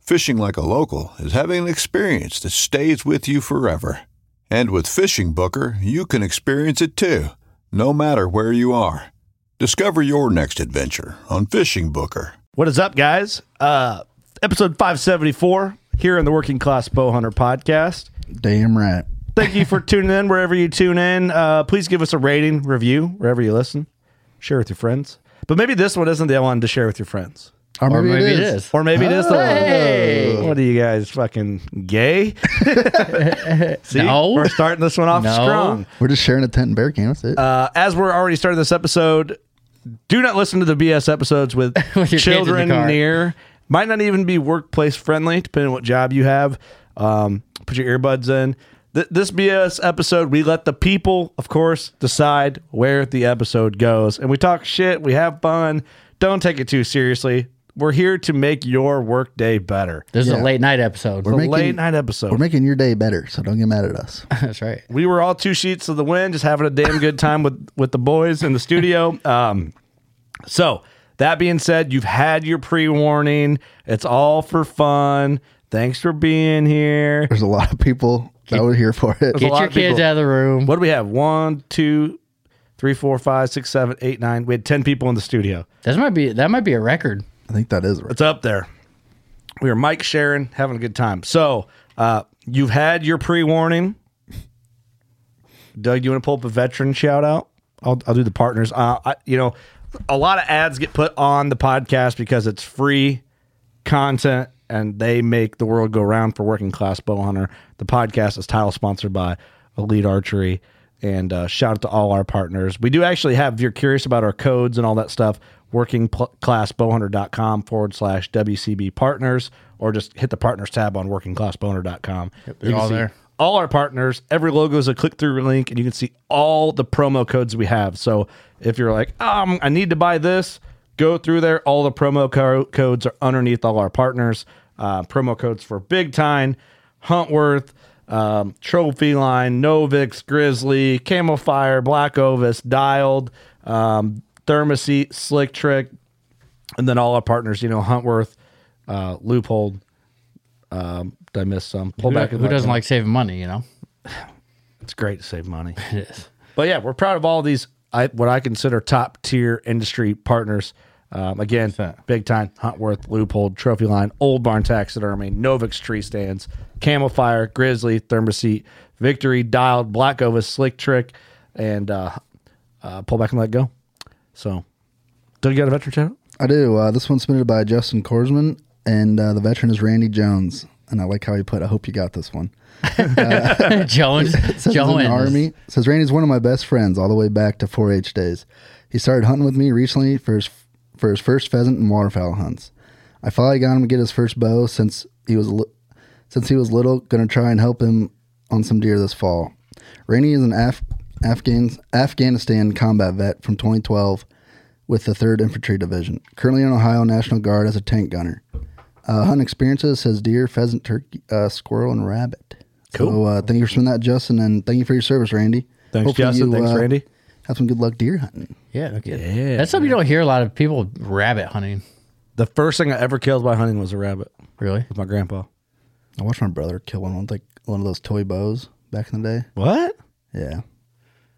Fishing like a local is having an experience that stays with you forever. And with Fishing Booker, you can experience it too, no matter where you are. Discover your next adventure on Fishing Booker. What is up, guys? Uh, episode 574 here in the Working Class Bowhunter podcast. Damn right. Thank you for tuning in wherever you tune in. Uh, please give us a rating, review, wherever you listen. Share with your friends. But maybe this one isn't the one to share with your friends. Or maybe, maybe it is. Or maybe it is the one. What are you guys fucking gay? See, No. we're starting this one off No. strong. We're just sharing a tent and bear can. That's it. Uh, as we're already starting this episode, do not listen to the BS episodes with, With your kids in the children car. near. Might not even be workplace friendly, depending on what job you have. Um, put your earbuds in. Th- this BS episode, we let the people, of course, decide where the episode goes. And we talk shit, we have fun. Don't take it too seriously. We're here to make your workday better. This is Yeah. a late night episode. We're making- Late night episode. We're making your day better, so don't get mad at us. That's right. we were all two sheets of the wind, just having a damn good time with with the boys in the studio. Um, so that being said, you've had your pre warning. It's all for fun. Thanks for being here. There's a lot of people that were here for it. Get lot your of kids people- out of the room. What do we have? One, two, three, four, five, six, seven, eight, nine. We had ten people in the studio. This might be that might be a record. I think that is right. It's up there. We were Mike Sharon having a good time. So uh, you've had your pre warning. Doug, you want to pull up a veteran shout out? I'll, I'll do the partners. Uh, I, you know, a lot of ads get put on the podcast because it's free content and they make the world go round for working class bow hunter. The podcast is title sponsored by Elite Archery. And uh, shout out to all our partners. We do actually have, if you're curious about our codes and all that stuff, workingclassbowhunter.com forward slash WCB partners, or just hit the partners tab on workingclassbowhunter.com. they're You can all see there. All our partners, every logo is a click through link, and you can see all the promo codes we have. So if you're like, um, I need to buy this, go through there. All the promo co- codes are underneath all our partners. Uh, promo codes for Big Time, Huntworth, um, Trophy Line, Novix, Grizzly, Camel Fire, Black Ovis, Dialed, um, Thermoset, Slick Trick, and then all our partners, you know, Huntworth, uh, Loophole. Um, did I miss some? Pull Who, back. who and let doesn't them. like saving money? You know, It's great to save money. it is. But yeah, we're proud of all these. I what I consider top tier industry partners. Um, again, Percent. big time Huntworth, Loophole, Trophy Line, Old Barn Taxidermy, Novix Tree Stands, Camel Fire, Grizzly, Thermoset, Victory, Dialed, Black Ovis, Slick Trick, and uh, uh, Pull Back and Let Go. So, do you got a veteran channel? I do. Uh, this one's submitted by Justin Korsman, and uh, the veteran is Randy Jones. And I like how he put, I hope you got this one. Uh, Jones, Says he's in Jones, the Army. Says Randy's one of my best friends all the way back to 4-H days. He started hunting with me recently for his for his first pheasant and waterfowl hunts. I finally got him to get his first bow since he was li- since he was little. Gonna try and help him on some deer this fall. Randy is an Af- Afghan Afghanistan combat vet from 2012 with the Third Infantry Division. Currently in Ohio National Guard as a tank gunner. Uh, hunt experiences says deer, pheasant, turkey, uh, squirrel, and rabbit. Cool. So uh, thank you for spending that, Justin, and thank you for your service, Randy. Thanks, Hopefully Justin. you, Thanks, uh, Randy. Have some good luck deer hunting. Yeah, no kidding. Yeah. That's something you don't hear a lot of people rabbit hunting. The first thing I ever killed by hunting was a rabbit Really? with my grandpa. I watched my brother kill one with like one of those toy bows back in the What? day. Yeah,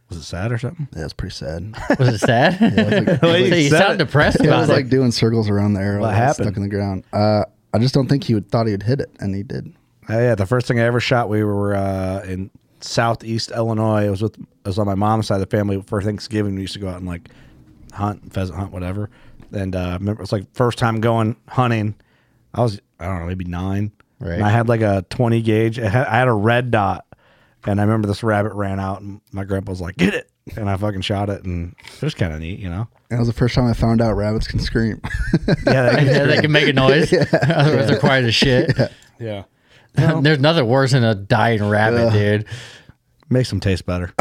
Was it sad or something? that's pretty sad. Was it sad? It's like- So you said sound it. depressed it was about it. like doing circles around the arrow. What while it's happened? Stuck in the ground. Uh, I just don't think he would thought he would hit it, and he did. Uh, yeah, the first thing I ever shot, we were uh, in southeast Illinois. It was with I was on my mom's side of the family for Thanksgiving. We used to go out and like hunt, pheasant hunt, whatever. And uh, I remember it's like first time going hunting. I was I don't know maybe nine. Right. And I had like a twenty gauge. I had, I had a red dot, and I remember this rabbit ran out, and my grandpa was like, "Get it!" And I fucking shot it, and it was kind of neat, you know. And that was the first time I found out rabbits can scream. Yeah, they- yeah, they can make a noise. Otherwise, they're quiet as shit. yeah. There's nothing worse than a dying rabbit, dude. makes them taste better.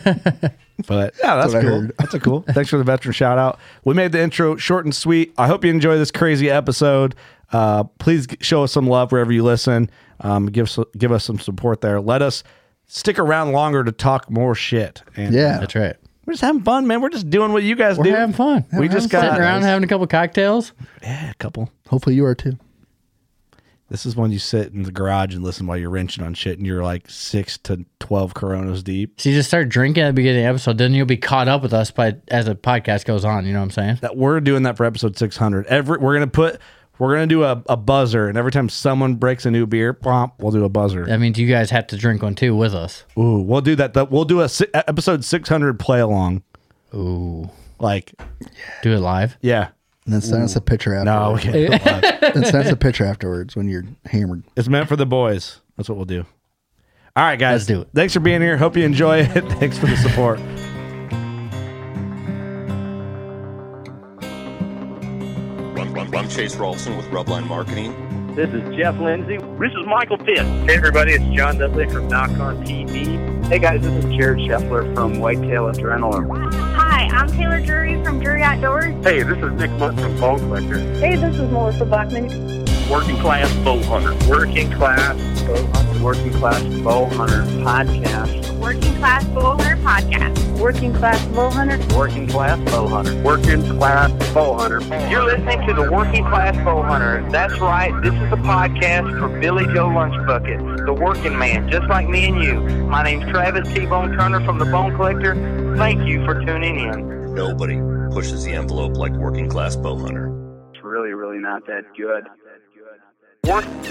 but yeah, that's, what I cool. heard. That's a cool. Thanks for the veteran shout out. We made the intro short and sweet. I hope you enjoy this crazy episode. Uh, please g- show us some love wherever you listen. Um, give us, give us some support there. Let us stick around longer to talk more shit. And yeah, That's right. we're just having fun, man. We're just doing what you guys We're do. having fun. We just got sitting around having a couple cocktails. yeah, a couple. hopefully you are too. This is when you sit in the garage and listen while you're wrenching on shit, and you're like six to twelve Coronas deep. So you just start drinking at the beginning of the episode, then you'll be caught up with us by as the podcast goes on. You know what I'm saying? that we're doing that for episode 600 every we're gonna put we're gonna do a, a buzzer and every time someone breaks a new beer pomp we'll do a buzzer That means you guys have to drink one too with us. ooh we'll do that That- we'll do a si- e, episode 600 play along Ooh, like do it live. yeah And then send us a picture no we afterwards. can't do it live. No, and send us a picture afterwards when you're hammered. it's meant for the boys that's what we'll do all right guys Let's do it. thanks for being here hope you enjoy it thanks for the support Run, run, run. Chase Rolfson with Rubline Marketing. This is Jeff Lindsay. This is Michael Pitt. Hey, everybody, it's John Dudley from Knock on TV. Hey, guys, this is Jared Scheffler from Whitetail Adrenaline. Hi, I'm Taylor Drury from Drury Outdoors. Hey, this is Nick Munt from Bone Collector. Hey, this is Melissa Buckman. Working Class Bow Hunter. Working Class Bow Hunter. Working Class Bow Hunter Podcast. Working Class Bull Hunter Podcast. Working Class Bull Hunter. Working Class Bow Hunter. Working Class Bow Hunter. You're listening to the Working Class Bow Hunter. That's right. This is the podcast for Billy Joe Lunchbucket, the working man, just like me and you. My name's Travis T. Bone Turner from the Bone Collector. Thank you for tuning in. Nobody pushes the envelope like working class bow hunter. It's really, really not that good. Working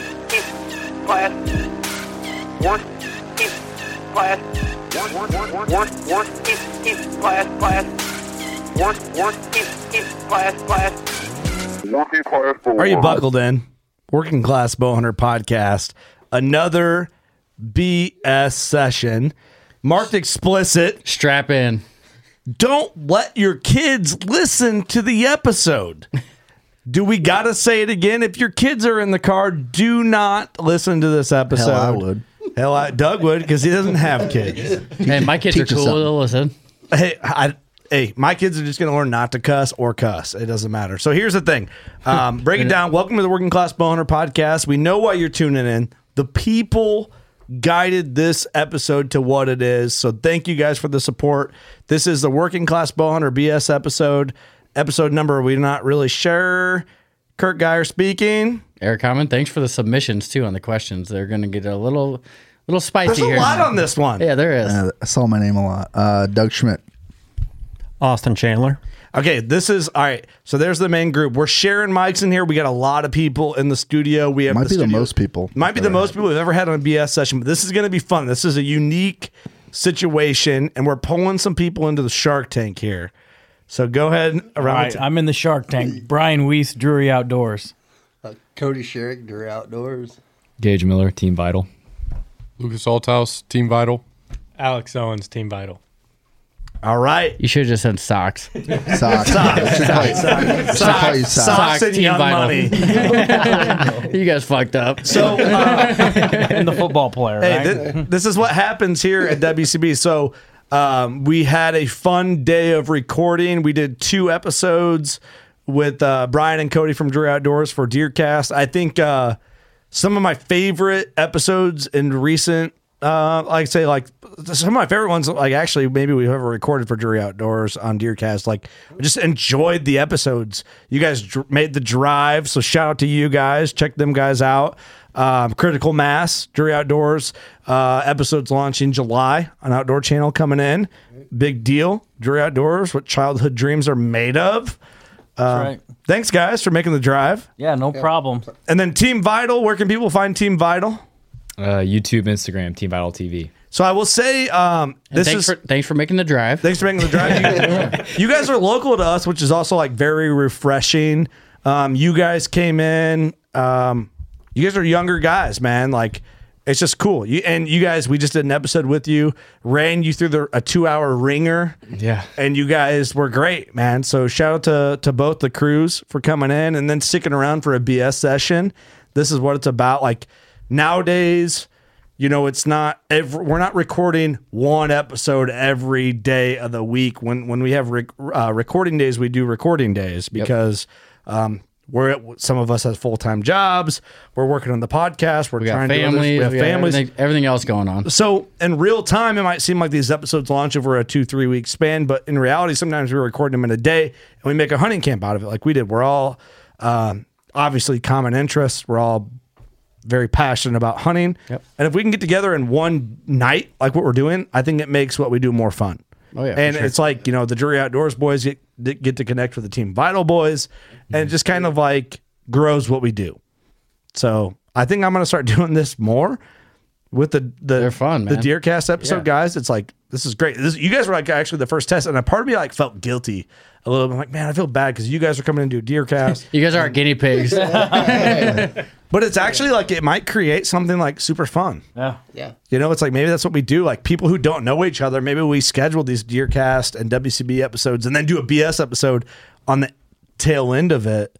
class. Working class. Work, work, work, work, work, class, class. Work, work, class, class. Are you buckled in? Working Class Bowhunter Podcast. Another BS session. Marked explicit. Strap in. Don't let your kids listen to the episode. Do we got to say it again? If your kids are in the car, do not listen to this episode. I would. Hell, I, Doug would because he doesn't have kids. Hey, my kids are teach us cool. something. They'll listen. hey, I, hey, my kids are just going to learn not to cuss or cuss. It doesn't matter. So here's the thing. Um, break it down. Welcome to the Working Class Boner podcast. We know why you're tuning in. The people guided this episode to what it is. So thank you guys for the support. This is the Working Class Bowhunter BS episode. Episode number we're not really sure. Kurt Geyer speaking. Eric Common, thanks for the submissions too on the questions. They're going to get a little, little There's spicy a here. lot on this one. Yeah, there is. Uh, I saw my name a lot. Uh, Doug Schmidt. Austin Chandler. Okay, this is all right. So there's the main group. We're sharing mics in here. We got a lot of people in the studio. We have Might be the studio- most people. Might be the most people we've ever had on a BS session. But this is going to be fun. This is a unique situation, and we're pulling some people into the Shark Tank here. So go ahead All around. right, the ta- I'm in the Shark Tank. Brian Weiss, Drury Outdoors. Uh, Cody Sherrick, Drury Outdoors. Gage Miller, Team Vital. Lucas Althouse, Team Vital. Alex Owens, Team Vital. all right. You should have just sent socks. Socks. Socks. Socks. Socks. Socks. Socks and Team Young Vital. Money. you guys fucked up. So uh, And the football player, hey, right? th- this is what happens here at WCB. So um, we had a fun day of recording. We did two episodes with uh, Brian and Cody from Drew Outdoors for Deercast. I think uh, Some of my favorite episodes in recent, uh, like I say, like some of my favorite ones, like actually maybe we've ever recorded for Jury Outdoors on Deercast. Like, I just enjoyed the episodes. You guys dr- made the drive, so shout out to you guys. Check them guys out. Um, Critical Mass, Jury Outdoors uh, episodes launch in July on Outdoor Channel coming in. Big deal. Jury Outdoors, what childhood dreams are made of. Um, right. Thanks, guys, for making the drive. Yeah, no problem. And then Team Vital, where can people find Team Vital? Uh, YouTube, Instagram, Team Vital TV. So I will say, um, And this thanks is for- thanks for making the drive. Thanks for making the drive. you, you guys are local to us, which is also like very refreshing. Um, you guys came in. Um, you guys are younger guys, man. Like it's just cool. You and you guys, we just did an episode with you. Ran you through the a two hour ringer. Yeah. and you guys were great, man. So shout out to to both the crews for coming in and then sticking around for a BS session. This is what it's about. Like nowadays, you know, it's not every, we're not recording one episode every day of the week. When when we have rec- uh, recording days, we do recording days because um, we're at, some of us have full time jobs. We're working on the podcast. We're We got trying to do others. families. we have families. Everything, everything else going on. So in real time, it might seem like these episodes launch over a two, three week span, but in reality, sometimes we're recording them in a day and we make a hunting camp out of it, like we did. We're all um, obviously common interests. We're all very passionate about hunting, and if we can get together in one night, like what we're doing, I think it makes what we do more fun. Oh, yeah, for and sure. it's like you know the Drury Outdoors boys get get to connect with the Team Vital boys, and it just kind of like grows what we do. So I think I'm gonna start doing this more with the the they're fun the man. Deercast episode, Yeah. guys. It's like this is great. This, you guys were like actually the first test, and a part of me like felt guilty a little. bit. I'm like, man, I feel bad because you guys are coming into Deercast. You guys are our guinea pigs. But it's actually like it might create something like super fun. Yeah. Yeah. You know, it's like maybe that's what we do. Like people who don't know each other, maybe we schedule these Deercast and WCB episodes and then do a BS episode on the tail end of it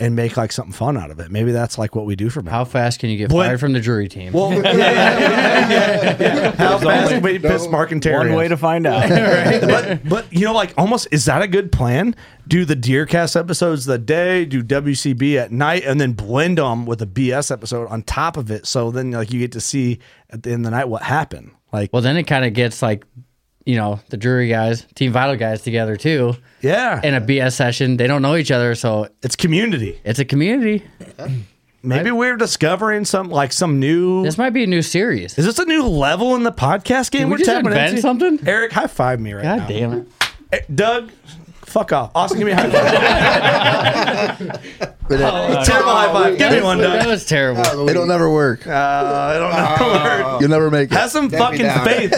and make like something fun out of it. Maybe that's like what we do for now. How fast can you get fired from the jury team? Well, yeah, yeah, yeah, yeah. How fast can we piss Mark and Terry? One off? way to find out. but but you know, like almost is that a good plan? Do the Deercast episodes the day, do WCB at night, and then blend them with a BS episode on top of it. So then like you get to see at the end of the night what happened. Like, well, then it kind of gets like, you know, the jury guys, Team Vital guys together too. Yeah. In a BS session, they don't know each other, so it's community. It's a community. Maybe we're discovering some like some new. This might be a new series. Is this a new level in the podcast game? Did we just invent something. Eric, high five me right now. God damn Eh, Doug, fuck off. Austin, give me a high five. But, uh, Oh, terrible high five. Give me one, Doug. was terrible. It'll never work. Uh, it'll never Oh, work. You'll never make it. Have some fucking faith,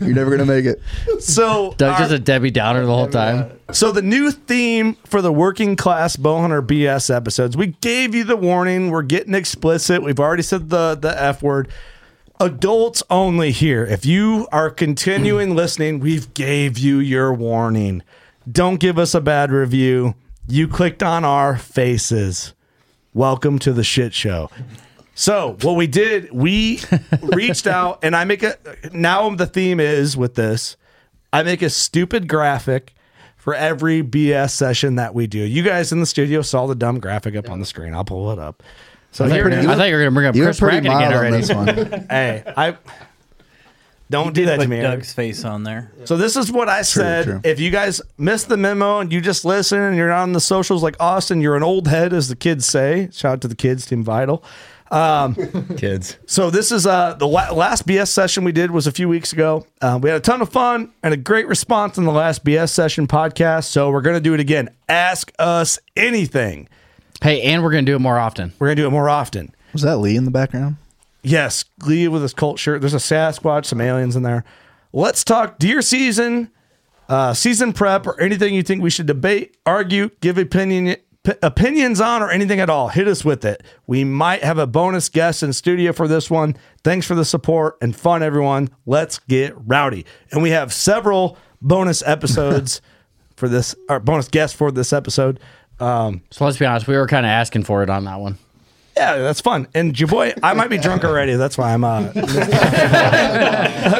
You're never gonna make it. So Doug's just a Debbie Downer the whole time. So the new theme for the working class bowhunter BS episodes. We gave you the warning. We're getting explicit. We've already said the the F word. Adults only here. If you are continuing listening, we've gave you your warning. Don't give us a bad review. You clicked on our faces. Welcome to the shit show. So what we did, we reached out, and I make a now the theme is with this. I make a stupid graphic for every BS session that we do. You guys in the studio saw the dumb graphic up on the screen. I'll pull it up. So I thought you here were it gonna- is. I thought you were gonna bring up You were Chris pretty Brackett again mild on already. this one. hey, I don't do did that to put me. Eric. Doug's face on there. So this is what I said. true. If you guys missed the memo and you just listen and you're not on the socials like Austin, you're an old head, as the kids say. Shout out to the kids, Team Vital. Um, kids. So this is uh, the la- last BS session we did was a few weeks ago. Uh, we had a ton of fun and a great response in the last BS session podcast. So we're gonna do it again. Ask us anything. Hey, and we're gonna do it more often. We're gonna do it more often. Was that Lee in the background? Yes, Lee with his cult shirt. There's a Sasquatch, some aliens in there. Let's talk deer season, uh, season prep, or anything you think we should debate, argue, give opinion p- opinions on, or anything at all. Hit us with it. We might have a bonus guest in studio for this one. Thanks for the support and fun, everyone. Let's get rowdy. And we have several bonus episodes for this, or bonus guests for this episode. Um, so let's be honest, we were kind of asking for it on that one. Yeah, that's fun. And your boy, I might be drunk already. That's why I'm uh,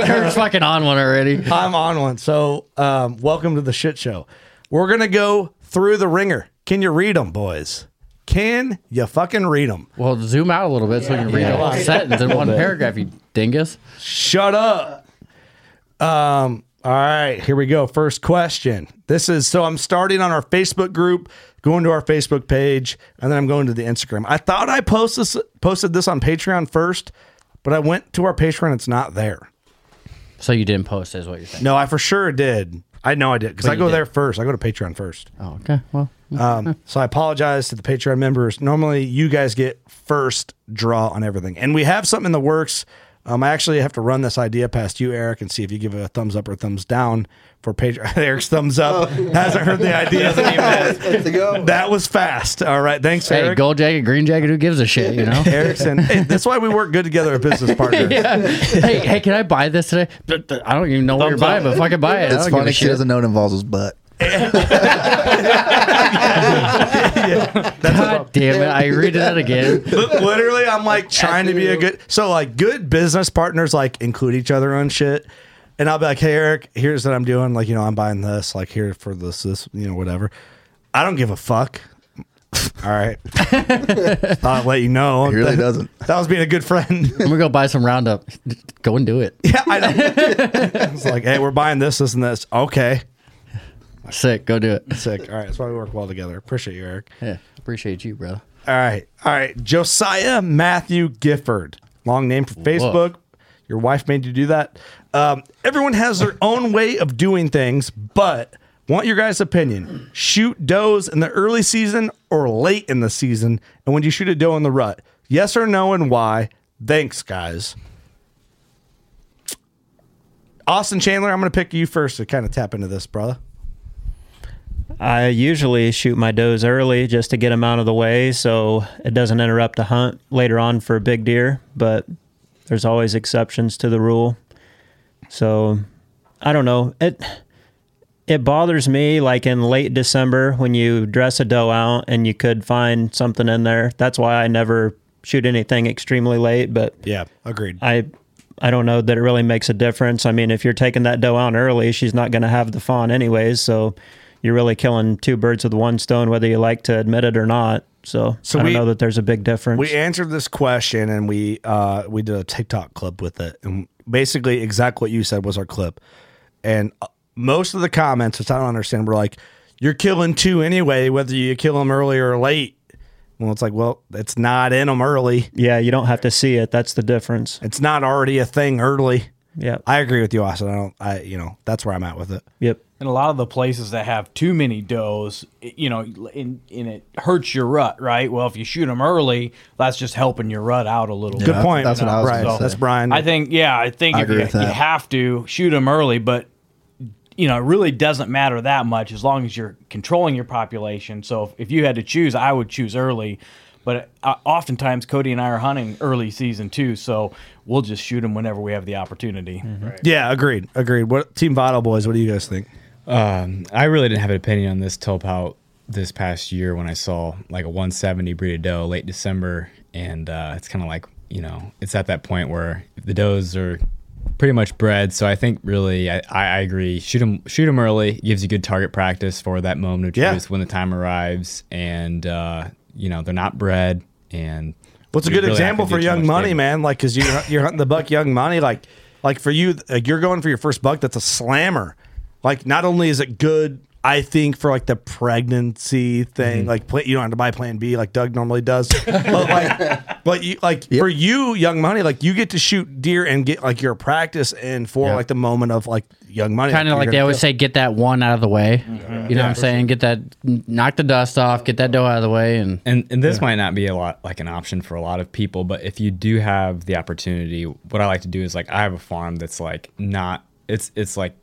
Kurt's fucking on one already. I'm on one. So, um, welcome to the shit show. We're gonna go through the ringer. Can you read them, boys? Can you fucking read them? Well, zoom out a little bit so you can read a whole sentence in one paragraph, you dingus. Shut up. Um, all right, here we go. First question. This is so I'm starting on our Facebook group, going to our Facebook page, and then I'm going to the Instagram. I thought I post this, posted this on Patreon first, but I went to our Patreon. It's not there. So you didn't post, is what you're saying. No, I for sure did. I know I did because But I you go did. there first. I go to Patreon first. Oh, okay. Well, Um, so I apologize to the Patreon members. Normally, you guys get first draw on everything, and we have something in the works. Um, I actually have to run this idea past you, Eric, and see if you give it a thumbs up or thumbs down for Patreon. Eric's thumbs up hasn't heard the idea. That was fast. All right, thanks, hey, Eric. gold jacket, green jacket, who gives a shit, you know? Erickson. Hey, that's why we work good together as business partners. Yeah. Hey, hey, can I buy this today? But- but I don't even know what you're buying, but fucking buy it. I It's don't give funny. a She shit. doesn't know it involves his butt. God damn it! I read that again. But literally, I'm like trying to be a good. So like, good business partners like include each other on shit. And I'll be like, hey Eric, here's what I'm doing. Like, you know, I'm buying this. Like, here for this, this, you know, whatever. I don't give a fuck. All right, thought I'd let you know. He really doesn't. That was being a good friend. I'm gonna go buy some Roundup. Go and do it. It's like, hey, we're buying this, this, and this. Okay, Sick. Go do it. sick. All right, that's why we work well together. Appreciate you, Eric. Yeah. Appreciate you, brother. All right. All right. Josiah Matthew Gifford. Long name for Facebook. Your wife made you do that. Um, everyone has their own way of doing things, but want your guys' opinion. Shoot does in the early season or late in the season. And when you shoot a doe in the rut, yes or no and why? Thanks, guys. Austin Chandler, I'm going to pick you first to kind of tap into this, brother. I usually shoot my does early just to get them out of the way so it doesn't interrupt a hunt later on for a big deer, but there's always exceptions to the rule. So I don't know. It it bothers me like in late December when you dress a doe out and you could find something in there. That's why I never shoot anything extremely late, but Yeah, agreed. I I don't know that it really makes a difference. I mean, if you're taking that doe out early, she's not going to have the fawn anyways, so you're really killing two birds with one stone whether you like to admit it or not. So, So I don't we- know that there's a big difference. We answered this question and we uh, we did a TikTok clip with it, and basically exactly what you said was our clip. And uh, most of the comments, which I don't understand, were like, "You're killing two anyway, whether you kill them early or late." Well, it's like, well, it's not in them early. yeah, you don't have to see it. That's the difference. It's not already a thing early. Yeah. I agree with you, Austin. I don't. I you know that's where I'm at with it. Yep. And a lot of the places that have too many does, i- you know, in in it hurts your rut, right? Well, if you shoot them early, that's just helping your rut out a little. Good bit. point. That's what I was Brian. gonna say. That's Brian. I think, yeah, I think I if agree you, with that. you have to shoot them early, but you know, it really doesn't matter that much as long as you're controlling your population. So if, if you had to choose, I would choose early. But uh, oftentimes, Cody and I are hunting early season too, so we'll just shoot them whenever we have the opportunity. Yeah, agreed. Agreed. What Team Vital Boys? What do you guys think? Um, I really didn't have an opinion on this till about this past year when I saw like a 170 breed of doe late December, and uh, it's kind of like you know it's at that point where the does are pretty much bred. So I think really I, I I agree. Shoot them shoot 'em early gives you good target practice for that moment of Yeah. truth when the time arrives, and uh, you know they're not bred. And What's a you're good really not example gonna do for too Young much Money, damage. man? Like, because you're you're hunting the buck Young Money, like like for you, like you're going for your first buck. That's a slammer. Like, not only is it good, I think for like the pregnancy thing, Mm-hmm. like play, you don't have to buy Plan B like Doug normally does, but like, but you like for you, Young Money, like you get to shoot deer and get like your practice and for like the moment of like Young Money, Kind of you're like they gonna always kill. Mm-hmm. say, get that one out of the way. You know what I'm saying? Get that, knock the dust off, get that dough out of the way, and and and this might not be a lot like an option for a lot of people, but if you do have the opportunity, what I like to do is like I have a farm that's like not it's it's like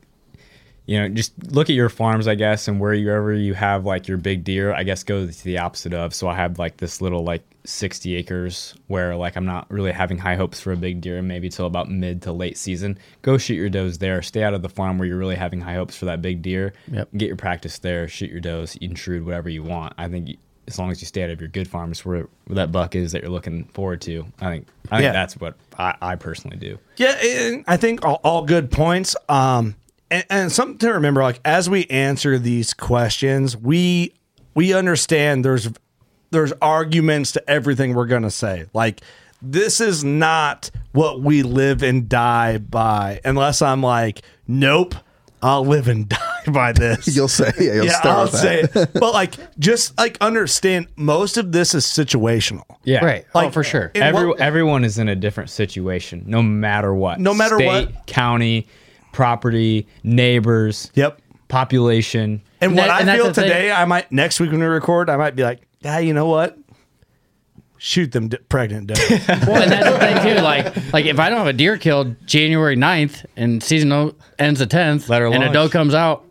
you know just look at your farms I guess and wherever you have like your big deer I guess go to the opposite of so I have like this little like 60 acres where like I'm not really having high hopes for a big deer maybe till about mid to late season go shoot your does there stay out of the farm where you're really having high hopes for that big deer Yep. get your practice there shoot your does intrude whatever you want I think as long as you stay out of your good farms where, where that buck is that you're looking forward to I think I think Yeah. that's what I, I personally do Yeah, and I think all, all good points. Um, and, and something to remember, like as we answer these questions, we we understand there's there's arguments to everything we're gonna say. Like this is not what we live and die by, unless I'm like, nope, I'll live and die by this. You'll say, yeah, you'll start I'll with that. say it. But like, just like understand, most of this is situational. Yeah. Right. Oh, Like, for sure. in Every, what- everyone is in a different situation, no matter what. No matter State, what. County, property, neighbors. Yep. Population. And, what I feel today, I might next week when we record, I might be like, yeah, you know what? Shoot them d- pregnant. does. well, and that's the thing too. Like, like if I don't have a deer killed January 9th and season o- ends the tenth, and a launch. doe comes out,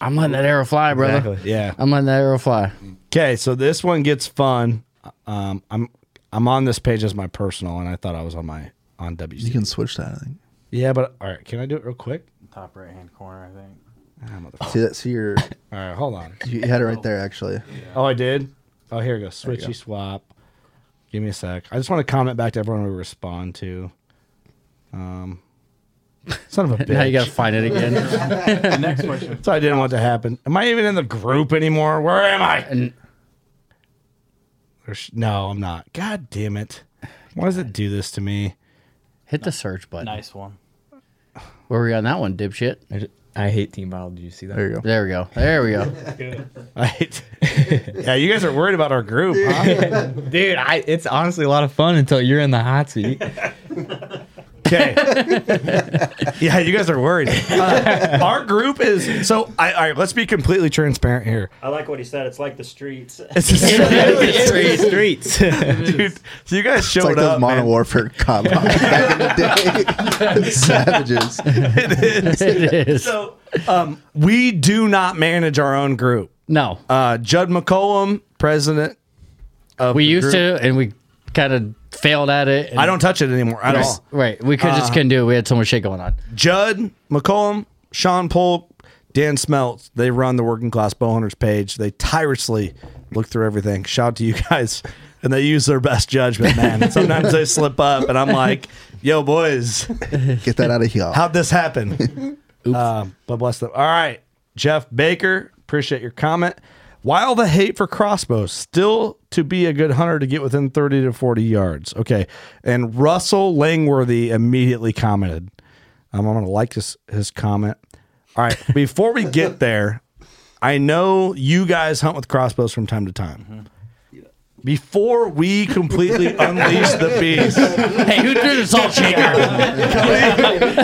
I'm letting that arrow fly, brother. Exactly, yeah. I'm letting that arrow fly. Okay, so this one gets fun. Um, I'm I'm on this page as my personal, and I thought I was on my on WC. You can switch that. I think. Yeah, but all right, can I do it real quick? Top right hand corner, I think. See that? See your. Oh. All right, hold on. You had it right there, actually. Oh, I did. Oh, here we go. There you Switchy go. swap. Give me a sec. I just want to comment back to everyone we respond to. Um, son of a bitch. Now you gotta find it again. The next question. So I didn't want to happen. Am I even in the group anymore? Where am I? There's- no, I'm not. God damn it! Why does it do this to me? Hit the search button. Nice one. Where were you on that one, dipshit? I hate team battle. Did you see that? There you go. There we go. There we go. Right. yeah, you guys are worried about our group, huh? Dude, I, it's honestly a lot of fun until you're in the hot seat. Okay. yeah, you guys are worried. Uh, our group is so. I, all right, let's be completely transparent here. I like what he said. It's like the streets. It's the streets. It's the streets. Dude, so you guys showed it's like up. those modern warfare cop back in the day. Savages. it is. So um, we do not manage our own group. No. Uh, Judd McCollum, president of we the used group. to, and we kind of failed at it. and- I don't touch it anymore at right, all. Right. We could just Uh, couldn't do it. We had so much shit going on. Judd McCollum, Sean Polk, Dan Smelts, they run the working class bowhunters page. They tirelessly look through everything. Shout out to you guys. And they use their best judgment, man. And Sometimes they slip up, and I'm like, yo, boys, Get that out of here. how'd this happen? Um, but bless them. All right. Jeff Baker, appreciate your comment. While the hate for crossbows, still to be a good hunter to get within 30 to 40 yards. Okay. And Russell Langworthy immediately commented. Um, I'm going to like his, his comment. All right. Before we get there, I know you guys hunt with crossbows from time to time. Mm-hmm. Before we completely unleash the beast. Hey, who threw the salt shaker?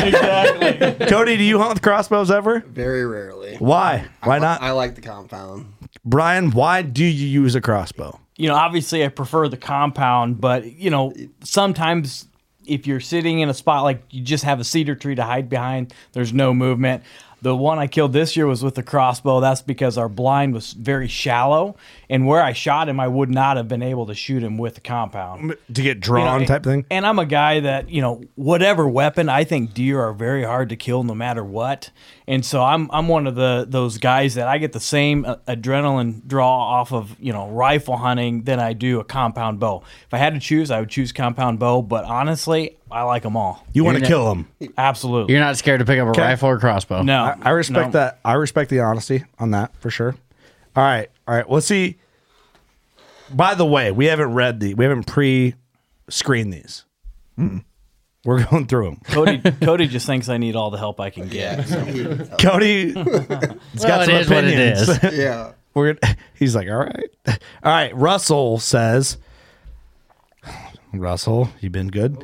Cody, do you hunt with crossbows ever? Very rarely. Why? Why I, not? I like the compound. Brian, why do you use a crossbow? you know, obviously I prefer the compound, but you know, sometimes if you're sitting in a spot like you just have a cedar tree to hide behind, there's no movement. The one I killed this year was with the crossbow. That's because our blind was very shallow, and where I shot him, I would not have been able to shoot him with the compound. To get drawn You know, type thing? And I'm a guy that, you know, whatever weapon, I think deer are very hard to kill no matter what. And so I'm I'm one of the those guys that I get the same uh, adrenaline draw off of, you know, rifle hunting than I do a compound bow. If I had to choose, I would choose compound bow, but honestly, I like them all. You wanna You're not- kill 'em. Absolutely. You're not scared to pick up a Okay. rifle or crossbow. No. I, I respect No. that. I respect the honesty on that for sure. All right. All right. Let's see. By the way, we haven't read the, we haven't pre screened these. We're going through them. Cody Cody just thinks I need all the help I can get. so. Cody, it's Well, got it some is what it opinions. is. Yeah. We're gonna, he's like, all right, all right. Russell says, Russell, you've been good.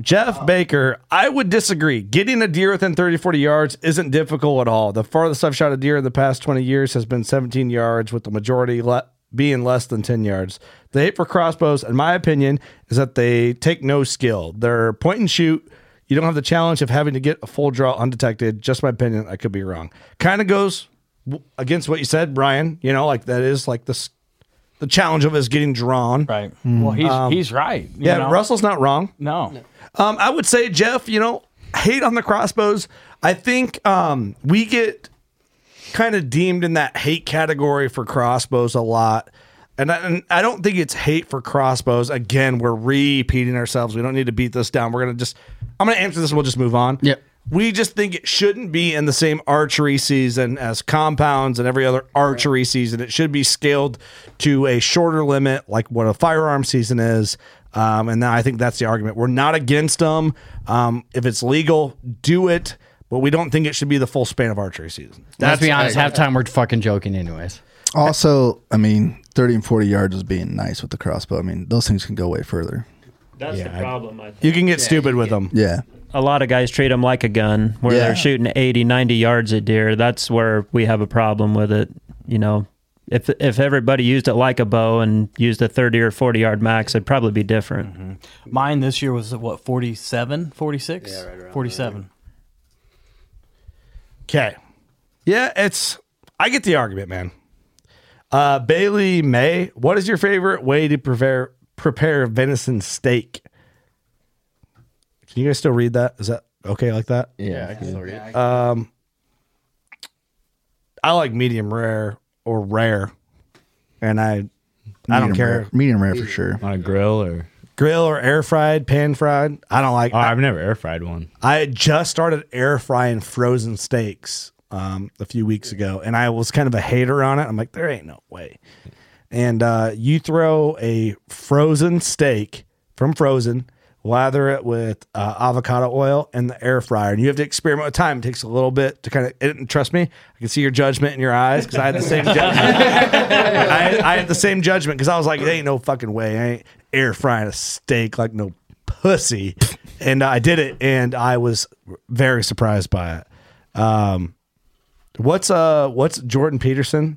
Jeff Baker, I would disagree. Getting a deer within 30, 40 yards isn't difficult at all. The farthest I've shot a deer in the past 20 years has been 17 yards, with the majority le- being less than 10 yards. The hate for crossbows, in my opinion, is that they take no skill. They're point and shoot. You don't have the challenge of having to get a full draw undetected. Just my opinion. I could be wrong. Kind of goes w- against what you said, Brian. You know, like that is like this the challenge of it is getting drawn. Um, Right. Well, he's he's right. you yeah, know? Russell's not wrong. No. Um, I would say Jeff. You know, hate on the crossbows. I think um, we get kind of deemed in that hate category for crossbows a lot. And I, and I don't think it's hate for crossbows. Again, we're repeating ourselves. We don't need to beat this down. We're gonna just. I'm gonna answer this and we'll just move on. Yep. We just think it shouldn't be in the same archery season as compounds and every other archery season. It should be scaled to a shorter limit, like what a firearm season is. Um, and I think that's the argument. We're not against them. Um, if it's legal, do it. But we don't think it should be the full span of archery season. Let's be honest, I- halftime we're fucking joking anyways. Also, I mean, 30 and 40 yards is being nice with the crossbow. I mean, those things can go way further. That's the problem. I think. You can get stupid with them. Yeah. A lot of guys treat them like a gun where Yeah. they're shooting 80, 90 yards at deer. That's where we have a problem with it. You know, if if everybody used it like a bow and used a 30 or 40 yard max, it'd probably be different. Mine this year was what 47, 46? Yeah, right around 47. Okay. Yeah, it's I get the argument, man. Uh Bailey May, what is your favorite way to prepare prepare venison steak? Can you guys still read that? Is that okay like that? Yeah, I can still read it. Um I like medium rare or rare. And I I don't Medium care. rare- medium rare for sure. On a grill or Grill or air fried, pan fried. I don't like Oh, I've never air fried one. I just started air frying frozen steaks um, a few weeks ago, and I was kind of a hater on it. I'm like, there ain't no way. And uh, you throw a frozen steak from frozen, lather it with uh, avocado oil and the air fryer, and you have to experiment with time. It takes a little bit to kind of. And trust me, I can see your judgment in your eyes because I had the same judgment. I, I had the same judgment because I was like, there ain't no fucking way. I ain't air frying a steak like no pussy. And I did it, and I was very surprised by it. Um, what's uh, what's Jordan Peterson?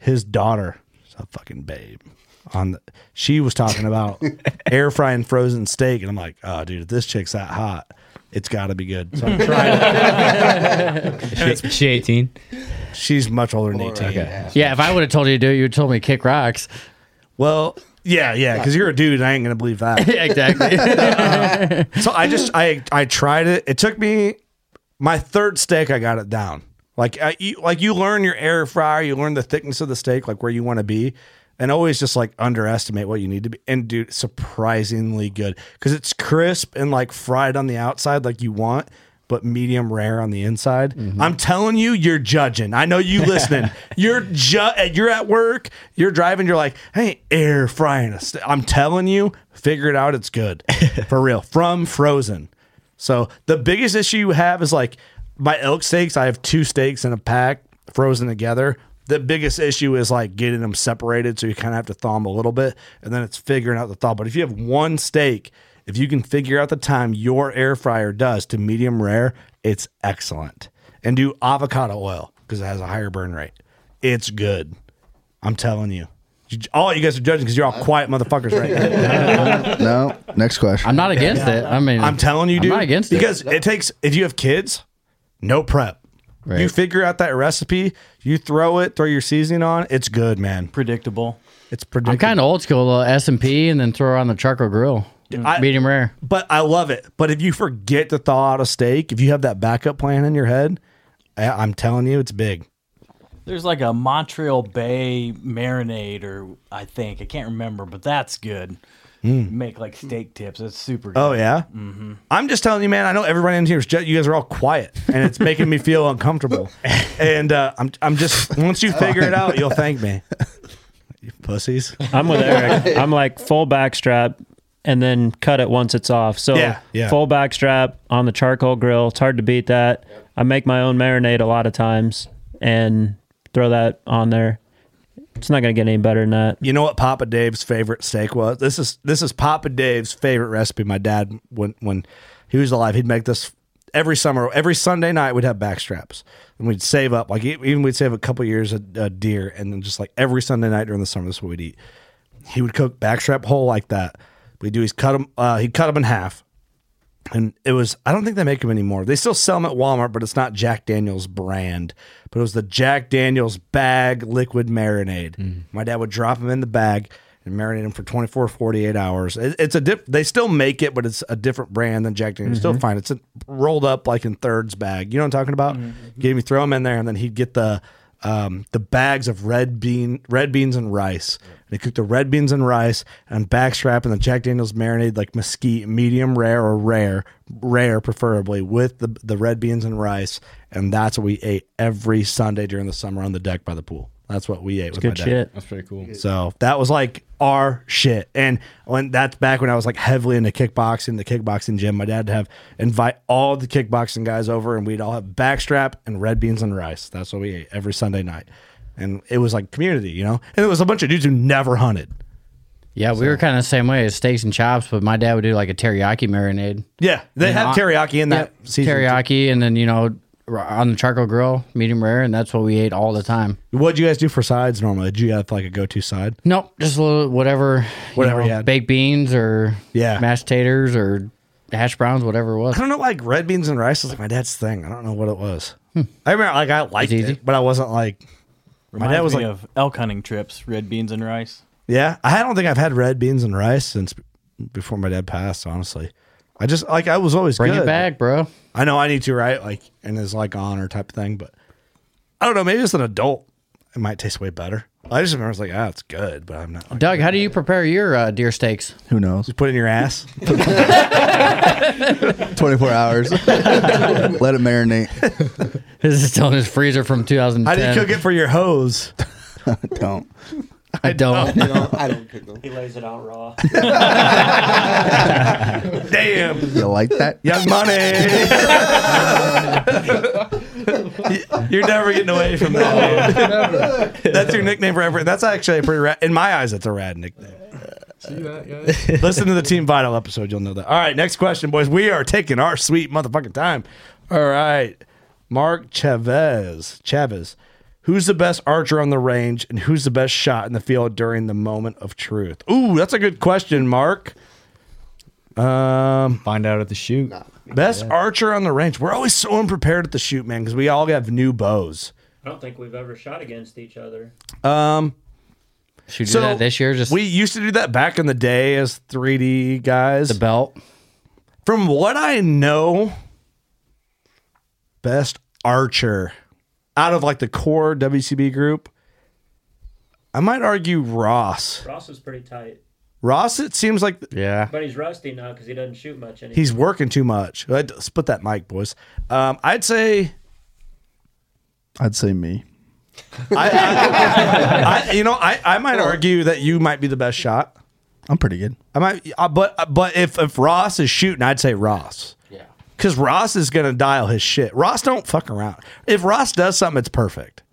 His daughter, is a fucking babe. On the, she was talking about air frying frozen steak, and I'm like, oh, dude, if this chick's that hot, it's got to be good. So I'm trying. She, she 18. She's much older than 18. Yeah, if I would have told you to do it, you would have told me to kick rocks. Well, yeah, yeah, because you're a dude. and I ain't gonna believe that. exactly. so I just I I tried it. It took me my third steak. I got it down. Like I, you, like you learn your air fryer, you learn the thickness of the steak, like where you want to be, and always just like underestimate what you need to be. And dude, it's surprisingly good because it's crisp and like fried on the outside, like you want. But medium rare on the inside. I'm telling you, you're judging. I know you listening. you're ju- You're at work. You're driving. You're like, hey, air frying. A steak. I'm telling you, figure it out. It's good for real from frozen. So the biggest issue you have is like my elk steaks. I have two steaks in a pack frozen together. The biggest issue is like getting them separated, so you kind of have to thaw them a little bit, and then it's figuring out the thaw. But if you have one steak, if you can figure out the time your air fryer does to medium rare, it's excellent. And do avocado oil because it has a higher burn rate. It's good. I'm telling you. You- All you guys are judging because you're all quiet motherfuckers right now. No. Next question. I'm not against it. I mean, I'm telling you, I'm dude. not against it. because it. takes if you have kids, no prep. You figure out that recipe, you throw it, throw your seasoning on. It's good, man. Predictable. It's I'm predictable. kind of old school, little S and P, and then throw on the charcoal grill, I- medium rare. But I love it. But if you forget to thaw out a steak, if you have that backup plan in your head, I, I'm telling you, it's big. There's like a Montreal Bay marinade, or I think I can't remember, but that's good. Mm. Make like steak tips. It's super. good. Oh yeah. Mhm. I'm just telling you, man. I know everybody in here is. Just, you guys are all quiet, and it's making me feel uncomfortable. And uh, I'm, I'm just once you figure it out, you'll thank me. You pussies. I'm with Eric. I'm like full back strap and then cut it once it's off. So Yeah, yeah. full back strap on the charcoal grill. It's hard to beat that. I make my own marinade a lot of times and throw that on there. It's not going to get any better than that. You know what Papa Dave's favorite steak was? This is this is Papa Dave's favorite recipe. My dad, when when he was alive, he'd make this every summer. Every Sunday night, we'd have backstraps, and we'd save up. Like e- even we'd save a couple years of uh, deer, and then just like every Sunday night during the summer, this is what we'd eat. He would cook backstrap whole like that. We do. He's cut them. Uh, he cut them in half, and it was I don't think they make them anymore. They still sell them at Walmart, but it's not Jack Daniel's brand. But it was the Jack Daniel's bag liquid marinade. My dad would drop them in the bag and marinate them for 24 48 hours. It- it's a dip, they still make it, but it's a different brand than Jack Daniel's. Still Mhm. fine. Mm-hmm. It's a, rolled up like in thirds bag. You know what I'm talking about? Give me throw them in there and then he'd get the um, the bags of red bean, red beans and rice. And they cooked the red beans and rice and backstrap and the Jack Daniels marinade like mesquite, medium rare or rare, rare preferably, with the the red beans and rice. And that's what we ate every Sunday during the summer on the deck by the pool. That's what we ate with my good dad. shit. That's pretty cool. So that was like our shit. And when that's back when I was like heavily into kickboxing, the kickboxing gym, my dad would have invite all the kickboxing guys over and we'd all have backstrap and red beans and rice. That's what we ate every Sunday night. And it was like community, you know? And it was a bunch of dudes who never hunted. Yeah, we were kind of the same way as steaks and chops, but my dad would do like a teriyaki marinade. Yeah, they You have know, teriyaki in that season, too. Teriyaki, and then you know, r- on the charcoal grill, medium rare, and that's what we ate all the time. What'd you guys do for sides normally? Did you have like a go to side? Nope, just a little whatever, Whatever you had. baked beans or yeah, mashed taters or hash browns, whatever it was. I don't know, like red beans and rice is like my dad's thing. I don't know what it was. I remember like I liked easy. it, but I wasn't like Reminds my dad was me like of elk hunting trips, red beans and rice. Yeah, I don't think I've had red beans and rice since b- before my dad passed. Honestly, I just like I was always Bring it good. back, bro. I know I need to right like and it's like honor type of thing, but I don't know. Maybe as an adult, it might taste way better. I just remember it's like ah, it's good, but I'm not. Like, Doug, how do you prepare your uh, deer steaks? Who knows? Just put it in your ass. 24 hours. Let it marinate. This is still in his freezer from 2010. How do you cook it for your hose? I don't. I don't. I don't cook them. He lays it out raw. Damn. You like that? Young money. You're never getting away from that. That's your nickname forever. That's actually a pretty rad. In my eyes, that's a rad nickname. Listen to the Team Vital episode. You'll know that. All right, next question, boys. We are taking our sweet motherfucking time. All right. Mark Chavez. Chavez. Who's the best archer on the range and who's the best shot in the field during the moment of truth? Ooh, that's a good question, Mark. Um, Find out at the shoot. Best archer on the range. We're always so unprepared at the shoot, man, because we all have new bows. I don't think we've ever shot against each other. Um, Should we do that this year? Just we used to do that back in the day as 3D guys. The belt. From what I know, best archer out of like the core WCB group, I might argue Ross. Ross is pretty tight, Ross, it seems like yeah, but he's rusty now because he doesn't shoot much anymore. He's working too much. I'd- Split that mic, boys. Um, I'd say I'd say me. I, I, I, you know, I, I might argue that you might be the best shot. I'm pretty good. I might, uh, but uh, but if if Ross is shooting, I'd say Ross. Yeah. Because Ross is gonna dial his shit. Ross don't fuck around. If Ross does something, it's perfect.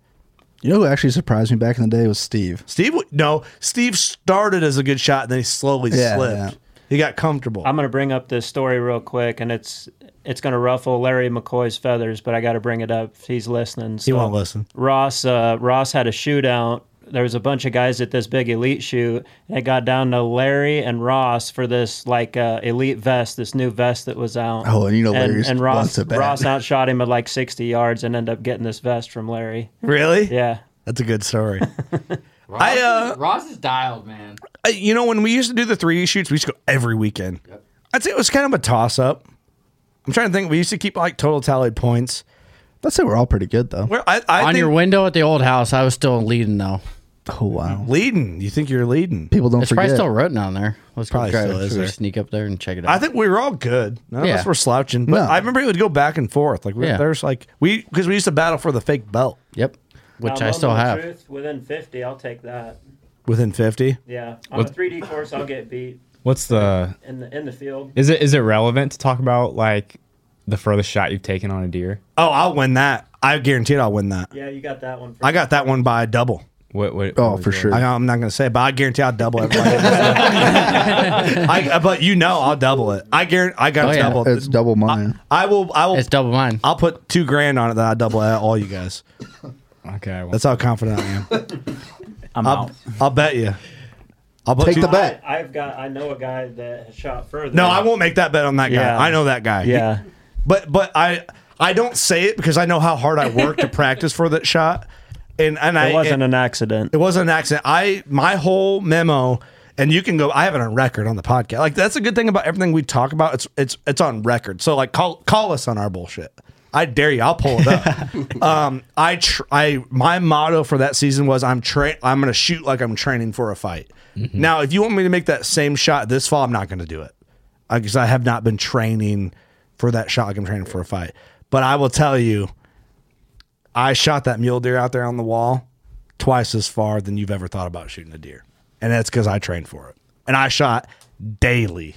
You know who actually surprised me back in the day was Steve. Steve, w- no, Steve started as a good shot, and then he slowly Yeah, slipped. yeah. He got comfortable. I'm gonna bring up this story real quick, and it's it's gonna ruffle Larry McCoy's feathers, but I got to bring it up. if He's listening. He won't listen. Ross uh, Ross had a shootout. There was a bunch of guys at this big elite shoot, and it got down to Larry and Ross for this like uh, elite vest, this new vest that was out. Oh, and you know Larry's and Ross wants it bad. Ross outshot him at like 60 yards and ended up getting this vest from Larry. Really? Yeah. That's a good story. Ross, I, uh, Ross is dialed, man. I- you know, when we used to do the 3D shoots, we used to go every weekend. I'd say it was kind of a toss up. I'm trying to think. We used to keep like total tallied points. I'd say we're all pretty good though. Where I, I on your window at the old house, I was still leading though. Oh wow, leading! You think you're leading? People don't It's forget. probably still written on there. Let's Probably try, still is should we there. sneak up there and check it out. I think we were all good. None of Yeah. us were slouching. But No. I remember it would go back and forth. Like we, Yeah. there's like we because we used to battle for the fake belt. Yep. Now, moment of Truth, within 50, I'll take that. Within fifty. Yeah. On What- a 3D course, I'll get beat. What's the In the- in the field. Is it is it relevant to talk about like the furthest shot you've taken on a deer? Oh, I'll win that. I guarantee it. I'll win that. Yeah, you got that one. I got that one by a double. What? what oh, for sure. I, I'm not going to say, it, but I guarantee I'll double it. I, but you know, Oh, I'll double it. I guarantee. I got Oh, to yeah. double. It's double mine. I will. I will. It's double mine. I'll put two grand on it that I double out all you guys. Okay, that's how confident I am. I'm will out. I'll bet you. I'll put two- I, I've got. I know a guy that has shot further. No, I won't make that bet on that guy. Yeah. I know that guy. Yeah. But but I I don't say it because I know how hard I worked to practice for that shot. And and I It wasn't and- an accident. It wasn't an accident. I my whole memo and you can go I have it on record on the podcast. Like that's a good thing about everything we talk about. It's it's it's on record. So like call call us on our bullshit. I dare you. I'll pull it up. um, I tr- I my motto for that season was I'm train. I'm going to shoot like I'm training for a fight. Mm-hmm. Now, if you want me to make that same shot this fall, I'm not going to do it because I have not been training for that shot like I'm training for a fight. But I will tell you, I shot that mule deer out there on the wall twice as far than you've ever thought about shooting a deer, and that's because I trained for it and I shot daily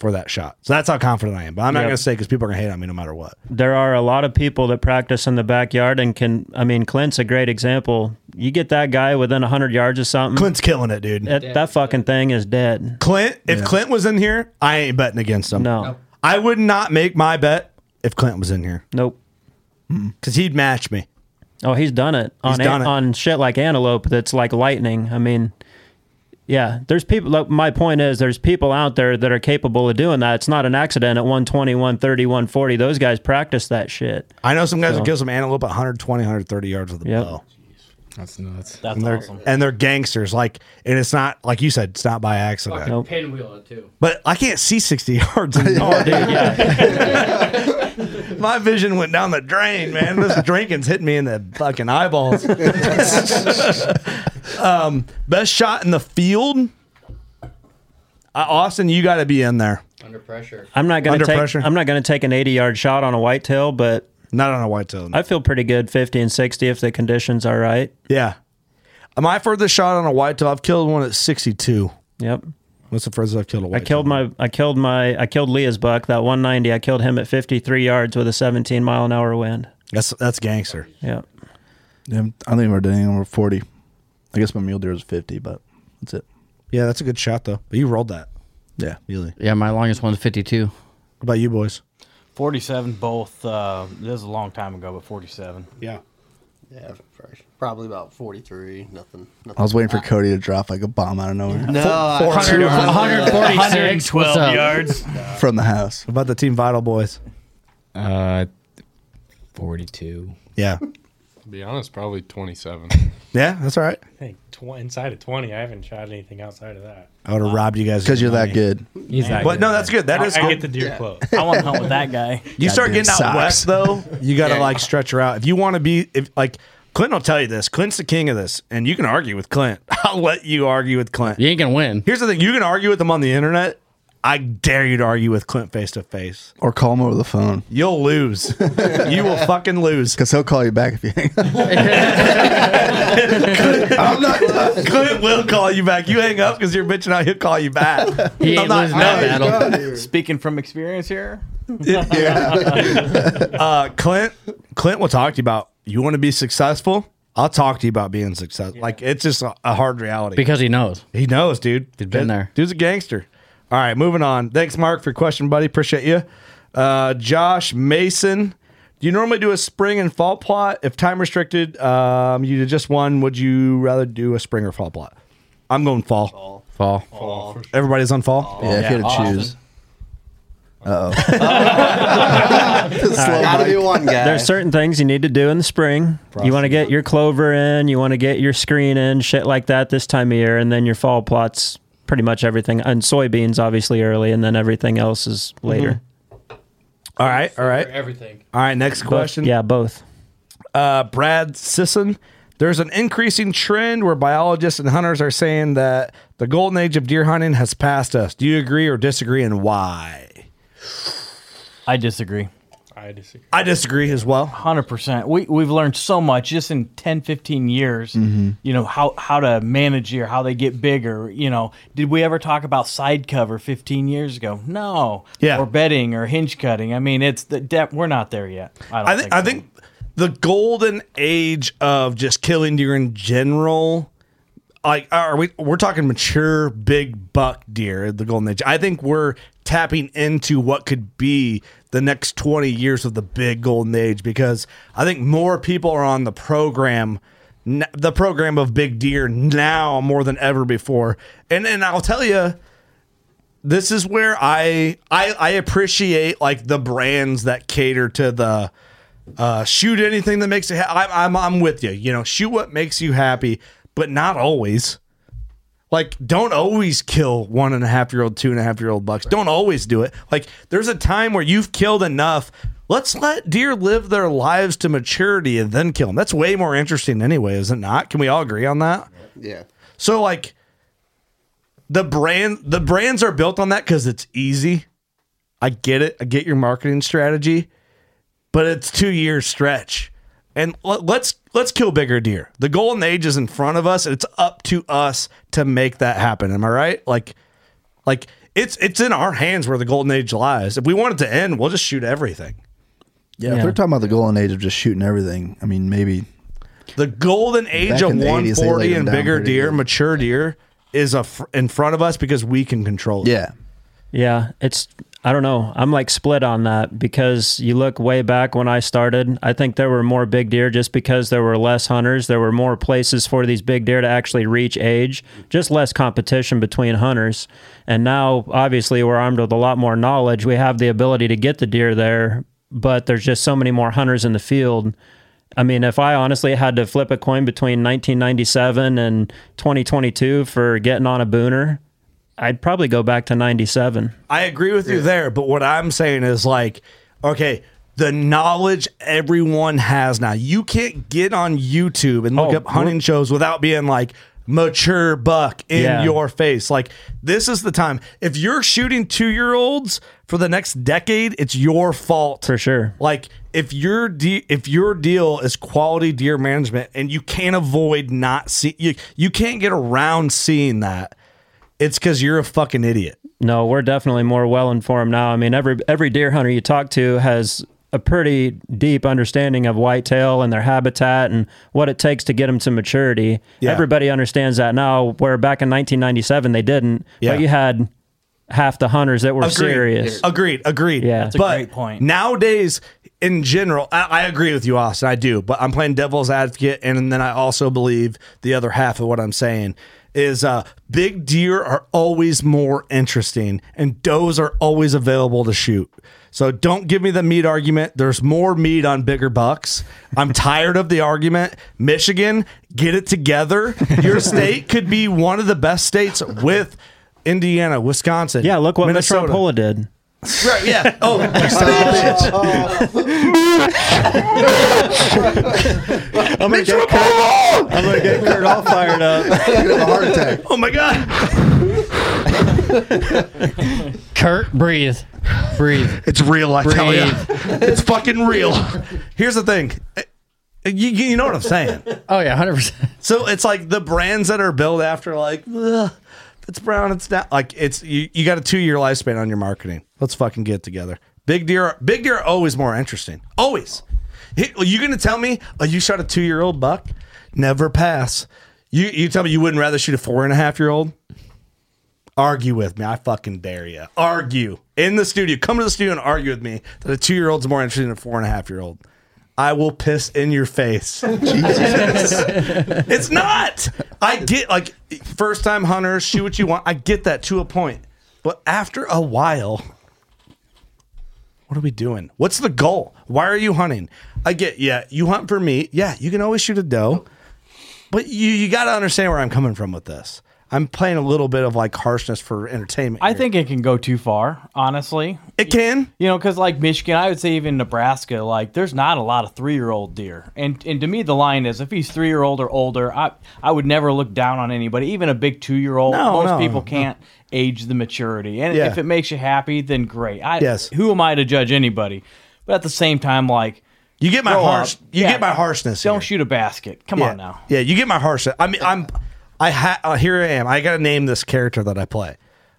for that shot. So that's how confident I am. But I'm not Yep. going to say because people are going to hate on me no matter what. There are a lot of people that practice in the backyard and can. I mean, Clint's a great example. You get that guy within 100 yards of something. Clint's killing it, dude. That, that fucking thing is dead. Clint, if Clint was in here, I ain't betting against him. No. I would not make my bet if Clint was in here. Nope. Because he'd match me. Oh, he's done it on He's done an- it. on shit like antelope that's like lightning. I mean, yeah, there's people. Like, my point is, there's people out there that are capable of doing that. It's not an accident at 120, 130, 140. Those guys practice that shit. I know some guys So- that kill some antelope at 120, 130 yards with a Yep. bow. That's nuts. That's and they're, awesome. And they're gangsters. Like, and it's not, like you said, it's not by accident. Fucking pinwheel it too. But I can't see 60 yards. anymore, dude. My vision went down the drain, man. This drinking's hitting me in the fucking eyeballs. um, best shot in the field. Uh, Austin, you got to be in there. Under pressure. I'm not gonna Under take. pressure? I'm not gonna take an 80 yard shot on a whitetail, but not on a whitetail. I feel pretty good 50 and 60 if the conditions are right. Yeah. My furthest shot on a whitetail, I've killed one at 62. Yep. What's the furthest I've killed a I whitetail? killed my. I killed my. I killed Leah's buck that 190. I killed him at 53 yards with a 17 mile an hour wind. That's that's gangster. Yeah. Yeah, I don't think we're doing over 40. I guess my mule deer was 50, but that's it. Yeah, that's a good shot, though. But you rolled that. Yeah. Really. Yeah, my longest one's 52. What about you boys? 47 both uh this is a long time ago but 47 yeah Yeah, fresh. Probably about 43. Nothing. nothing I was waiting for Cody to drop like a bomb out of nowhere. No, I- 100 146, what's up? yards. from the house. What about the Team Vital boys? Uh, forty-two. Yeah. To be honest, probably 27. Yeah, that's all right. I think tw- inside of 20, I haven't shot anything outside of that. I would have robbed you guys of 'Cause your you're that money. good. He's that Uh, But good. no, that's good. That I- is I good. get the deer Yeah. close. I want to hunt with that guy. You start Goddamn getting out socks. west though, you got to Yeah. like stretch her out. If you want to be, if like Clint will tell you this, Clint's the king of this, and you can argue with Clint. I'll let you argue with Clint. You ain't gonna win. Here's the thing: you can argue with him on the internet. I dare you to argue with Clint face to face. Or call him over the phone. You'll lose. you will fucking lose. Because he'll call you back if you hang up. I'm not, Clint will call you back. You hang up because you're bitching out. He'll call you back. He I'm ain't not- losing I that ain't done battle. here. Speaking from experience here. uh, Clint, Clint will talk to you about you want to be successful. I'll talk to you about being successful. Like it's just a, a hard reality Because he knows. He knows, dude. He's been there. Dude's a gangster. All right, moving on. Thanks, Mark, for your question, buddy. Appreciate you. Uh, Josh Mason, do you normally do a spring and fall plot? If time restricted, um, you did just one. Would you rather do a spring or fall plot? I'm going fall. Fall. Fall. Everybody's on fall. Yeah, if you had to choose. Uh oh. Oh. Gotta be one guy. There's certain things you need to do in the spring. You want to get your clover in, you want to get your screen in, shit like that this time of year, and then your fall plots pretty much everything and soybeans obviously early and then everything else is Mm-hmm. later. All right, all right. everything. All right, next Both- question. yeah, both. Uh, Brad Sisson. There's an increasing trend where biologists and hunters are saying that the golden age of deer hunting has passed us. Do you agree or disagree, and why? I disagree. I disagree. I disagree as well. 100%. We, we've learned so much just in 10, 15 years, Mm-hmm. Mhm. you know, how, how to manage deer, how they get bigger. You know, did we ever talk about side cover 15 years ago? No. Yeah. Or bedding or hinge cutting. I mean, it's the depth. We're not there yet. I, don't I think I so. think the golden age of just killing deer in general. Like, uh, are we? We're talking mature big buck deer. The golden age. I think we're tapping into what could be the next twenty years of the big golden age because I think more people are on the program. n- The program of big deer now more than ever before, and and I'll tell you, this is where I I I appreciate like the brands that cater to the uh, shoot anything that makes you. Ha- I'm, I'm I'm with you. You know, shoot what makes you happy, but not always. Like, don't always kill one and a half year old, two and a half year old bucks. Don't always do it. Like, there's a time where you've killed enough Let's let deer live their lives to maturity and then kill them. That's way more interesting, anyway, is it not? Can we all agree on that? Yeah. So like the brand the brands are built on that cuz it's easy. I get it. I get your marketing strategy, but it's 2 year stretch. And let- let's let's kill bigger deer. The golden age is in front of us. It's up to us to make that happen. Am I right? Like like it's it's in our hands where the golden age lies. If we want it to end, we'll just shoot everything. Yeah, if they're talking about the golden age of just shooting everything, I mean, maybe The golden age Back of in the 80s, they 140 laid 'em and down bigger pretty deer, mature deer, is a fr- in front of us because we can control it. Yeah. Yeah, it's I don't know. I'm like split on that because you look way back when I started, I think there were more big deer just because there were less hunters, there were more places for these big deer to actually reach age, just less competition between hunters. And now obviously we're armed with a lot more knowledge. We have the ability to get the deer there, but there's just so many more hunters in the field. I mean, if I honestly had to flip a coin between 1997 and 2022 for getting on a booner, I'd probably go back to 97. I agree with you there, but what I'm saying is like, okay, the knowledge everyone has now. You can't get on YouTube and look Oh, up hunting shows without being like mature buck in Yeah. your face. Like this is the time. If you're shooting 2-year-olds for the next decade, it's your fault. For sure. Like if your de- if your deal is quality deer management and you can't avoid not see you you can't get around seeing that. It's cuz you're a fucking idiot. No, we're definitely more well informed now. I mean, every every deer hunter you talk to has a pretty deep understanding of whitetail and their habitat and what it takes to get them to maturity. Yeah. Everybody understands that now. Where back in 1997 they didn't. Yeah. But you had half the hunters that were Agreed. serious. Agreed. Agreed. Yeah. That's a but great point. Nowadays, in general, I, I agree with you, Austin. I do, but I'm playing devil's advocate, and then I also believe the other half of what I'm saying is uh, big deer are always more interesting, and does are always available to shoot. So don't give me the meat argument. There's more meat on bigger bucks. I'm tired of the argument. Michigan, get it together. Your state could be one of the best states with Indiana, Wisconsin. Yeah, look what Mitch Minnesota. Rampola did. Right, yeah. Oh, I'm gonna, get Kurt, I'm gonna get Kurt all fired up. Oh my god. Kurt, breathe, breathe. It's real, I tell ya. Breathe. It's fucking real. Here's the thing. You, you you know what I'm saying? Oh yeah, hundred percent. So it's like the brands that are built after like "Ugh, it's brown, it's not like it's you, you got a two year lifespan on your marketing. Let's fucking get together. Big deer, big deer are always more interesting. Always. Hey, Are you gonna tell me oh, you shot a two year old buck? Never pass. You you tell me you wouldn't rather shoot a four and a half year old? Argue with me. I fucking dare you. Argue in the studio. Come to the studio and argue with me that a two year old's more interesting than a four and a half year old. I will piss in your face. it's not. I get like first time hunters, shoot what you want. I get that to a point. But after a while, what are we doing? What's the goal? Why are you hunting? I get, yeah, you hunt for meat. Yeah, you can always shoot a doe. But you you gotta understand where I'm coming from with this. I'm playing a little bit of like harshness for entertainment. I think it can go too far, honestly. It can. You know, because like Michigan, I would say even Nebraska, like there's not a lot of three year old deer. And and to me, the line is if he's three year old or older, I I would never look down on anybody, even a big two year old. No, Most no, people no. can't age the maturity, and Yeah. if it makes you happy, then great. I, Yes. Who am I to judge anybody? But at the same time, like you get my harsh- you get my harshness. Don't shoot a basket. Come yeah. on now. Yeah, you get my harsh. I mean, I'm, I ha- uh, here I am. I gotta name this character that I play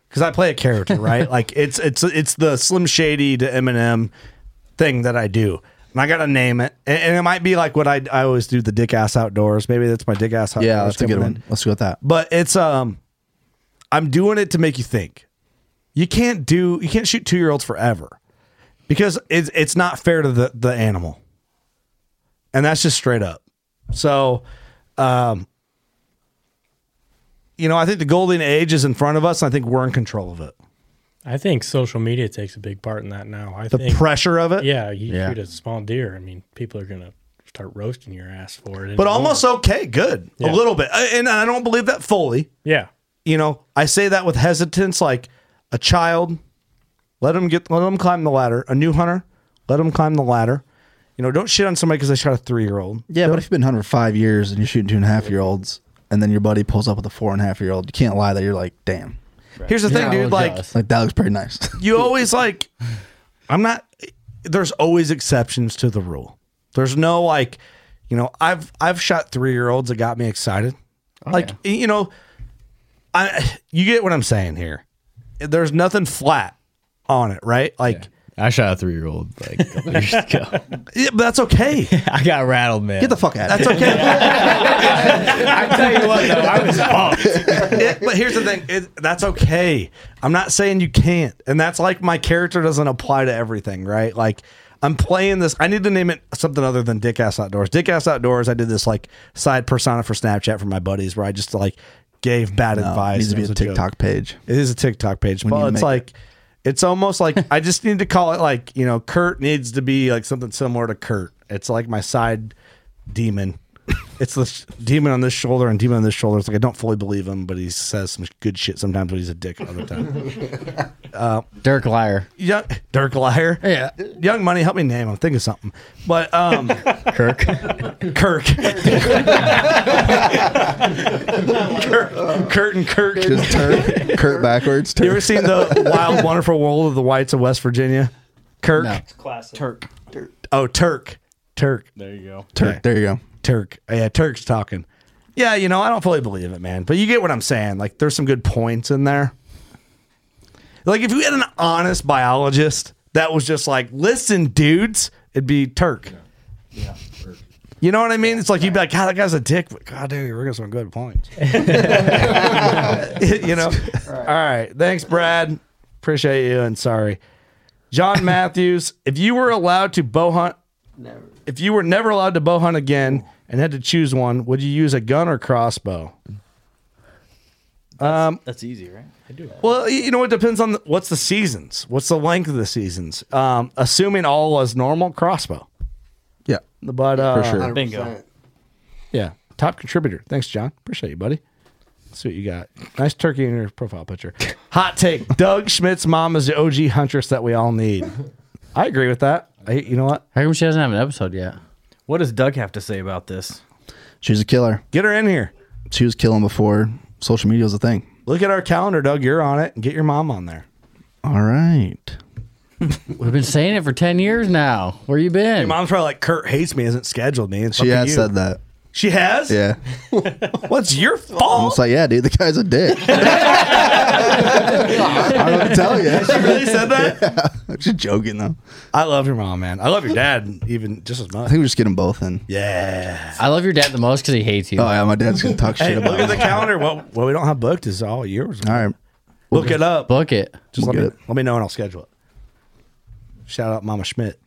because I play a character, right? like it's it's it's the Slim Shady to Eminem thing that I do, and I gotta name it. And, and it might be like what I I always do, the dick ass outdoors. Maybe that's my dick ass outdoors. yeah, that's a good coming in. one. Let's go with that. But it's um I'm doing it to make you think. You can't do you can't shoot 2-year-olds forever. Because it's it's not fair to the the animal. And that's just straight up. So um you know, I think the golden age is in front of us. and I think we're in control of it. I think social media takes a big part in that now. I The think, pressure of it? Yeah, you Yeah. shoot a small deer. I mean, people are gonna start roasting your ass for it. But anymore. almost okay, good. Yeah. A little bit. I- And I don't believe that fully. Yeah. You know, I say that with hesitance like a child let him get let him climb the ladder. A new hunter, Let them climb the ladder. You know, don't shit on somebody because they shot a three year old. Yeah, but if you've been hunting for five years and you're shooting two and a half year olds, and then your buddy pulls up with a four and a half year old, you can't lie that you're like, damn. Here's the thing, dude. Like, like that looks pretty nice. you always like i'm not there's always exceptions to the rule there's no like you know i've i've shot three year olds that got me excited Oh, like you know i you get what i'm saying here there's nothing flat on it right like I shot a three year old like a couple years ago. Yeah, but that's okay. I got rattled, man. Get the fuck out. That's okay. I tell you what, though, I was pumped. It- but here's the thing it, that's okay i'm not saying you can't and that's like my character doesn't apply to everything right like i'm playing this i need to name it something other than dick ass outdoors dick ass outdoors i did this like side persona for snapchat for my buddies where i just like gave bad No, it advice needs to It be was a TikTok joke. page. it is a tiktok page We need well to it's make it. like it's almost like i just need to call it like you know kurt needs to be like something similar to kurt it's like my side demon. It's the sh- demon on this shoulder and demon on this shoulder. It's like I don't fully believe him, but he says some good shit sometimes, but he's a dick other time. Uh, Dirk Liar. Young, Dirk Liar. Yeah. Young Money, help me name him. Think of something. But um, Kirk. Kirk. Kurt, Kurt and Kirk. Just turn Kurt backwards. You ever seen the Wild Wonderful World of the Whites of West Virginia? Kirk. Classic. Turk. Turk. Oh, Turk. Turk. There you go. Turk. There you go. Turk. Yeah, Turk's talking. Yeah, you know, I don't fully believe it, man. But you get what I'm saying. Like, there's some good points in there. Like, if you had an honest biologist that was just like, listen, dudes, it'd be Turk. You know what I mean? It's like you'd be like, God, that guy's a dick, but God damn, you're getting some good points. you know? All right. Thanks, Brad. Appreciate you and sorry. John Matthews, if you were allowed to bow hunt, never. if you were never allowed to bow hunt again and had to choose one, would you use a gun or crossbow? Um, That's easy, right? I do. well, y- you know, it depends on the, what's the seasons, what's the length of the seasons. Um, assuming all was normal, crossbow. Yeah, but uh, For sure. Bingo. yeah, top contributor. Thanks, John. Appreciate you, buddy. Let's see what you got. Nice turkey in your profile picture. Hot take: Doug Schmidt's mom is the OG huntress that we all need. I agree with that. I, you know what? How come she doesn't have an episode yet? What does Doug have to say about this? She's a killer. Get her in here. She was killing before social media was a thing. Look at our calendar, Doug. You're on it. Get your mom on there. All right. We've been saying it for 10 years now. Where you been? Your mom's probably like, Kurt hates me, hasn't scheduled me. And She has said that. She has? Yeah. What's your fault? I'm just like, yeah, dude, the guy's a dick. I don't tell you. She really said that? I'm just joking though. I love your mom, man. I love your dad even just as I much. think we're just getting both in. Yeah. I love your dad the most because he hates you. Oh yeah, my dad's gonna talk shit Hey, look about at the it. calendar. What what we don't have booked is all yours. All right. Look it up. Book it. Just We'll let me get let me know and I'll schedule it. Shout out Mama Schmidt.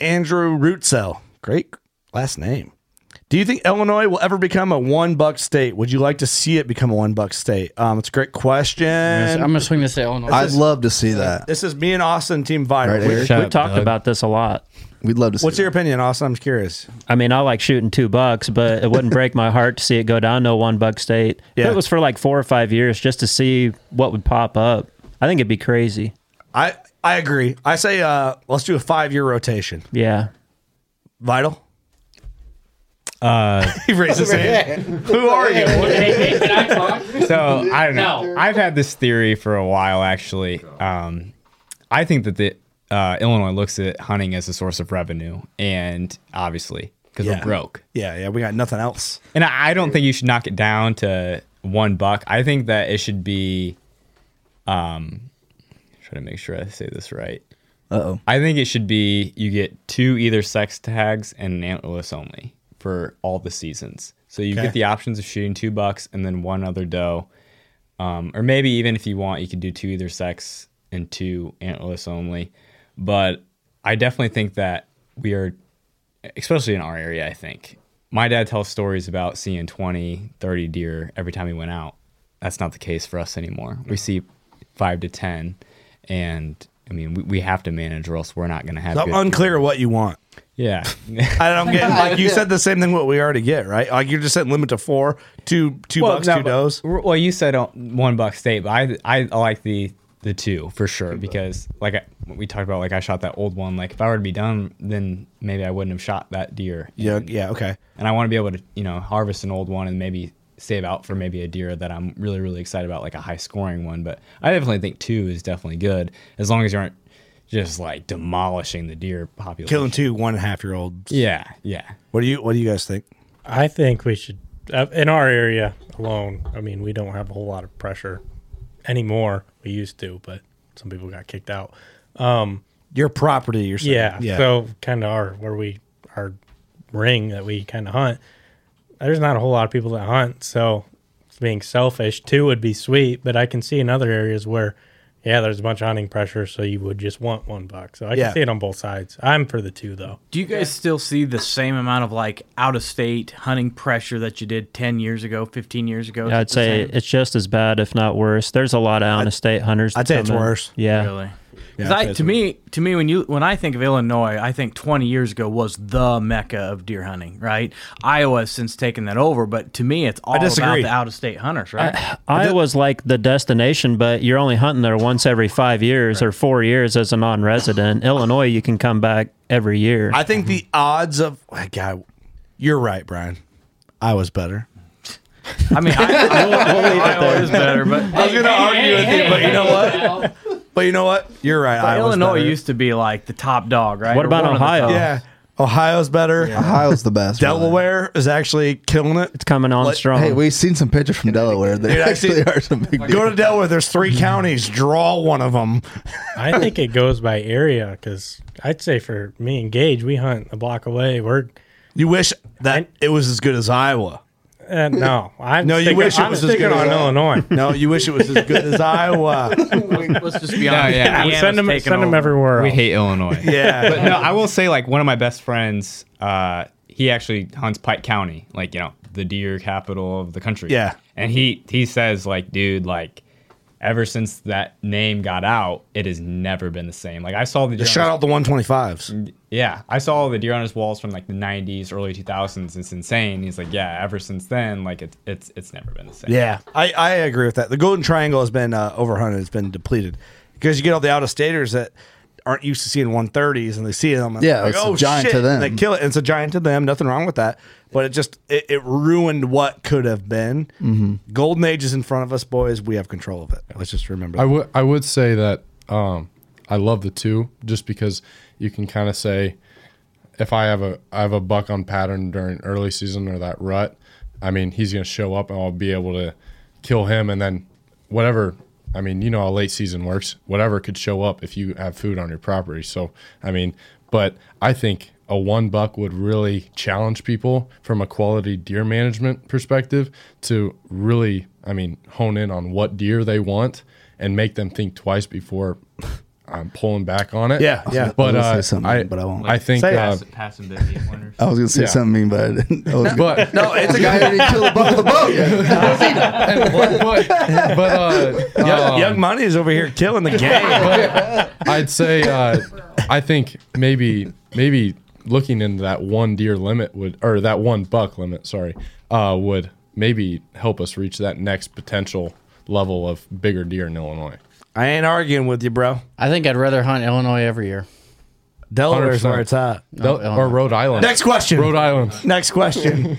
Andrew Rootcell. Great last name. Do you think Illinois will ever become a one buck state? Would you like to see it become a one buck state? Um, it's a great question. I'm going to swing this at Illinois. I'd love to see that. This is me and Austin team vital. Right, Eric? Which- Shut We've talked about this a lot. We'd love to see What's your opinion, Austin? I'm curious. I mean, I like shooting two bucks, but it wouldn't break my heart to see it go down to one buck state. If Yeah. it was for like four or five years just to see what would pop up. I think it'd be crazy. I I agree. I say uh, let's do a five year rotation. Yeah. Vital. Uh, He raised his hand. Who are you? so I don't know. I've had this theory for a while, actually. Um, I think that the uh, Illinois looks at hunting as a source of revenue, and obviously because Yeah. we're broke, Yeah, yeah, we got nothing else. and I, I don't think you should knock it down to one buck. I think that it should be. Um, trying to make sure I say this right. Uh oh. I think it should be you get two either sex tags and an antlerless only for all the seasons. So you Okay. get the options of shooting two bucks and then one other doe. Um, or maybe even if you want, you could do two either sex and two antlerless only. But I definitely think that we are, especially in our area, I think. My dad tells stories about seeing 20, 30 deer every time he went out. That's not the case for us anymore. We see five to 10. And I mean, we, we have to manage or else we're not going to have So good- unclear what you want. Yeah. I don't get like you said the same thing what we already get, right? Like you're just setting limit to four, two two bucks, no, two but- does. Well, you said uh, one buck state, but I, I like the the two for sure because like I, we talked about like I shot that old one like if I were to be done then maybe I wouldn't have shot that deer Yeah, yeah, okay. and I want to be able to you know harvest an old one and maybe save out for maybe a deer that I'm really really excited about like a high scoring one but I definitely think two is definitely good as long as you aren't just like demolishing the deer population Killing two one and a half year olds. yeah yeah What do you What do you guys think? I think we should, uh, in our area alone. I mean, we don't have a whole lot of pressure anymore. We used to, but some people got kicked out. Um, Your property, you're saying. yeah, So kind of our where we our ring that we kind of hunt. There's not a whole lot of people that hunt, so being selfish, two would be sweet. But I can see in other areas where, yeah, there's a bunch of hunting pressure, so you would just want one buck. So I Yeah. can see it on both sides. I'm for the two though. Do you guys still see the same amount of like out of state hunting pressure that you did 10 years ago, 15 years ago? Is Yeah, it I'd the say same? it's just as bad, if not worse. There's a lot of out of state hunters. I'd that say it's come in. worse. Yeah, Really. 'Cause I, to me, to me, when you when I think of Illinois, I think 20 years ago was the mecca of deer hunting, right? Iowa has since taken that over, but to me, it's all about disagree. the out of state hunters, right? Iowa's like the destination, but you're only hunting there once every five years or four years as a non-resident. Illinois, you can come back every year. I think the odds of oh, God, you're right, Brian. I was better. I mean, I, we'll, we'll leave it there. better, but I was going to argue with you, but you know what? But you know what? You're right. But Iowa's Illinois better. used to be like the top dog, right? Or one of the top. Yeah. Ohio's better. Ohio's the best. Delaware is actually killing it. It's coming on strong. Hey, we've seen some pictures from Delaware. There Dude, actually, actually- are some big Go to Delaware. There's three counties. Draw one of them. I think it goes by area because I'd say for me and Gage, we hunt a block away. We're you wish that it was as good as Iowa. Uh, no, I'm no, sticking- you wish it I'm was as sticking good on as Illinois. No, you wish it was as good as Iowa. Let's just be No, honest. yeah. Indiana's Send 'em- taken send 'em over. everywhere We else. hate Illinois. Yeah. but no, I will say like one of my best friends, uh, he actually hunts Pike County, like you know the deer capital of the country. Yeah. and he he says like, dude, like ever since that name got out, it has never been the same. Like I saw the Just deer shut on out the 125s. his- yeah, I saw the deer on his walls from like the '90s, early 2000s. It's insane. He's like, yeah, ever since then, like it's it's it's never been the same. Yeah, I, I agree with that. The Golden Triangle has been uh, overhunted. It's been depleted because you get all the out of staters that aren't used to seeing 130s and they see them. And Yeah, they're "Oh, it's a giant to and them. they kill it. And it's a giant to them. Nothing wrong with that. But it just it, it ruined what could have been. Mm-hmm. Mhm. Golden Age is in front of us, boys. We have control of it. Let's just remember. I would I would say that um, I love the two just because you can kind of say if I have a I have a buck on pattern during early season or that rut, I mean he's going to show up and I'll be able to kill him and then whatever. I mean you know how late season works. Whatever could show up if you have food on your property. So I mean, but I think a one buck would really challenge people from a quality deer management perspective to really I mean hone in on what deer they want and make them think twice before I'm pulling back on it. Yeah, yeah. But I was gonna uh, say something, I, but I I won't. think. Say it. uh, I was gonna say Yeah. something mean, but I didn't. I was But- no, it's a guy already killed a buck with a boat. but uh, Young, um, Young Money is over here killing the game. I'd say uh, I think maybe maybe looking into that one deer limit would or that one buck limit, sorry, uh, would maybe help us reach that next potential level of bigger deer in Illinois. I ain't arguing with you, bro. I think I'd rather hunt Illinois every year. Delaware's where it's at. No, Del- Oh, Illinois. or Rhode Island. Next question. Rhode Island. Next question.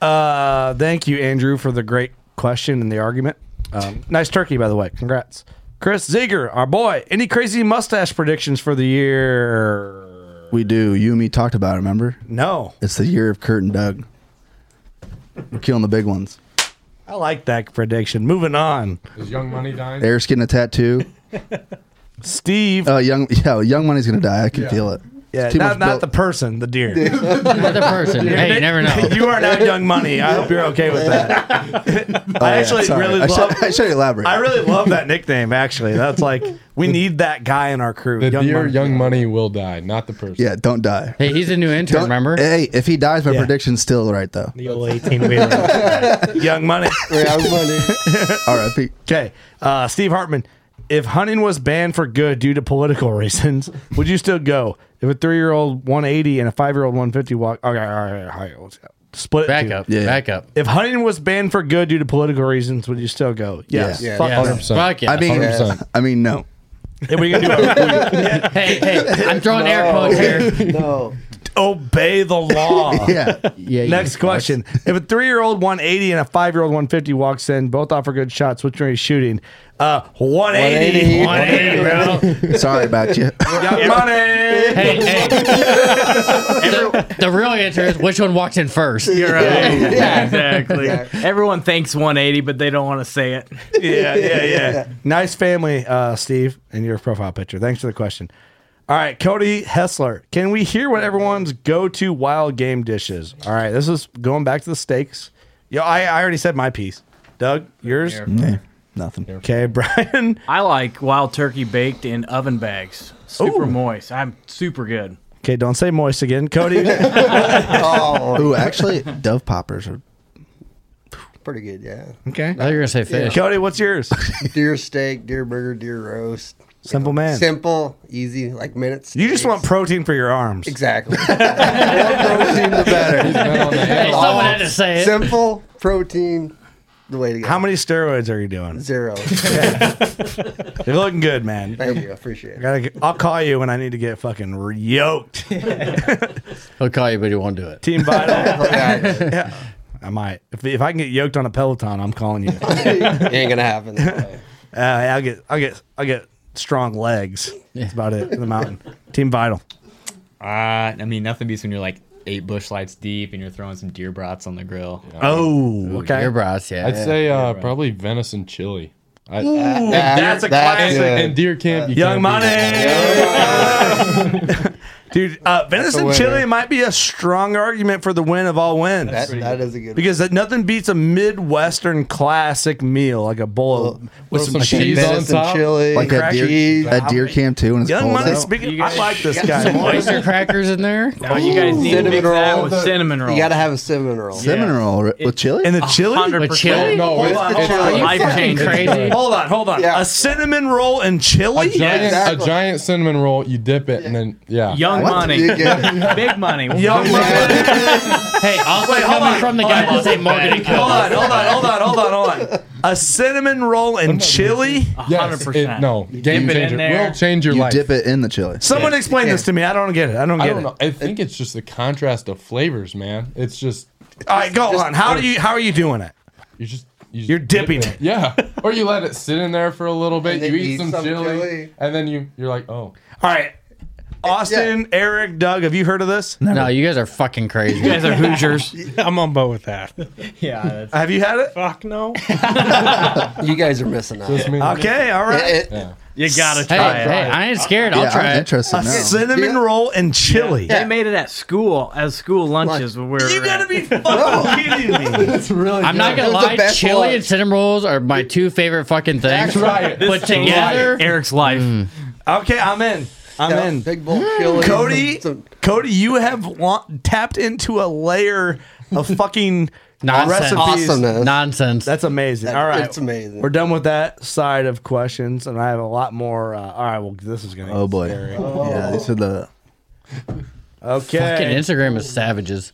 uh, thank you, Andrew, for the great question and the argument. Um, nice turkey, by the way. Congrats. Chris Ziegler, our boy. Any crazy mustache predictions for the year? We do. You and me talked about it. Remember? No. It's the year of Kurt and Doug. We're killing the big ones. I like that prediction. Moving on. Is Young Money dying? Eric's getting a tattoo. Steve. Oh, young. Yeah, young money's gonna die. I can feel it. Yeah, It's too not, much not built- the person, the deer. Another person. You're hey, na- you never know. you are now young money. I hope you're okay with that. Oh, I yeah, actually sorry. really I love. Should, I should elaborate. I really love that nickname. Actually, that's like we need that guy in our crew. The Young deer, Money. Young Money will die, not the person. Yeah, don't die. Hey, he's a new intern, Don't- remember? Hey, if he dies, my prediction's still right though. The old 18 wheeler. Young Money. All right, Pete. Okay, uh, Steve Hartman. If hunting was banned for good due to political reasons, would you still go? If a three year old 180 and a five year old 150 walk, okay, all right, all right, all right, let's go. split it Back two. up, Yeah. back up. If hunting was banned for good due to political reasons, would you still go? Yes, Yeah. Fuck Yeah. no. 100%. Fuck yeah. I mean, 100%. I mean, no. Hey, what are you gonna do? hey, hey, I'm throwing air quotes here. No. Obey the law. Yeah. Yeah, you Next question. If a three year old 180 and a five year old 150 walks in, both offer good shots, which one are you shooting? Uh, 180. 180. 180, bro. Sorry about you. Got money. Hey, hey. the, the real answer is which one walked in first. You're right. yeah, exactly. Everyone thinks 180, but they don't want to say it. Yeah, yeah, yeah. nice family, uh, Steve, and your profile picture. Thanks for the question. All right, Cody Hessler. Can we hear what everyone's go to wild game dishes? All right, this is going back to the steaks. Yo, I, I already said my piece. Doug, yours? Nothing. Okay, Brian. I like wild turkey baked in oven bags. Super moist. I'm super good. Okay, don't say moist again. Cody. oh, Ooh, actually, Dove poppers are Pretty good, yeah. Okay. I thought you were going to say Yeah. fish. Cody, what's yours? deer steak, deer burger, deer roast. You Simple man. Simple, easy, like minutes. You just want protein for your arms. Exactly. protein, the better. Hey, someone had to say it. Simple protein, the way to go. How many steroids are you doing? Zero. You're looking good, man. Thank you. I appreciate I it. gotta get- I'll call you when I need to get fucking re- yoked. He'll call you, but he won't do it. Team Vital. yeah. I might. If, if I can get yoked on a Peloton, I'm calling you. it ain't gonna happen. Uh, I'll get I'll get I'll get strong legs. That's about it in the mountain. Team Vital. Uh, I mean, nothing beats when you're like eight bush lights deep and you're throwing some deer brats on the grill. Oh, okay. Deer brats, yeah. I'd say Yeah, uh, right. probably venison chili. I, Ooh, and that's deer- a classic. And, and deer camp. you Young can't beat Money. Dude, uh, venison winner. chili might be a strong argument for the win of all wins. That, that is a good. because that nothing beats a Midwestern classic meal, like a bowl of, with some, some cheese cheese on on Venison top. top. chili, Like that deer, cheese. that deer cam too, and it's Young cold Money, out. speaking, You I like this guy. Some oyster crackers in there. Now you guys need to mix that with cinnamon rolls. You gotta have a cinnamon roll. Cinnamon roll with chili. And the Ah, chili? 100%. With chili? No, Hold it's, on, it's hold on. a- Are you a- fucking crazy? Hold on, hold on. Yeah. A cinnamon roll and chili? a giant, exactly. a giant cinnamon roll. You dip it and then yeah. Young What? money. You get- Big money. Young Money. Hey, also Wait, hold coming on, from the hold guy on, that say Morgan and Hold on, Co. hold on, hold on, hold on, hold on. A cinnamon roll and chili? Yes, 100%. it- no, game it in changer. there. Will change your You life. dip it in the chili. Someone explain this to me. I don't get it. I don't get I don't it. know. I think it's just the contrast of flavors, man. It's just All right, go on. How do you how are you doing it? you just you just You're dipping dip it. Yeah, or you let it sit in there for a little bit. And You then eat some, chili, and then you you're like, oh, All right. Austin, Eric, Doug, have you heard of this? No, you guys are fucking crazy. You guys are Hoosiers. I'm on board with that. Yeah, that's, Have you had it? Fuck no. You guys are missing out. just me. Okay, all right. It- it- Yeah. You gotta Hey, try hey, it. I ain't scared. I'll yeah, try I'm it. interested A now. cinnamon Yeah. roll and chili. They made it at school as school lunches when we were. You gotta at- be fucking kidding me. It's really. I'm not gonna It was the lie, best chili one. and cinnamon rolls are my two favorite fucking things. right. But together, mm. Eric's life. Okay, I'm in. I'm Yeah, in. Big bowl of chili. Cody, some- Cody, you have wa- tapped into a layer of fucking nonsense. recipes. Awesomeness. Nonsense. That's amazing. That- all right, it's amazing. We're done with that side of questions, and I have a lot more. Uh, all right, well, this is gonna. Oh get boy. scary. Yeah, these are the. Okay. Fucking Instagram is savages.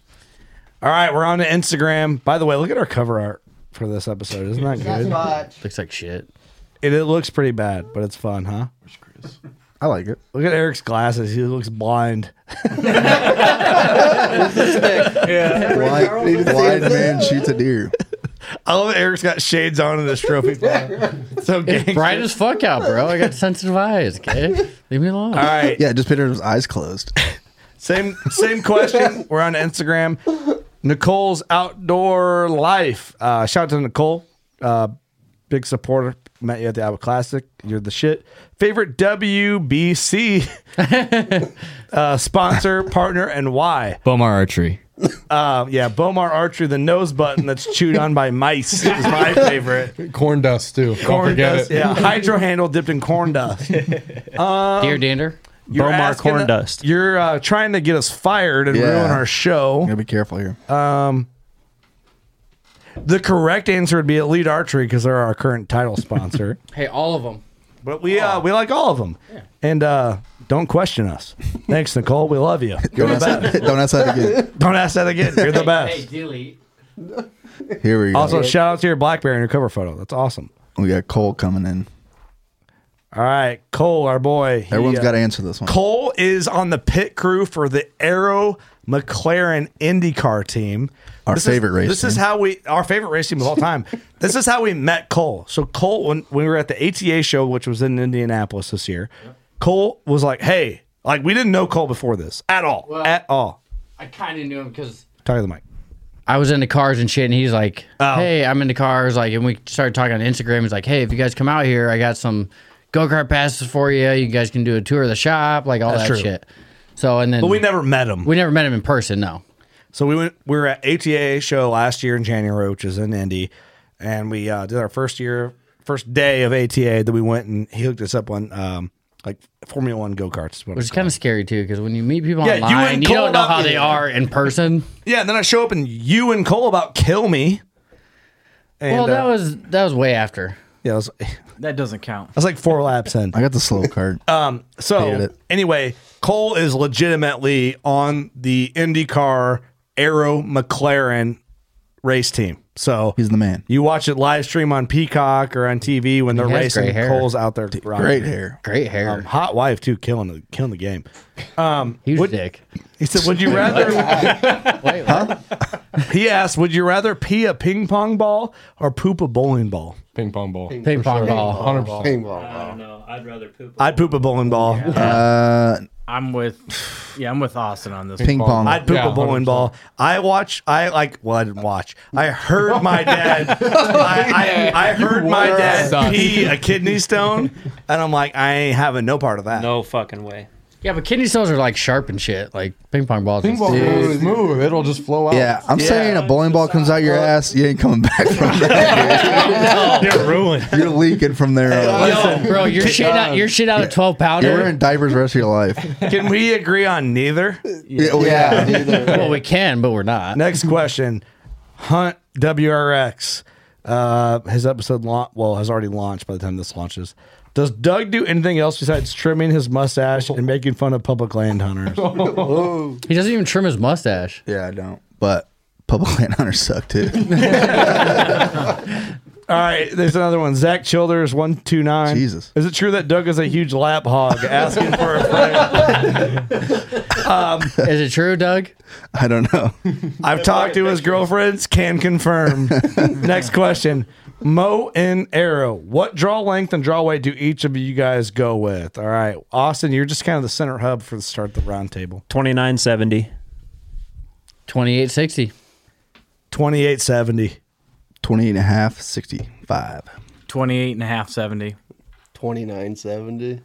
All right, we're on to Instagram. By the way, look at our cover art for this episode. Isn't that good? Looks like shit. It, it looks pretty bad, but it's fun, huh? I like it. Look at Eric's glasses. He looks blind. Blind, blind man shoots a deer. I love that Eric's got shades on in this trophy. so gangster. Bright as fuck out, bro. I got sensitive eyes. Okay, leave me alone. All right. Yeah, just picture his eyes closed. Same same question. We're on Instagram. Nicole's outdoor life. Uh, shout out to Nicole, uh, big supporter. Met you at the Iowa Classic. You're the shit. Favorite WBC uh, sponsor, partner, and why? Bomar archery. Uh, yeah, Bomar Archery, the nose button that's chewed on by mice is my favorite. corn dust too. Don't Corn forget dust, it. yeah, hydro handle dipped in corn dust. Dear Dander. Um, You're Bomar asking- corn dust. You're uh, trying to get us fired and Yeah. ruin our show. Um, gotta be careful here. The correct answer would be Elite Archery because they're our current title sponsor. Hey, all of them. But we uh, we like all of them, and uh, don't question us. Thanks, Nicole. We love you. You're Don't ask- don't ask that again. don't ask that again. You're the best. delete. Here we go. Also, shout out to your BlackBerry and your cover photo. That's awesome. we got Cole coming in. All right, Cole, our boy. He, uh, Everyone's got to answer this one. Cole is on the pit crew for the Arrow McLaren IndyCar team. Our is- favorite race This is team. how we our favorite race team of all time. this is how we met Cole. So Cole, when, when we were at the ATA show, which was in Indianapolis this year, Cole was like, "Hey, like we didn't know Cole before this at all, Well- at all." I kind of knew him because Talk to the mic. I was into cars and shit, and he's like, Oh. "Hey, I'm into cars." Like, and we started talking on Instagram. He's like, "Hey, if you guys come out here, I got some go kart passes for you. You guys can do a tour of the shop, like all That's that true. shit." So, and then, But we never met him. We never met him in person. No, So we went. We were at ATA show last year in January, which is in Indy, and we uh, did our first year, first day of ATA. Then we went and he hooked us up on um, like Formula One go karts. which is kind of scary too, because when you meet people Yeah, you online, and you, Cole don't know about how the- they are in person. Yeah, and then I show up and you and Cole about kill me. And, well, that uh, was that was way after. yeah, I was, I That doesn't count. was like four laps in. I got the slow card. Um, Hated so it. anyway, Cole is legitimately on the IndyCar Arrow McLaren race team. So He's the man. You watch it live stream on Peacock or on TV when they're He has racing. great hair. Cole's out there. rocking great it. hair. Great hair. Um, hot wife too, killing the killing the game. Um, Huge would- dick. He said, "Would you rather?" He asked, "Would you rather pee a ping pong ball or poop a bowling ball?" Ping pong ball. Ping, pong ball. Ping ball. I don't know. I'd rather poop. I'd poop a bowling ball. Uh, I'm with, yeah, I'm with Austin on this. Ping one. pong. I'd poop Yeah, a bowling ball. I watch. I like. Well, I didn't watch. I heard my dad. I, I, I heard my were. dad Sucks. pee a kidney stone, and I'm like, I ain't having no part of that. No fucking way. Yeah, but kidney stones are like sharp and shit, like ping pong balls. Ping pong Dude. ball is move. It'll just flow out. Yeah, I'm saying a bowling ball comes out your ass, you ain't coming back from that. You're ruined. You're leaking from there on. Yo, bro, you're shit out. You're shit out of twelve You're pounder. wearing diapers the rest of your life. Can we agree on neither? Yeah, well, yeah. well, we can, but we're not. Next question. Hunt WRX. Uh, his episode launch well has already launched by the time this launches. Does Doug do anything else besides trimming his mustache and making fun of public land hunters? Oh. He doesn't even trim his mustache. Yeah, I don't. But public land hunters suck too. All right, there's another one. Zach Childers, one two nine. Jesus. is it true that Doug is a huge lap hog asking for a friend? Is it true, Doug? I don't know. I've talked to his girlfriends. Can confirm. Next question. Mo and Arrow. What draw length and draw weight do each of you guys go with? All right, Austin, you're just kind of the center hub for the start of the round table. 2970. Twenty-eight sixty. Twenty eight seventy. 28 and a half, 65. 28 and a half, 70. 2970.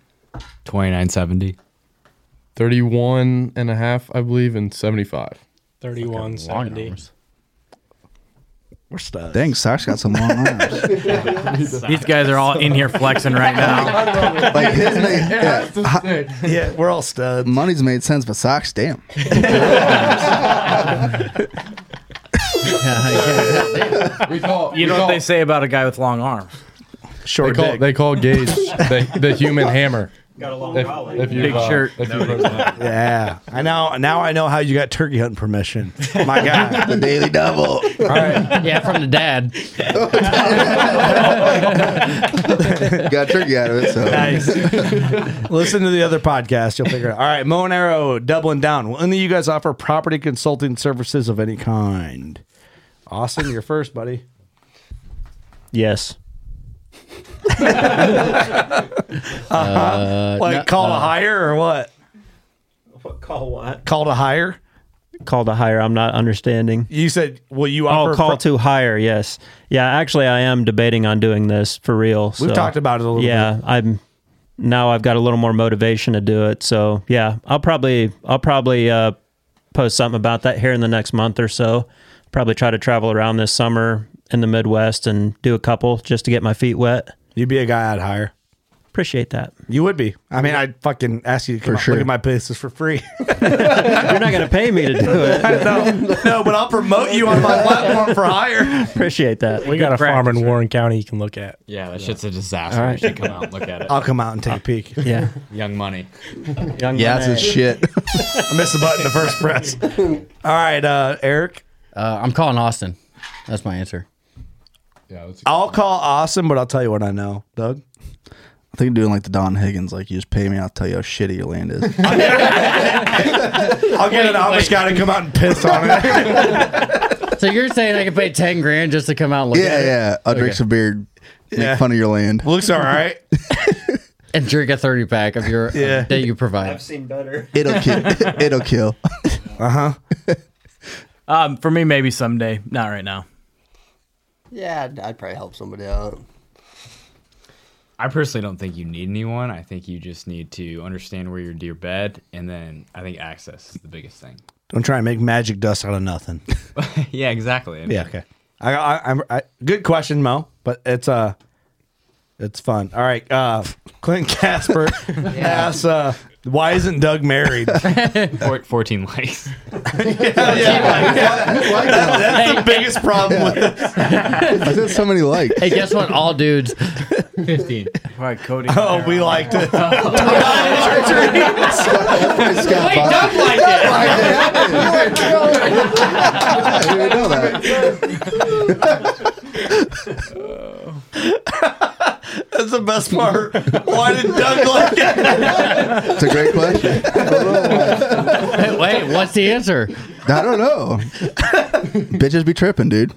2970. 31 and a half, I believe, and 75. 31, 70. We're studs. Dang, Sock's got some long arms. These guys are all in here flexing right now. like his name, yeah, Yeah, we're all studs. money's made sense, but Sock's damn. We call, You know what they say about a guy with long arms? They Short call, dick. they call Gage the, the human hammer. Got a long if, if you, Big uh, shirt. If you Yeah, I now now I know how you got turkey hunting permission. My God. The Daily Double. All right. Yeah, from the dad. Got turkey out of it, so. Nice. Listen to the other podcast. You'll figure it out. All right. Mo and Arrow doubling down. Will any of you guys offer property consulting services of any kind? Austin, you're first, buddy. Yes. Uh-huh. Uh, Like, call to hire or what? Call what? Call to hire? Call to hire. I'm not understanding. You said, will you offer? Oh, call pro- to hire. Yes. Yeah. Actually, I am debating on doing this for real. We've so- talked about it a little yeah, I'm now I've got a little more motivation to do it. So yeah, I'll probably I'll probably uh, post something about that here in the next month or so. Probably try to travel around this summer in the Midwest and do a couple just to get my feet wet. bit. You'd be a guy I'd hire. Appreciate that. You would be. I mean, I'd fucking ask you to come out, sure. look at my places for free. You're not going to pay me to do it. no, no, but I'll promote you on my platform for hire. Appreciate that. We got a farm in Warren County you can look at. Yeah, that shit's a disaster. All All right. right. You should come out and look at it. I'll come out and take a peek. Yeah. Young Money. Young Yeah, it's his Money. shit. I missed the button the first press. All right, uh, Eric. Uh, I'm calling Austin. That's my answer. Yeah, I'll call Austin, but I'll tell you what I know, Doug. I think doing like the Don Higgins, like you just pay me, I'll tell you how shitty your land is. I'll get an Amish guy to come out and piss on it. So you're saying I can pay ten grand just to come out and look at yeah, it? yeah. I'll drink Okay. some beer, make Yeah. fun of your land. Looks all right. and drink a thirty pack of your Yeah. that you provide. seen better. It'll kill. It'll kill. Uh huh. Um, for me, maybe someday. Not right now. Yeah, I'd, I'd probably help somebody out. I personally don't think you need anyone. I think you just need to understand where you're to your bed, and then I think access is the biggest thing. Don't try and make magic dust out of nothing. yeah, exactly. I mean, Yeah. Okay. I, I, I'm, I, good question, Mo. But it's uh, it's fun. All right. Uh, Clint Casper asks, uh, why isn't Doug married? four- 14 likes. That- that's the biggest problem with this. I said so many likes. Hey, guess what? All dudes. 15. Probably Cody. Oh, we liked it. Scott Wait, Doug I didn't even know that. That's the best part. Why did Doug like it? It's a great question. Hey, wait, what's the answer? I don't know. Bitches be tripping, dude.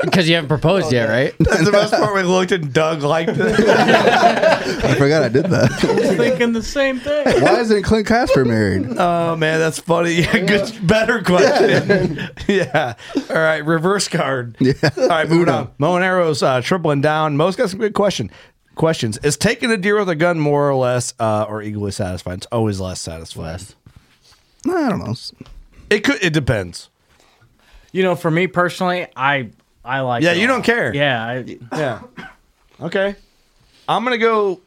Because you haven't proposed yet, right? That's the best part. We looked and Doug liked it. I forgot I did that. Thinking the same thing. Why isn't Clint Casper married? Oh man, that's funny. Yeah, good, better question. yeah. All right, reverse card. Yeah. All right, moving on. Mo and arrows uh, tripling down. Mo's got some good question questions. Is taking a deer with a gun more or less uh, or equally satisfying? It's always less satisfying. I don't know. It could. It depends. You know, for me personally, I I like. Yeah, it you all. don't care. Yeah, I, Yeah. Okay. I'm gonna go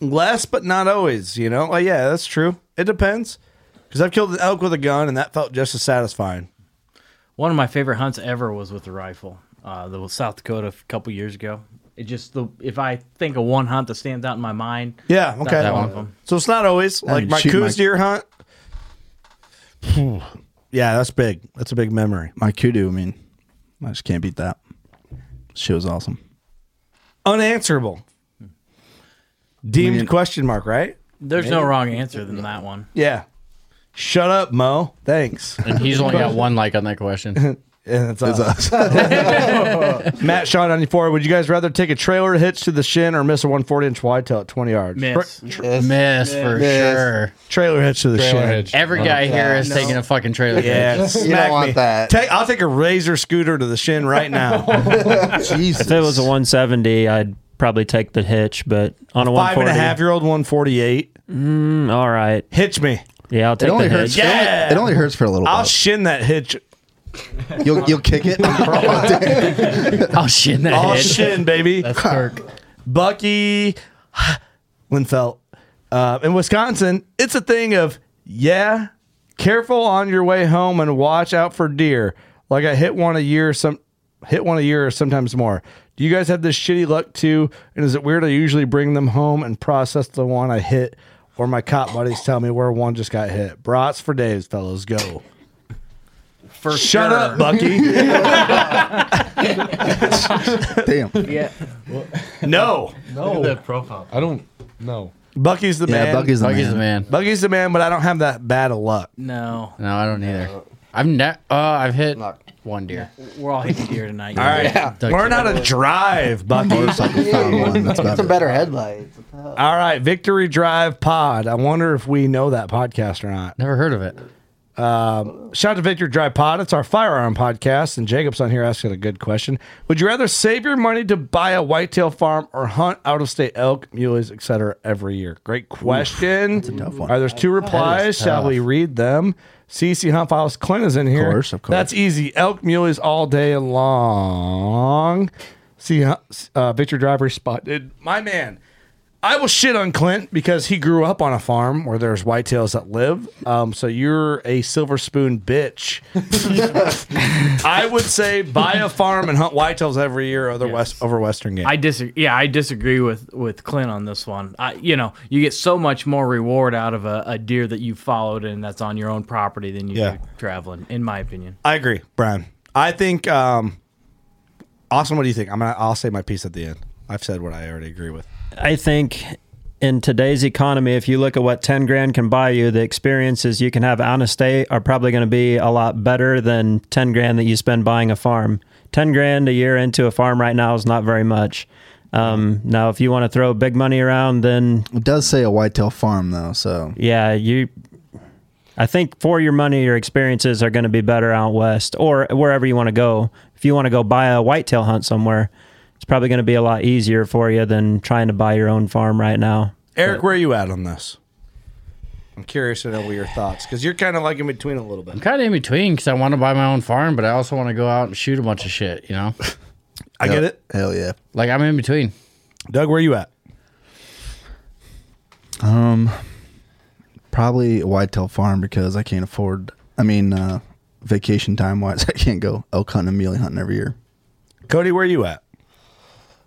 less, but not always. You know. Like, yeah, that's true. It depends. Because I've killed an elk with a gun, and that felt just as satisfying. One of my favorite hunts ever was with the rifle. Uh, the South Dakota a couple years ago. It just the if I think of one hunt that stands out in my mind. Yeah. that's Okay. one of them. So it's not always I like didn't my shoot coos my- deer hunt. yeah, that's big. That's a big memory. My kudu, I mean, I just can't beat that. She was awesome. Unanswerable. Deemed Man. question mark, right? There's no wrong answer than that one. Yeah. Shut up, Mo. Thanks. And he's only got one like on that question. And it's us. Matt Sean 94. Would you guys rather take a trailer hitch to the shin or miss a 140 inch whitetail at 20 yards? Miss. Tra- Miss, for Miss. sure. Trailer hitch Oh, to the Trailer shin. hitch. Oh, Every guy here is taking a fucking trailer Yeah, hitch. smack me. Take- I'll take a razor scooter to the shin right now. Jesus. If it was a 170, I'd probably take the hitch, but on a Five and 140, a half year old 148. Mm, all right. Hitch me. Yeah, I'll take the hitch. Yeah. It only hurts for a little I'll shin that hitch. bit. You'll, you'll kick it. I'll shin that I'll hitch. shin, baby. That's Kirk. Bucky Linfelt. Uh, in Wisconsin, it's a thing of, yeah, careful on your way home and watch out for deer. Like I hit one a year, some hit one a year or sometimes more. Do you guys have this shitty luck too? And is it weird I usually bring them home and process the one I hit? Or my cop buddies tell me where one just got hit. Brats for days, fellas. Go. For Shut sure. up, Bucky. Damn. Yeah. No. No. Look at that profile. I don't know. Bucky's the Yeah, man. Bucky's the Bucky's man. the man. Bucky's the man, but I don't have that bad of luck. No. No, I don't either. I've ne- uh, I've hit one deer. We're all hitting deer tonight. All right. Yeah. Learn how to drive, Bucky. It's a better headlight. All right. Victory Drive Pod. I wonder if we know that podcast or not. Never heard of it. Um, shout out to Victory Drive Pod. It's our firearm podcast. And Jacob's on here asking a good question. Would you rather save your money to buy a whitetail farm or hunt out of state elk, muleys, etc. every year? Great question. That's a tough one. All right, there's two replies. Shall tough. we read them? CC Hunt Files Clint is in here. course, of course. That's easy. Elk muleys all day uh, long. See, uh, Victor Drive responded. My man, I will shit on Clint because he grew up on a farm where there's whitetails that live. Um, so you're a silver spoon bitch. I would say buy a farm and hunt whitetails every year over west over western game. I disagree. Yeah, I disagree with with Clint on this one. I, you know, you get so much more reward out of a, a deer that you followed and that's on your own property than you do Yeah. traveling, in my opinion. I agree, Brian. I think. Um, Austin, what do you think? I'm gonna. I'll say my piece at the end. I've said what I already agree with. I think in today's economy, if you look at what 10 grand can buy you, the experiences you can have out of state are probably going to be a lot better than 10 grand that you spend buying a farm. 10 grand a year into a farm right now is not very much. Um, now, if you want to throw big money around, then it does say a whitetail farm though. So yeah, you. I think for your money, your experiences are going to be better out west or wherever you want to go. If you want to go buy a whitetail hunt somewhere, it's probably going to be a lot easier for you than trying to buy your own farm right now. Eric, where are you at on this? I'm curious to know what your thoughts because you're kind of like in between a little bit. I'm kind of in between because I want to buy my own farm, but I also want to go out and shoot a bunch of shit. You know, I get it. Hell yeah! Like I'm in between. Doug, where you at? Um, probably a whitetail farm because I can't afford. I mean, uh, vacation time wise, I can't go elk hunting and muley hunting every year. Cody, where you at?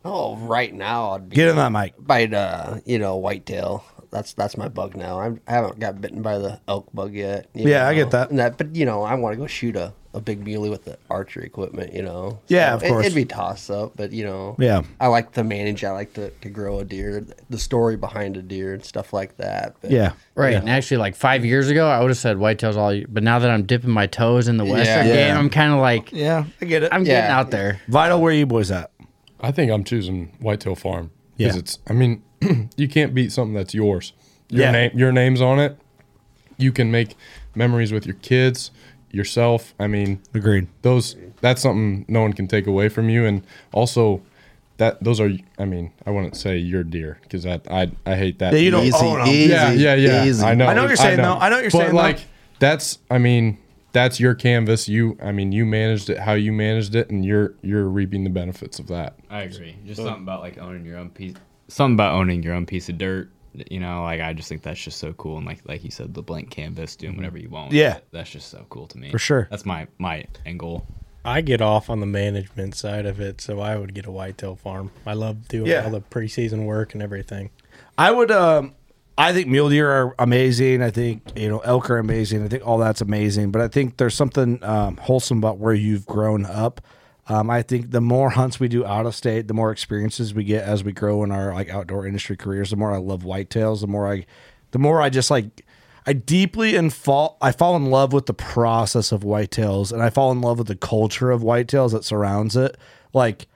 Oh, right now I'd be Get in that mic. Bite, uh, you know, whitetail. That's that's my bug now. I'm, I haven't got bitten by the elk bug yet. you Yeah, I know. get that. And that. But you know, I want to go shoot a, a big muley with the archery equipment. You know. Yeah, of it- course. it'd be toss up, but you know. Yeah. I like to manage. I like to, to grow a deer, the story behind a deer and stuff like that. But, Right. And actually, like five years ago, I would have said whitetails all year. But now that I'm dipping my toes in the Western Yeah. game, I'm kind of like, yeah, I get it. I'm getting out there. Vital, where you boys at? I think I'm choosing Whitetail Farm because Yeah. it's. I mean, you can't beat something that's yours. Your Yeah. name, your name's on it. You can make memories with your kids, yourself. I mean, agreed. Those that's something no one can take away from you, and also that those are. I mean, I wouldn't say your deer because I, I I hate that. Yeah, you don't Easy, own 'em. easy, yeah, yeah, yeah. easy. I know. I know what you're saying, though. I know what you're But, saying, though. Like that's. I mean. That's your canvas. You, I mean, you managed it how you managed it, and you're you're reaping the benefits of that. I agree. Just something about like owning your own piece. Something about owning your own piece of dirt. You know, like I just think that's just so cool. And like like you said, the blank canvas, doing whatever you want. with Yeah. it. that's just so cool to me. For sure. That's my my end goal. I get off on the management side of it, so I would get a whitetail farm. I love doing Yeah. all the preseason work and everything. I would. Um, I think mule deer are amazing. I think you know elk are amazing. I think all that's amazing. But I think there's something um, wholesome about where you've grown up. Um, I think the more hunts we do out of state, the more experiences we get as we grow in our like outdoor industry careers. The more I love whitetails, the more I, the more I just like. I deeply and fall. I fall in love with the process of whitetails, and I fall in love with the culture of whitetails that surrounds it. Like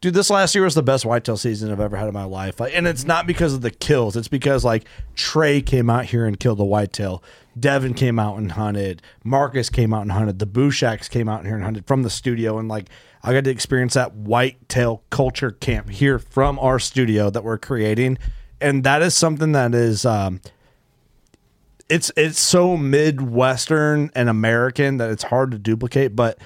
Dude, this last year was the best whitetail season I've ever had in my life. Like, and it's not because of the kills. It's because like Trey came out here and killed a whitetail. Devin came out and hunted. Marcus came out and hunted. The Bushacks came out here and hunted from the studio. And like I got to experience that whitetail culture camp here from our studio that we're creating. And that is something that is um it's it's so midwestern and American that it's hard to duplicate. But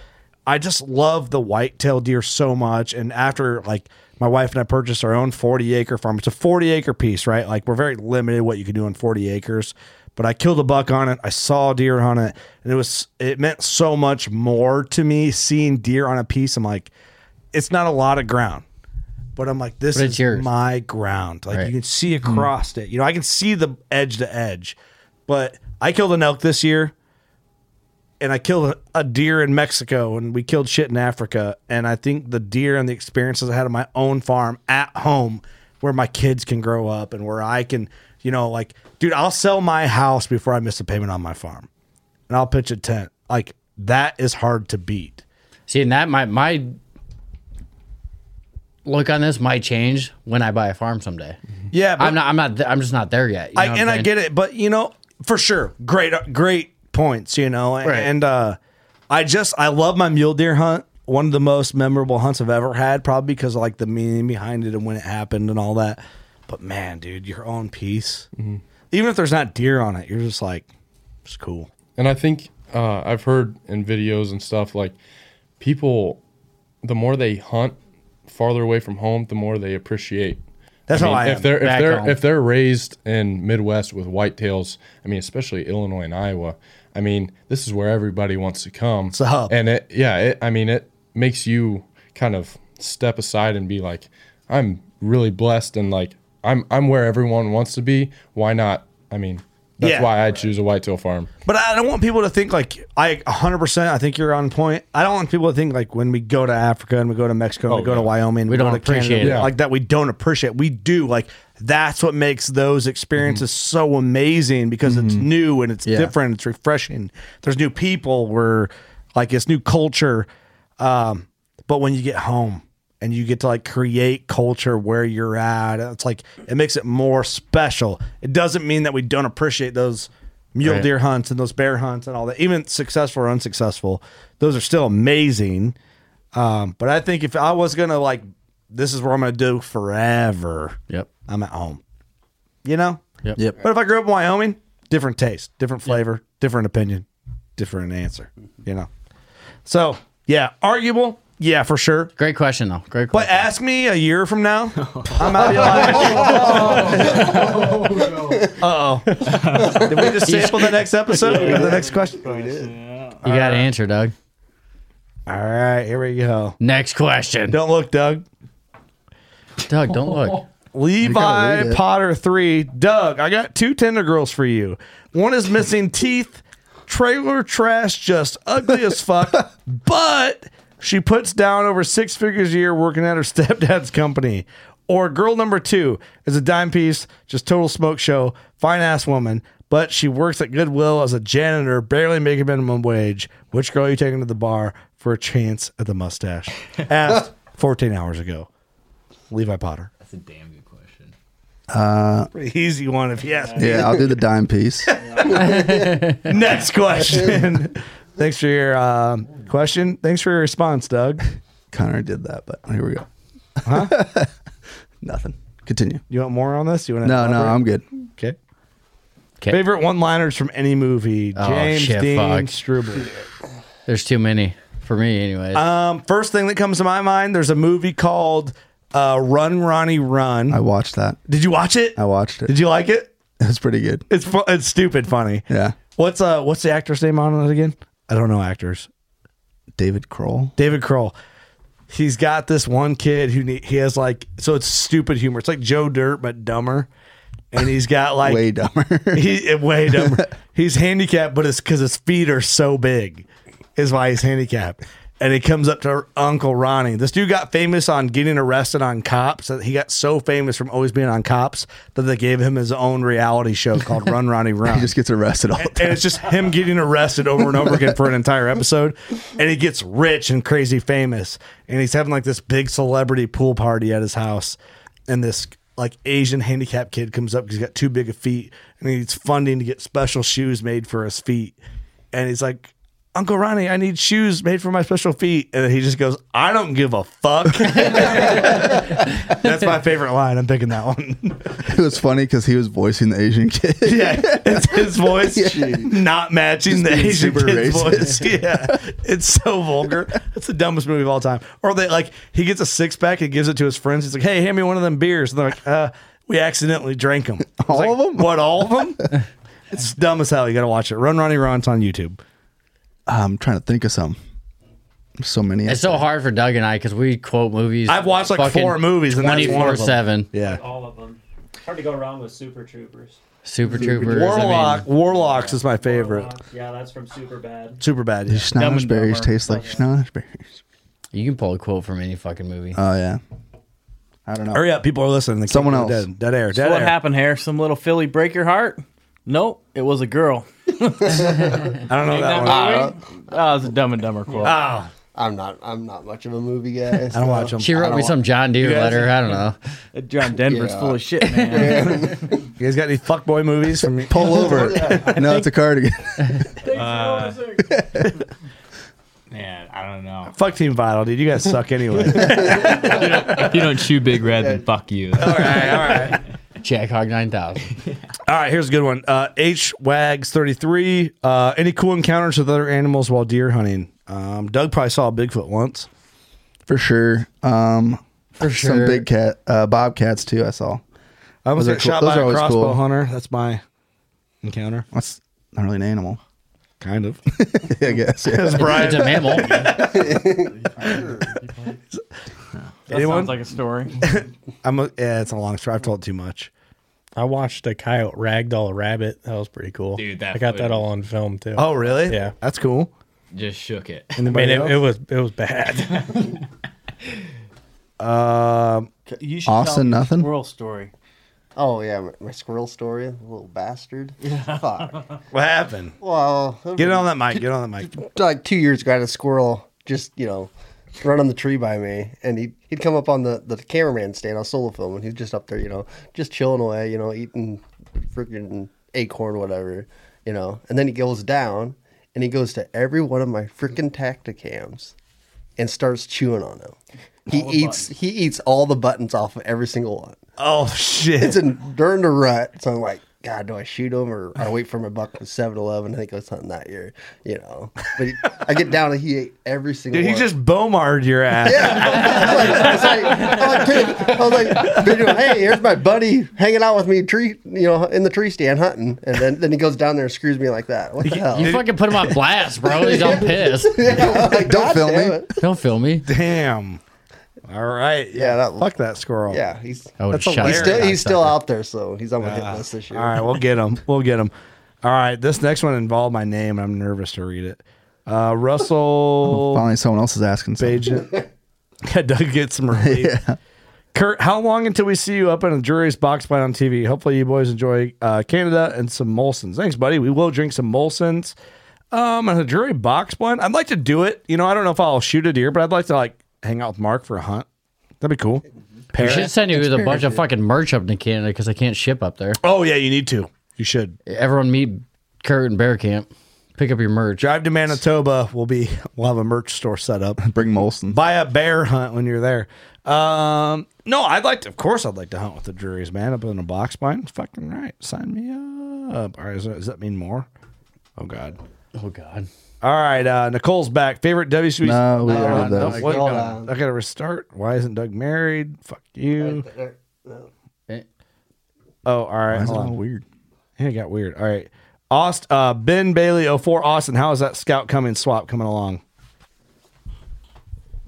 I just love the whitetail deer so much. And after like my wife and I purchased our own forty acre farm. It's a forty acre piece, right? Like we're very limited what you can do on forty acres. But I killed a buck on it. I saw deer on it, and it was it meant so much more to me seeing deer on a piece. I'm like, it's not a lot of ground. But I'm like, this But it's is yours. my ground. Like Right. Mm-hmm. you can see across it. You know, I can see the edge to edge. But I killed an elk this year, and I killed a- a deer in Mexico, and we killed shit in Africa. And I think the deer and the experiences I had on my own farm at home, where my kids can grow up and where I can, you know, like, dude, I'll sell my house before I miss a payment on my farm, and I'll pitch a tent. Like that is hard to beat. See, and that my my look on this might change when I buy a farm someday. Yeah, I'm not. I'm not. th- I'm just not there yet. I, and I get it, but you know, for sure, great, uh, great points. You know, and, uh, I just I love my mule deer hunt. One of the most memorable hunts I've ever had, probably because of, like the meaning behind it and when it happened and all that. But man, dude, your own piece, Mm-hmm. even if there's not deer on it, you're just like, it's cool. And I think uh, I've heard in videos and stuff like people, the more they hunt farther away from home, the more they appreciate That's how mean, I am. If they're if Back they're home. if they're raised in Midwest with whitetails, I mean, especially Illinois and Iowa. I mean, this is where everybody wants to come. It's a hub. and it yeah. It, I mean, it makes you kind of step aside and be like, I'm really blessed and like I'm I'm where everyone wants to be. Why not? I mean, that's Yeah. why I choose a whitetail farm. But I don't want people to think like I 100%. I think you're on point. I don't want people to think like when we go to Africa and we go to Mexico and we go to Wyoming, and Oh, We go don't to Canada, appreciate it. like that. We don't appreciate. We do like that's what makes those experiences so amazing because it's new and it's different. It's refreshing. There's new people. We're like it's new culture. Um, but when you get home and you get to like create culture where you're at, it's like it makes it more special. It doesn't mean that we don't appreciate those mule Right. deer hunts and those bear hunts and all that, even successful or unsuccessful, those are still amazing. Um, but I think if I was gonna like, this is where I'm gonna do forever. Yep, I'm at home. You know. Yep. Yep. But if I grew up in Wyoming, different taste, different flavor, different opinion, different answer. You know. So yeah, arguable. Yeah, for sure. Great question though. Great. But ask me a year from now. I'm out Uh oh. Did we just sample the next episode or the next question? We did. You got to answer, Doug. All right, here we go. Next question. Don't look, Doug. Doug, don't look. Levi Potter three. Doug, I got two Tinder girls for you. One is missing teeth, trailer trash, just ugly as fuck. But she puts down over six figures a year working at her stepdad's company. Or girl number two is a dime piece, just total smoke show, fine ass woman. But she works at Goodwill as a janitor, barely making minimum wage. Which girl are you taking to the bar for a chance at the mustache? Asked 14 hours ago. Levi Potter. That's a damn good question. Uh, Pretty easy one if you ask me. yeah, I'll do the dime piece. Next question. Thanks for your um, question. Thanks for your response, Doug. Connor did that, but here we go. Nothing. Continue. You want more on this? You want to No, no, I'm good. Okay. Favorite one-liners from any movie? Oh, James shit, Dean fuck. Struble. There's too many for me, anyways. Um, first thing that comes to my mind, there's a movie called uh, Run Ronnie Run. I watched that. Did you watch it? I watched it. Did you like it? That's pretty good. It's fu- it's stupid funny. Yeah. What's uh what's the actor's name on it again? I don't know actors. David Kroll. David Kroll. He's got this one kid who need, he has like so it's stupid humor. It's like Joe Dirt but dumber. And he's got like Way dumber. he way dumber. He's handicapped, but it's because his feet are so big, is why he's handicapped. And he comes up to Uncle Ronnie. This dude got famous on getting arrested on cops. He got so famous from always being on cops that they gave him his own reality show called Run Ronnie Run. He just gets arrested all the and it's just him getting arrested over and over again for an entire episode. And he gets rich and crazy famous. And he's having like this big celebrity pool party at his house. And this like Asian handicapped kid comes up because he's got too big of feet and he needs funding to get special shoes made for his feet. And he's like, Uncle Ronnie, I need shoes made for my special feet. And he just goes, I don't give a fuck. That's my favorite line. I'm picking that one. It was funny because he was voicing the Asian kid. yeah, it's his voice not matching Just the being Asian super kid's voice. racist. Yeah, it's so vulgar. It's the dumbest movie of all time. Or they like he gets a six pack and gives it to his friends. He's like, "Hey, hand me one of them beers." And they're like, "Uh, we accidentally drank them. All of them? What? All of them? it's dumb as hell. You got to watch it. Run, Ronnie, run. It's on YouTube. I'm trying to think of some. So many. It's so hard for Doug and I because we quote movies. I've watched, like, fucking four movies, and that's one of them. 24/7. Yeah. All of them. Hard to go wrong with Super Troopers. Super Troopers. Warlock, Warlocks is my favorite. Yeah, that's from Super Bad. Super bad. His Dumb schnozberries and dumber. taste like schnozberries. You can pull a quote from any fucking movie. Oh yeah. I don't know. Hurry up, people are listening. They keep Someone going else. Dead, dead air. So Dead what air. happened here? Some little filly break your heart? Nope, it was a girl. I don't know that one. Oh, it's a Dumb and Dumber quote. Oh. I'm not. I'm not much of a movie guy. I don't watch 'em. She wrote me some John Deere You guys- letter, I don't know. That John Denver's Yeah. full of shit, man. You guys got any fuckboy movies from Pull over. no, it's a cardigan. Uh, man, I don't know. Fuck Team Vital, dude. You guys suck anyway. if you don't chew big red, then fuck you. Jack Hog 9000. All right, here's a good one. Uh, H Wags 33. Uh, any cool encounters with other animals while deer hunting? Um, Doug probably saw a Bigfoot once. For sure. Um, For Some sure. big cat, uh, bobcats too. I saw. I almost Those are got cool- shot those by are a always crossbow cool. hunter. That's my encounter. That's not really an animal. Kind of. I guess. yeah. It's Brian. It's a mammal. That sounds like a story. I'm a, yeah, it's a long story. I've told too much. I watched a coyote ragdoll a rabbit. That was pretty cool. Dude, that I got that footage. all on film too. Oh, really? Yeah. That's cool. Just shook it. I mean, it, it was it was bad. Um, you should Austin, tell your nothing? Squirrel story. Oh yeah, my, my squirrel story, little bastard. Fuck. What happened? Well, Get on that mic. Get on that mic. Like two years ago, I had a squirrel just you know run on the tree by me, and he'd he'd come up on the the cameraman stand. I was solo filming. He's just up there, you know, just chilling away, you know, eating freaking acorn, whatever, you know. And then he goes down, and he goes to every one of my freaking tacticams, and starts chewing on them. He eats he eats all the buttons off of every single one. Oh shit! It's in during the rut, so I'm like, God, do I shoot him or I wait for my buck from 7-Eleven? I think I was hunting that year, you know. But he, I get down and he ate every single. Dude, he one. just Bomard your ass. I was like, video, hey, here's my buddy hanging out with me, tree, you know, in the tree stand hunting, and then, then he goes down there and screws me like that. What the hell? You fucking put him on blast, bro. He's all pissed. Don't film me. Don't film me. Damn. All right. Yeah. that, fuck that squirrel. Yeah, he's I would've that's shot hilarious. he's his still cocksucker. he's still out there, so he's on my Ah, hit list this year. All right, we'll get him. We'll get him. All right, this next one involved my name. and I'm nervous to read it. Uh, Russell. Finally, someone else is asking. Page Something. it. Yeah, Doug gets some relief. Kurt, how long until we see you up in a jury's box fight on TV? Hopefully, you boys enjoy uh, Canada and some Molsons. Thanks, buddy. We will drink some Molsons. Um, and a jury box one. I'd like to do it. You know, I don't know if I'll shoot a deer, but I'd like to like hang out with Mark for a hunt. That'd be cool. We Pair should it. send you with a bunch of fucking merch up to Canada because I can't ship up there. Oh yeah, you need to. You should. Everyone meet Kurt and Bear Camp. Pick up your merch. Drive to Manitoba. We'll be we'll have a merch store set up. Bring Molson. Buy a bear hunt when you're there. Um, no, I'd like to. Of course, I'd like to hunt with the juries, man. Up in a box blind. Fucking right. Sign me up. All right. Does that, does that mean more? Oh God. Oh God. All right. Uh, Nicole's back. Favorite WC. No, we already did no, those. what- Hold I gotta restart. Why isn't Doug married? Fuck you. Eh, Oh, all right. Why is it hold all on. weird? Yeah, it got weird. All right. Aust, uh, ben Bailey 04 Austin, how is that scout coming swap coming along?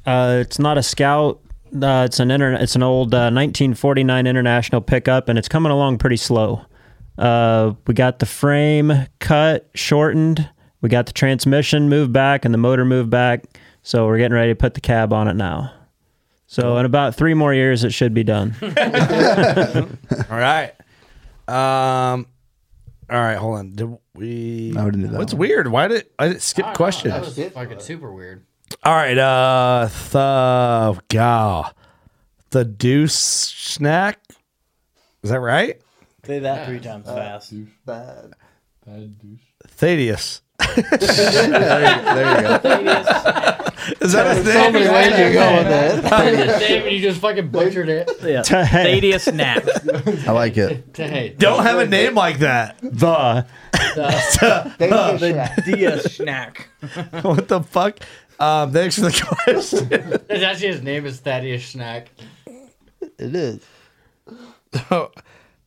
Uh, it's not a scout. Uh, it's an inter- It's an old uh, 1949 International pickup, and it's coming along pretty slow. Uh, we got the frame cut, shortened. We got the transmission moved back and the motor moved back. So we're getting ready to put the cab on it now. So in about three more years, it should be done. All right. Um. All right. Hold on. Did we? I wouldn't do that What's weird? Why did I did skip questions? That was fucking super weird. All right. Uh. The gal. The deuce snack. Is that right? Say that three times fast. Bad. Thaddeus. Is that his There's name? so many ways you go with that. Damn, you just fucking butchered it. Yeah. Thaddeus Nap. I like it. Don't have a name like that. The. the Dia snack. what the fuck? Um, thanks for the question. That's actually his name is Thaddeus Snack. It is.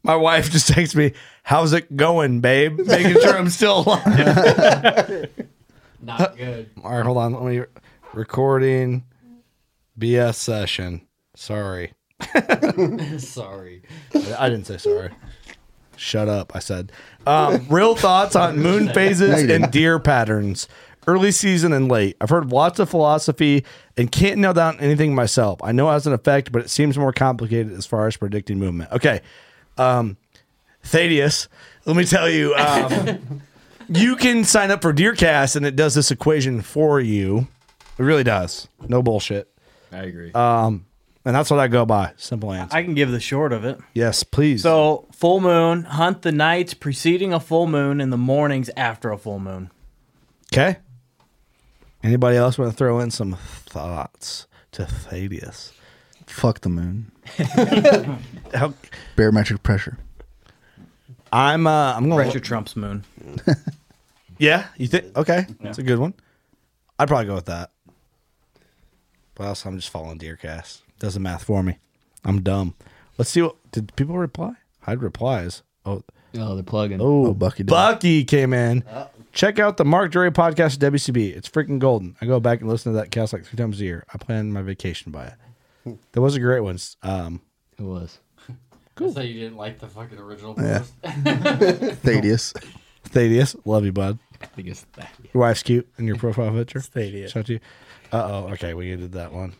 My wife just texts me, "How's it going, babe?" Making sure I'm still alive. Not good. All right, hold on. Let me recording BS session. Sorry. Sorry. I didn't say sorry. Shut up, I said. Um, real thoughts on moon No, you phases didn't. and deer patterns, early season and late. I've heard lots of philosophy and can't nail down anything myself. I know it has an effect, but it seems more complicated as far as predicting movement. Okay. Um, Thaddeus, let me tell you, um, you can sign up for DeerCast and it does this equation for you. It really does. No bullshit. I agree. Um, and that's what I go by. Simple answer. I can give the short of it. Yes, please. So, full moon, hunt the nights preceding a full moon and the mornings after a full moon. Okay. Anybody else want to throw in some thoughts to Thaddeus? Fuck the moon. How- Barometric pressure. I'm uh, I'm gonna Pressure trumps moon. Yeah, you think? Okay, it's a good one. I'd probably go with that. But also, I'm just following Deercast. Does the math for me. I'm dumb. Let's see what did people reply. Hyde replies. Oh, oh, they're plugging. Oh, Oh, Bucky Bucky, did. did. Bucky came in. Oh. Check out the Mark Dre podcast at WCB. It's freaking golden. I go back and listen to that cast like three times a year. I plan my vacation by Hmm. it. That was a great one. Um, it was. Cool. I thought you didn't like the fucking original Yeah. post. Thaddeus. Thaddeus. Love you, bud. Thaddeus. Your wife's cute in your profile picture. Thaddeus. Shout out to you. Uh oh. Okay, we did that one.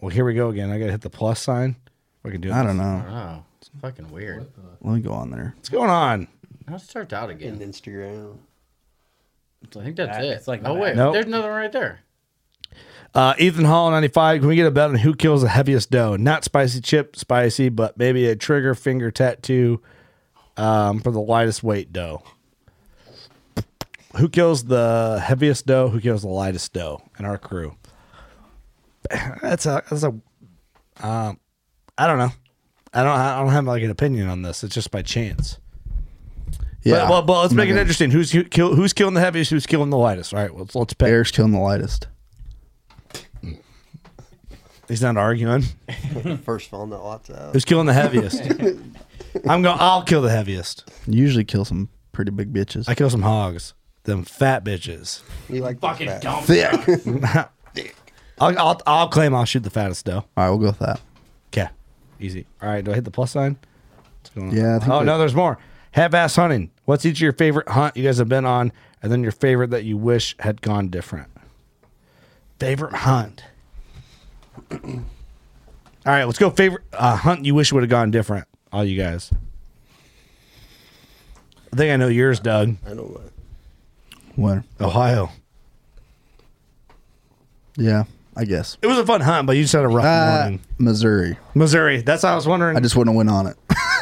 Well, here we go again. I gotta hit the plus sign. We can do. I don't this. know. Wow, it's fucking weird. Let me go on there. What's going on? Now it starts out again. Instagram. I think that's That- it. it's like oh that. wait, Nope. there's another one right there. Uh, Ethan Hall, 95. Can we get a bet on who kills the heaviest dough? Not spicy chip, spicy, but maybe a trigger finger tattoo um, for the lightest weight dough. Who kills the heaviest dough? Who kills the lightest dough in our crew? That's a, that's a, um, I don't know. I don't, I don't have like an opinion on this. It's just by chance. Yeah. But, well, but let's I'm not make it gonna- interesting. Who's who, kill, who's killing the heaviest? Who's killing the lightest? All right. Well, let's, let's pick. Bear's killing the lightest. He's not arguing. First phone that lots out. Who's killing the heaviest? I'm going. I'll kill the heaviest. Usually kill some pretty big bitches. I kill some hogs. Them fat bitches. you like fucking dumb. I'll, I'll, I'll claim I'll shoot the fattest dough. All right, we'll go with that. Okay, easy. All right. Do I hit the plus sign? What's going on? Yeah, I think Oh that- no, there's more. Half-ass hunting. What's each of your favorite hunt you guys have been on, and then your favorite that you wish had gone different? Favorite hunt. All right, let's go. Favorite uh, hunt you wish would have gone different. All you guys. I think I know yours, Doug. I know mine. Where? Ohio. Yeah, I guess. It was a fun hunt, but you just had a rough Uh, morning. Missouri. Missouri. That's how I was wondering. I just wouldn't have went on it.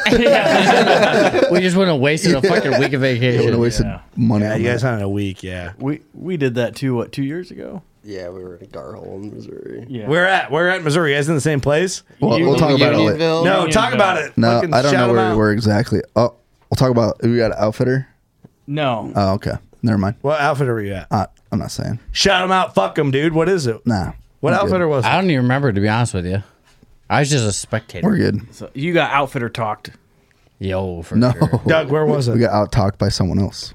we just went and wasted a fucking week of I vacation. would have wasted money. Yeah, on you that. guys hunted a week. Yeah. We we did that too. What two years ago? Yeah, we were in Garhole in Missouri. Yeah. We're at we're at Missouri. You guys in the same place? Well, we'll talk about it later. No, talk about it. No, Fucking I don't shout know 'em where out. we were exactly. Oh, we'll talk about. We got an outfitter. No. Oh, okay. Never mind. What outfit are you at? Uh, I'm not saying. Shout them out. Fuck them, dude. What is it? Nah. What outfitter was I it? don't even remember to be honest with you. I was just a spectator. We're good. So you got outfitter talked. Yo, for No. sure. Doug, where was it? We got out talked by someone else.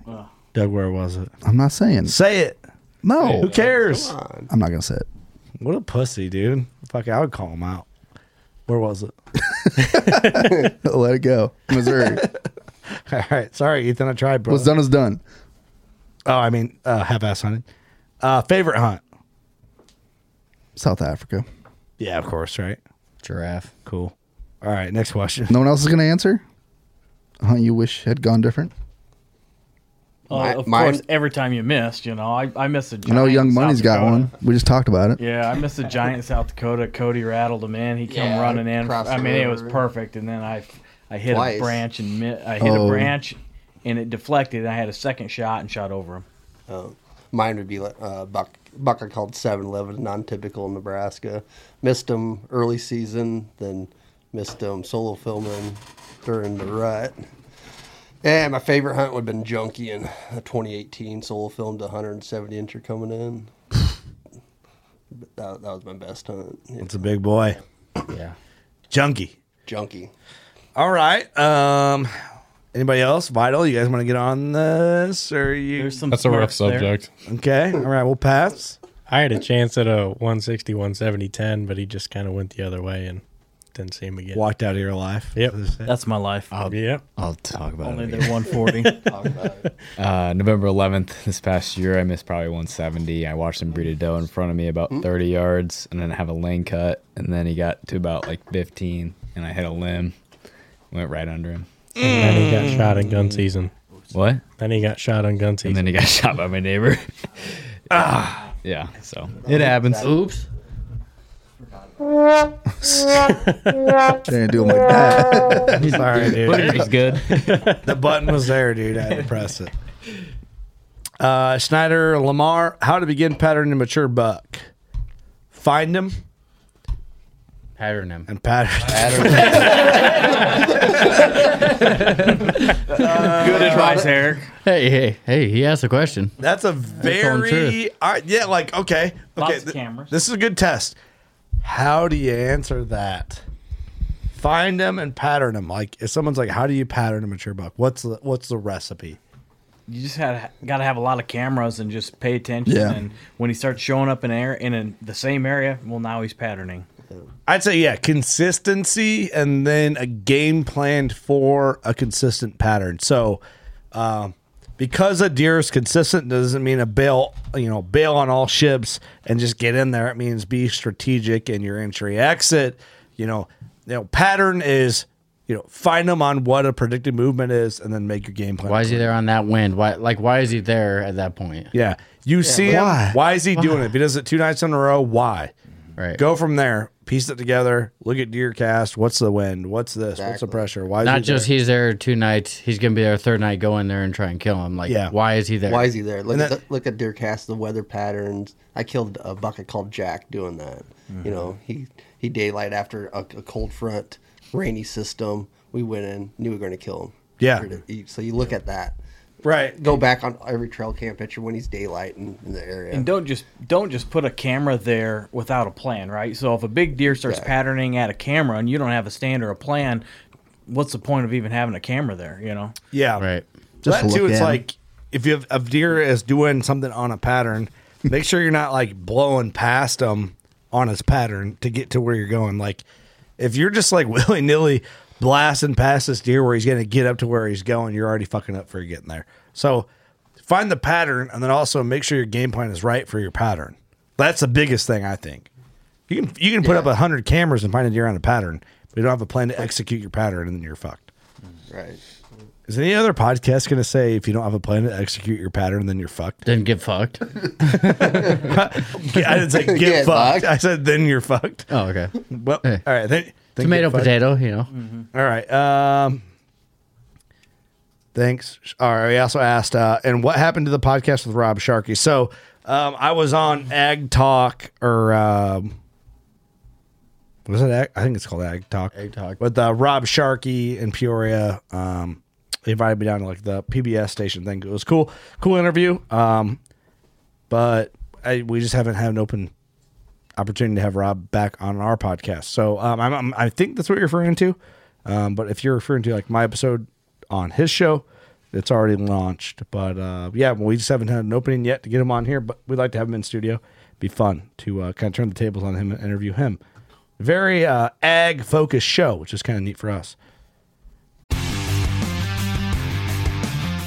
Doug, where was it? I'm not saying. Say it. No. Who cares? I'm not gonna say it. What a pussy, dude. Fuck, I would call him out. Where was it? Let it go. Missouri. All right. Sorry, Ethan. I tried, bro. What's done is done. Oh, I mean, uh, half-ass hunting. Uh, favorite hunt? South Africa. Yeah, of course, right? Giraffe. Cool. All right, next question. No one else is gonna answer. Huh? You wish had gone different. Oh, My- of mine- course, every time you missed, you know, I, I missed a I giant. know Young South Money's got Dakota. one. We just talked about it. Yeah, I missed a giant South Dakota. Cody rattled him in. He come Yeah, running in. across I the mean, it was river. perfect. And then I, I hit Twice. a branch and mi- I hit Oh. a branch, and it deflected. And I had a second shot and shot over him. Um, mine would be like uh, buck. Buck I called 7-Eleven, non-typical in Nebraska. Missed him early season, then missed him solo filming during the rut. And my favorite hunt would have been Junkie in 2018. Solo filmed a 170 incher coming in. But that, that was my best hunt. Yeah, It's a big boy. Yeah. Junkie. Junkie. All right. Um, anybody else? Vital, you guys want to get on this or you? There's some That's a rough subject. Okay. All right. We'll pass. I had a chance at a 160, 170, 10, but he just kind of went the other way and didn't see him again. Walked out of your life. Yep. That's my life. Yep. I'll talk about Only it. they're later. 140. Uh, November 11th this past year, I missed probably 170. I watched him breed a doe in front of me about Mm-hmm. 30 yards, and then have a lane cut, and then he got to about like 15, and I hit a limb, went right under him. Mm. And then he Mm. got shot in gun season. What? Then he got shot on gun season. And then he got shot by my neighbor. ah, yeah. So it happens. Oops. They didn't do it like that. He's all right, dude. But it's good. the button was there, dude. I had to press it. Uh, Schneider Lamar, how to begin pattern and mature buck. Find him Pattern him. and pattern. Good advice, Eric. Hey, hey, hey, he asked a question. That's a telling the very all right, yeah, like okay, okay. Lots of th- cameras. This is a good test. How do you answer that? Find them and pattern them. Like if someone's like, "How do you pattern a mature buck?" What's the what's the recipe? you just had got to have a lot of cameras and just pay attention. Yeah. And when he starts showing up in air in a, the same area, well, now he's patterning. I'd say yeah, consistency and then a game plan for a consistent pattern. So, um, because a deer is consistent doesn't mean a bail, you know, bail on all ships and just get in there. It means be strategic in your entry exit. You know, you know, pattern is you know find them on what a predicted movement is and then make your game plan. Why is he there on that wind? Why like why is he there at that point? Yeah. You see him. Why, is he Why? doing it? If he does it two nights in a row, why? Right. Go from there. Piece it together. Look at deer cast. What's the wind? What's this? What's the pressure? Why? Is Not he just there? he's there two nights. He's gonna be there third night. Go in there and try and kill him. Like, Yeah. why is he there? Why is he there? Look And at the, look at deer cast the weather patterns. I killed a bucket called Jack doing that. You know, he he daylight after a, a cold front, rainy system. We went in, knew we were going to kill him. Yeah. We're gonna eat. So you look at that. Right. Go back on every trail cam picture when he's daylight in, in the area. And don't just don't just put a camera there without a plan, right? So if a big deer starts patterning at a camera and you don't have a stand or a plan, what's the point of even having a camera there? You know? Yeah. Right. Just that look too, it's at 'em. like if you have a deer is doing something on a pattern, make sure you're not like blowing past him on his pattern to get to where you're going. Like if you're just like willy nilly blasting past this deer where he's gonna get up to where he's going, you're already fucking up for getting there. So find the pattern and then also make sure your game plan is right for your pattern. That's the biggest thing I think. You can you can put up a hundred cameras and find a deer on a pattern, but you don't have a plan to execute your pattern and then you're fucked. Right. Is any other podcast going to say if you don't have a plan to execute your pattern, then you're fucked? Then get fucked. I didn't say get, Get fucked. fucked. I said then you're fucked. Oh, okay. Well, Hey. all right. Then, then get Tomato, fucked. Mm-hmm. potato, you know. All right. Um, thanks. All right. We also asked, uh, and what happened to the podcast with Rob Sharkey? So um, I was on Ag Talk or. Um, was it? Ag? I think it's called Ag Talk. Ag Talk with uh, Rob Sharkey in Peoria. Um, they invited me down to like the PBS station thing. It was cool, cool interview. Um, but I, we just haven't had an open opportunity to have Rob back on our podcast. So um, I'm, I'm, I think that's what you're referring to. Um, but if you're referring to like my episode on his show, it's already launched. But uh, yeah, we just haven't had an opening yet to get him on here. But we'd like to have him in studio. Be fun to uh, kind of turn the tables on him and interview him. Very uh, ag focused show, which is kind of neat for us.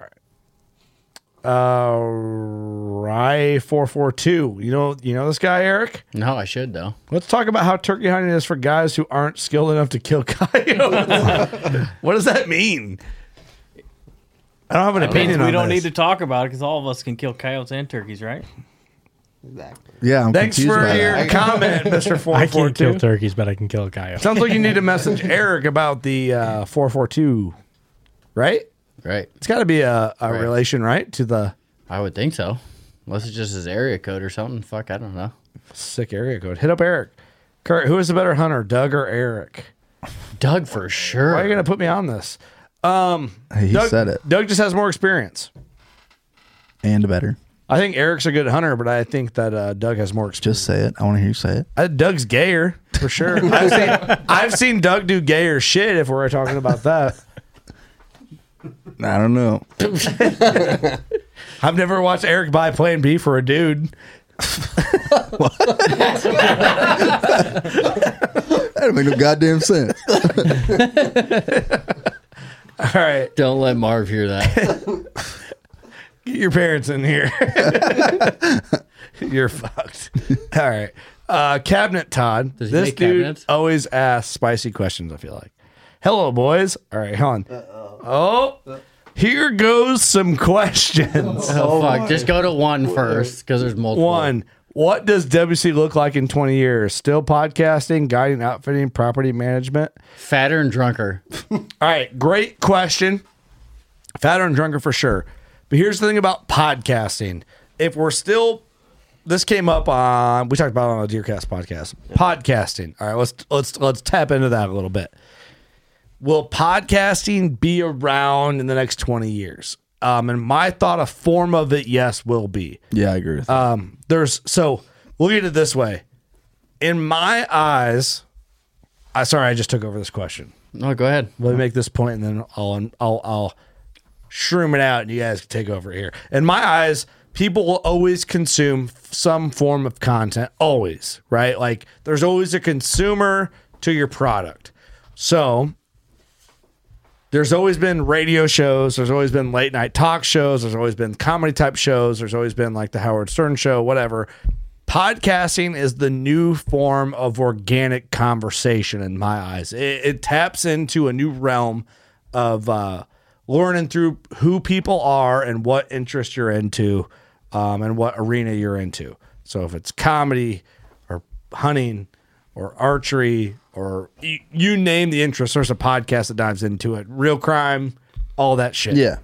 All right. Uh, Rye four four two. You know, you know this guy, Eric. No, I should though. Let's talk about how turkey hunting is for guys who aren't skilled enough to kill coyotes. what does that mean? I don't have an That means opinion. we on don't this. need to talk about it because all of us can kill coyotes and turkeys, right? Exactly. Yeah, I'm Thanks confused for by your that. comment, Mister Four I Four can't kill Two. turkeys, but I can kill a coyote. Sounds like you need to message Eric about the uh, four four two, right? Right. It's got to be a, a relation, right, to the I would think so. Unless it's just his area code or something. Fuck, I don't know. sick area code. Hit up Eric. Kurt, who is the better hunter, Doug or Eric? Doug for sure. Why are you gonna put me on this? Um, He Doug, said it. Doug just has more experience. and better. I think Eric's a good hunter, but I think that uh, Doug has more experience. Just say it. I want to hear you say it. Uh, Doug's gayer for sure. I've seen, I've seen Doug do gayer shit. If we're talking about that, I don't know. I've never watched Eric buy Plan B for a dude. That don't make no goddamn sense. All right. Don't let Marv hear that. Get your parents in here. You're fucked. All right. Uh, cabinet Todd. Does he this make dude cabinets? always asks spicy questions. I feel like. Hello, boys. All right, hold on. Uh-oh. Oh, here goes some questions. Oh, fuck. Just go to one first because there's multiple. One. What does WC look like in 20 years? Still podcasting, guiding, outfitting, property management? Fatter and drunker. All right. Great question. Fatter and drunker for sure. But here's the thing about podcasting. If we're still, this came up on, we talked about it on a Deercast podcast. Podcasting. All right. Let's, let's, let's tap into that a little bit will podcasting be around in the next 20 years? Um, and my thought, a form of it, yes, will be. Yeah, I agree with Um, there's so look at it this way. In my eyes, I sorry I just took over this question. No, go ahead. Let me make this point, and then I'll I'll I'll shroom it out, and you guys can take over here. In my eyes, people will always consume some form of content, always right. Like there's always a consumer to your product. So there's always been radio shows. There's always been late night talk shows. There's always been comedy type shows. There's always been like the Howard Stern show, whatever. Podcasting is the new form of organic conversation in my eyes. It, it taps into a new realm of uh, learning through who people are and what interest you're into um, and what arena you're into. So if it's comedy or hunting or archery or you, you name the interest, there's a podcast that dives into it. Real crime, all that shit. Yeah.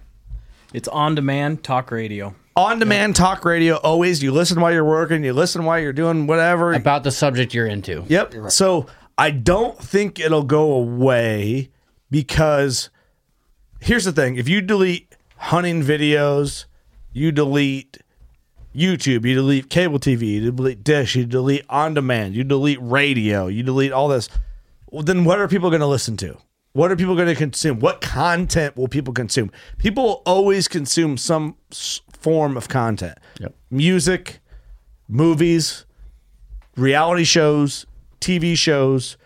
It's on demand talk radio. On demand talk radio, always. You listen while you're working, you listen while you're doing whatever. About the subject you're into. Yep. So I don't think it'll go away because here's the thing if you delete hunting videos, you delete YouTube, you delete cable TV, you delete dish, you delete on demand, you delete radio, you delete all this. Well, then what are people going to listen to? What are people going to consume? What content will people consume? People will always consume some s- form of content music, movies, reality shows, TV shows,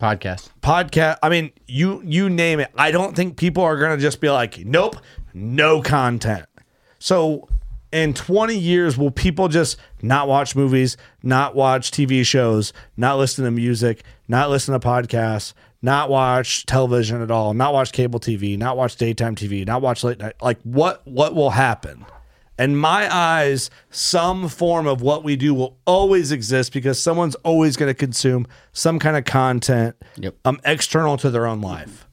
podcast, podcast. I mean, you you name it. I don't think people are gonna just be like, nope, no content. So, in twenty years, will people just not watch movies, not watch TV shows, not listen to music, not listen to podcasts? Not watch television at all. Not watch cable TV. Not watch daytime TV. Not watch late night. Like what? What will happen? In my eyes, some form of what we do will always exist because someone's always going to consume some kind of content um, external to their own life.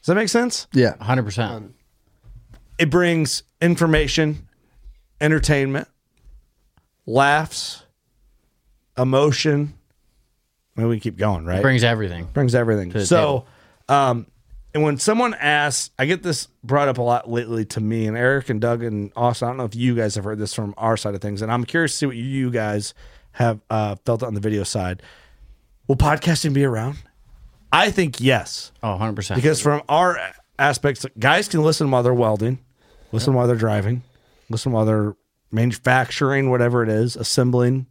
Does that make sense? Yeah. 100%. It brings information, entertainment, laughs, emotion. I mean, we keep going, right? It brings everything. Brings everything. to the So, um, and when someone asks, I get this brought up a lot lately to me, and Eric and Doug and Austin. I don't know if you guys have heard this from our side of things, and I'm curious to see what you guys have uh, felt on the video side. Will podcasting be around? I think yes. Oh, 100%. Because from our aspects, guys can listen while they're welding, listen while they're driving, listen while they're manufacturing, whatever it is, assembling,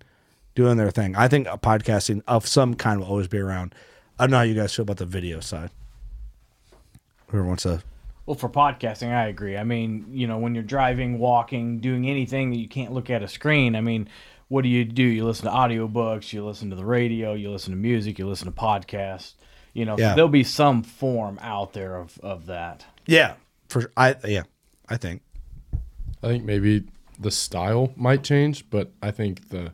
doing their thing. I think podcasting of some kind will always be around. I don't know how you guys feel about the video side. Whoever wants to. Well, for podcasting, I agree. I mean, you know, when you're driving, walking, doing anything that you can't look at a screen, I mean, what do you do? You listen to audiobooks, you listen to the radio, you listen to music, you listen to podcasts. You know, so Yeah. there'll be some form out there of, of that. Yeah, for sure. I yeah, I think. I think maybe the style might change, but I think the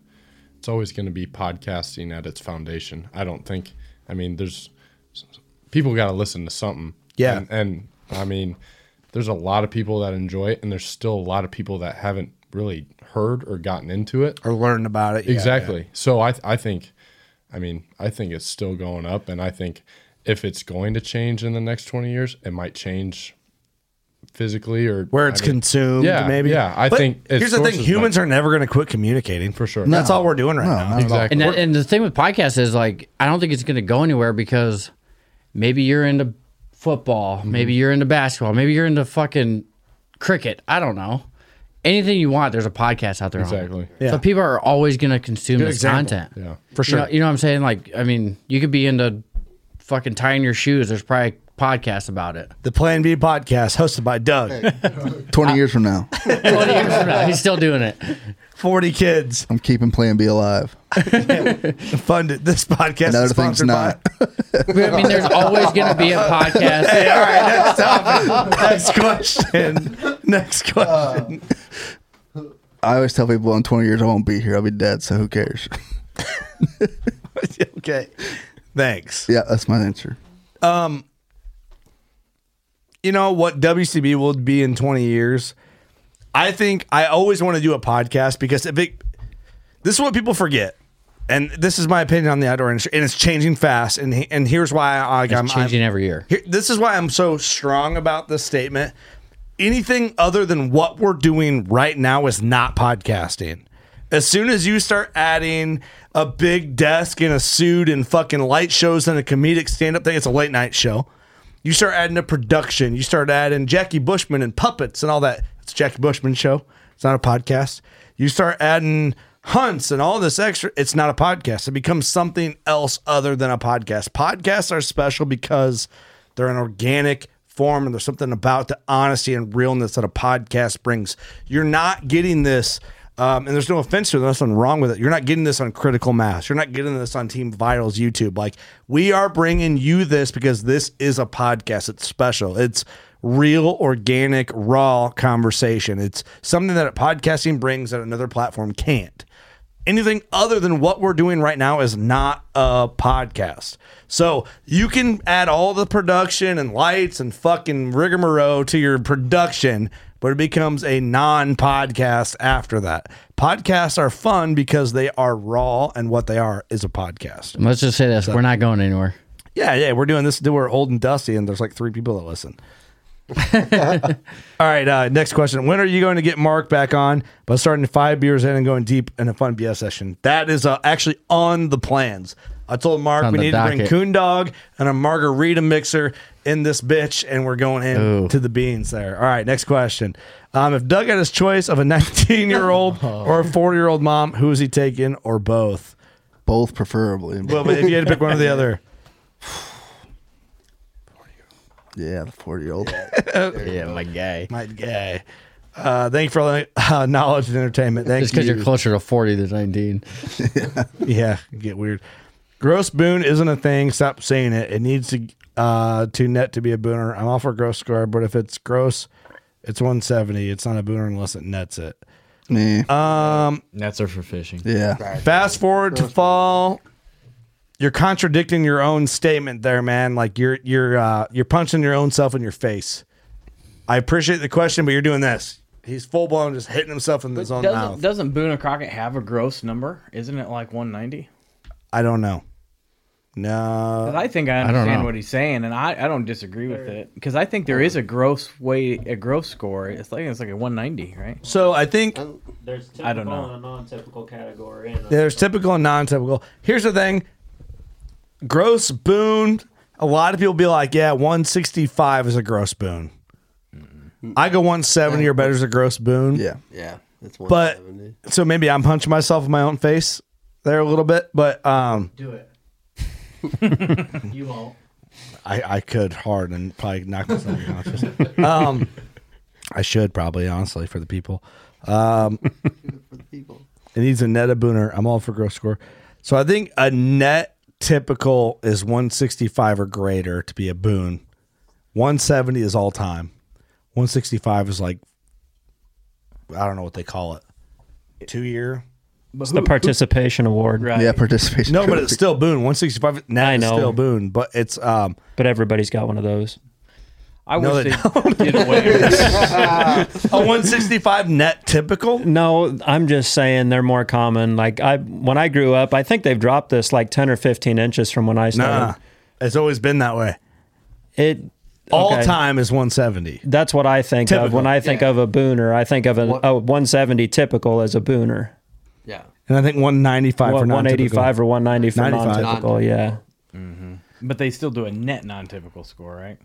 it's always going to be podcasting at its foundation. I don't think. I mean, there's people got to listen to something. Yeah. and, and I mean, there's a lot of people that enjoy it, and there's still a lot of people that haven't really heard or gotten into it or learned about it. Yeah, Exactly. yeah. So I I think, I mean, I think it's still going up, and I think if it's going to change in the next twenty years, it might change physically or Where it's I mean- consumed, Yeah, maybe. Yeah, I But think its here's the thing: sources humans might- are never going to quit communicating for sure. And that's all we're doing right No, now. not at all. Exactly. And, that, and the thing with podcasts is like, I don't think it's going to go anywhere because maybe you're into football, Mm-hmm. maybe you're into basketball, maybe you're into fucking cricket. I don't know. Anything you want, there's a podcast out there. on it. Exactly. So people are always going to consume Good this example. content. Yeah. For sure. You know, you know what I'm saying? Like, I mean, you could be into fucking tying your shoes. There's probably podcast about it. The Plan B podcast hosted by Doug. 20 years from now. 20 years from now, he's still doing it. 40 kids. I'm keeping Plan B alive. Funded this podcast. Another is thing's sponsored by. I mean, there's always going to be a podcast. Hey, all right, next topic. Next question. Next Uh, question. I always tell people in 20 years I won't be here. I'll be dead, so who cares? okay. Thanks. Yeah, that's my answer. Um, you know what WCB will be in 20 years? I think I always want to do a podcast because if it, this is what people forget. And this is my opinion on the outdoor industry, and it's changing fast. And he- and here's why I, It's I'm changing I'm- every year. Here, this is why I'm so strong about this statement. Anything other than what we're doing right now is not podcasting. As soon as you start adding a big desk and a suit and fucking light shows and a comedic stand up thing, it's a late night show. You start adding a production. You start adding Jackie Bushman and puppets and all that. It's a Jackie Bushman show. It's not a podcast. You start adding hunts and all this extra. It's not a podcast. It becomes something else other than a podcast. Podcasts are special because they're an organic form and there's something about the honesty and realness that a podcast brings. You're not getting this. Um, and there's no offense to it. There's nothing wrong with it. You're not getting this on Critical Mass. You're not getting this on Team Vitals YouTube. Like, we are bringing you this because this is a podcast. It's special. It's real, organic, raw conversation. It's something that podcasting brings that another platform can't anything other than what we're doing right now is not a podcast. So you can add all the production and lights and fucking rigmarole to your production, but it becomes a non podcast after that. Podcasts are fun because they are raw, and what they are is a podcast. Let's just say this So- we're not going anywhere. Yeah, yeah, we're doing this. We're old and dusty, and there's like three people that listen. All right, uh, next question. When are you going to get Mark back on? But starting five beers in and going deep in a fun BS session. That is uh, actually on the plans. I told Mark It's on we the need to bring docket. Coon Dog and a margarita mixer in this bitch, and we're going in Ooh. to the beans there. All right, next question. Um, if Doug had his choice of a 19 year old or a 40 year old mom, who is he taking or both? Both, preferably. Well, but if you had to pick one or the other. Yeah, the 40 year old. yeah, my guy. My guy. Uh, thank you for all the, uh, knowledge and entertainment. Thank Just because you. you're closer to 40 than 19. yeah, get weird. Gross boon isn't a thing. Stop saying it. It needs to uh, to net to be a booner. I'm all for gross score, but if it's gross, it's 170. It's not a booner unless it nets it. Um, Nets are for fishing. Fast forward to fall. You're contradicting your own statement there, man. Like you're you're uh, you're punching your own self in your face. I appreciate the question, but you're doing this. He's full blown just hitting himself in his own doesn't mouth. doesn't Boone and Crockett have a gross number? Isn't it like 190? I don't know. No, I think I understand what he's saying, and I, I don't disagree with it because I think there is a gross way a gross score. It's like it's like a 190, right? So I think There's typical I don't know. and non-typical category. And There's typical and non-typical. Here's the thing: gross boon. A lot of people be like, "Yeah, 165 is a gross boon." I go 170 or better is a gross boon. Yeah, Yeah, it's but so maybe I'm punching myself in my own face there a little bit, but um, Do it. you won't. I, I could hard and probably knock myself unconscious. Um, I should probably honestly for the people. Um, It needs a net a booner. I'm all for gross score. So I think a net typical is 165 or greater to be a boon. 170 is all time. 165 is like I don't know what they call it. Two year. It's the participation award. No, but it's still Boone. 165 now I it's know. still Boone, but it's um But everybody's got one of those. I No, wish they they did away. a 165 net typical? No, I'm just saying they're more common. Like I when I grew up, I think they've dropped this like 10 or 15 inches from when I started. Nah. It's always been that way. It all okay. time is 170. That's what I think of Typical. when I think of a booner. I think of an, a 170 typical as a booner. Yeah. And I think 195 for One- 185 or 190 for 95. non-typical. Yeah. but they still do a net non-typical score, right?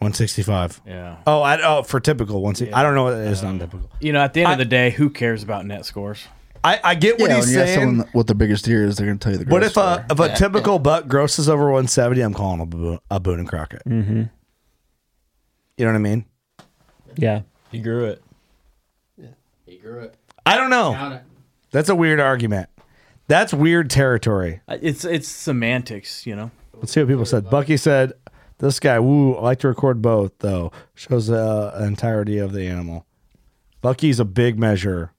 165. Yeah. Oh, I, oh, for typical one. I don't know what it is non typical. You know, at the end of the day, who cares about net scores? I, I get what yeah, he's when you ask saying. someone what their biggest year is, they're going to tell you the gross What if a score. Mm-hmm. if a typical butt grosses over 170? I'm calling a, bo- a Boone and Crockett. Mhm. You know what I mean? Yeah. He grew it. He grew it. I don't Count know. it. That's a weird argument. That's weird territory. It's it's semantics, you know. Let's see what people said. Bucky said, "This guy, woo, I like to record both though. Shows the uh, entirety of the animal." Bucky's a big measure.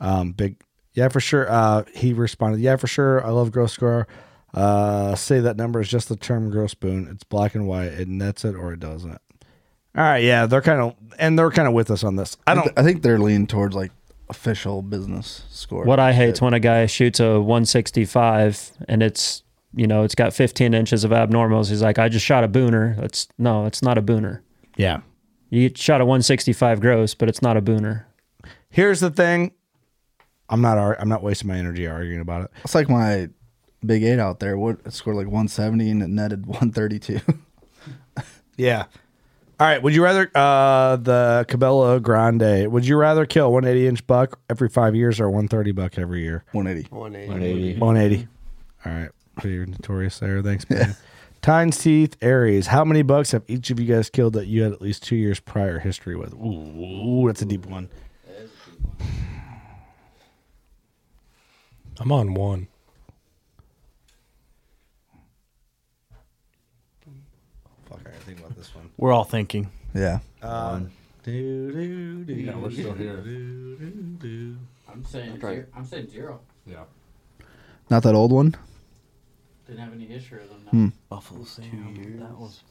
Um, big, yeah, for sure. Uh, he responded, "Yeah, for sure. I love gross score. Uh, say that number is just the term gross spoon. It's black and white. It nets it or it doesn't." All right, yeah, they're kind of and they're kind of with us on this. I don't. I think they're leaning towards like official business score. What I hate's when a guy shoots a 165 and it's you know it's got 15 inches of abnormals. He's like, I just shot a booner. That's no, it's not a booner. Yeah, you shot a 165 gross, but it's not a booner. Here's the thing. I'm not. ar- I'm not wasting my energy arguing about it. It's like my big eight out there. What it scored like 170 and it netted 132. Yeah. All right. Would you rather uh the Cabela Grande? Would you rather kill one eighty inch buck every five years or one thirty buck every year? 180. 180. 180. All right. Pretty notorious there. Thanks, man. Tynes Teeth Aries. How many bucks have each of you guys killed that you had at least two years prior history with? Ooh, that's a deep one. I'm on one. Fuck, I gotta think about this one. We're all thinking. Yeah. Um, Yeah, we're still here. I'm saying, trying. zero- I'm saying zero. Yeah. Not that old one. Didn't have any issue with them. Hmm. Buffalo Sam. That was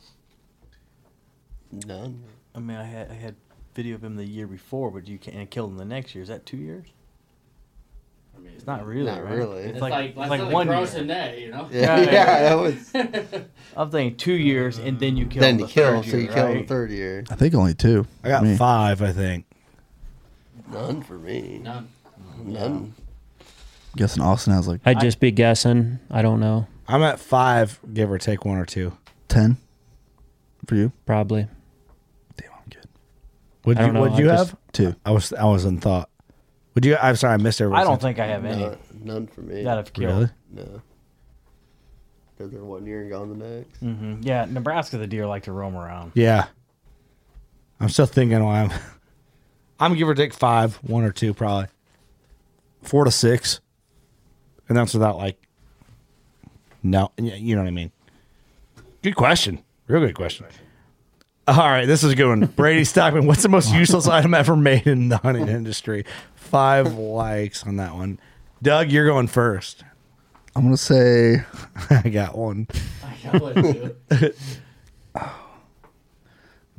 none. I mean, I had I had video of him the year before, but you can't and I killed him the next year. Is that two years? I mean, it's not really. not right? really. It's, It's like, like- it's that's like like one gross year. and net, you know? Yeah, yeah, that was- I'm thinking two years, and then you kill. Then him you the kill, third so you year, kill him the right? third year. I think only two. I got Me. five, I think. None for me. None. None. Guessing Austin has like I'd just be guessing. I don't know. I'm at five, give or take one or two. 10 for you. Probably. Would I you? don't know, Would I you just- have two? I was. I was in thought. Would you? I'm sorry, I missed everyone. I don't think I have any. None, none for me. That I've killed. Really? No. Because they're one year and gone the next. hmm Yeah, Nebraska, the deer like to roam around. Yeah. I'm still thinking. Why I'm. I'm give or take five, one or two, probably. Four to six, and that's without like. No, y- you know what I mean. Good question. Real good question. All right, this is a good one. Brady Stockman, what's the most useless item ever made in the hunting industry? Five likes on that one. Doug, you're going first. I'm going to say I got one.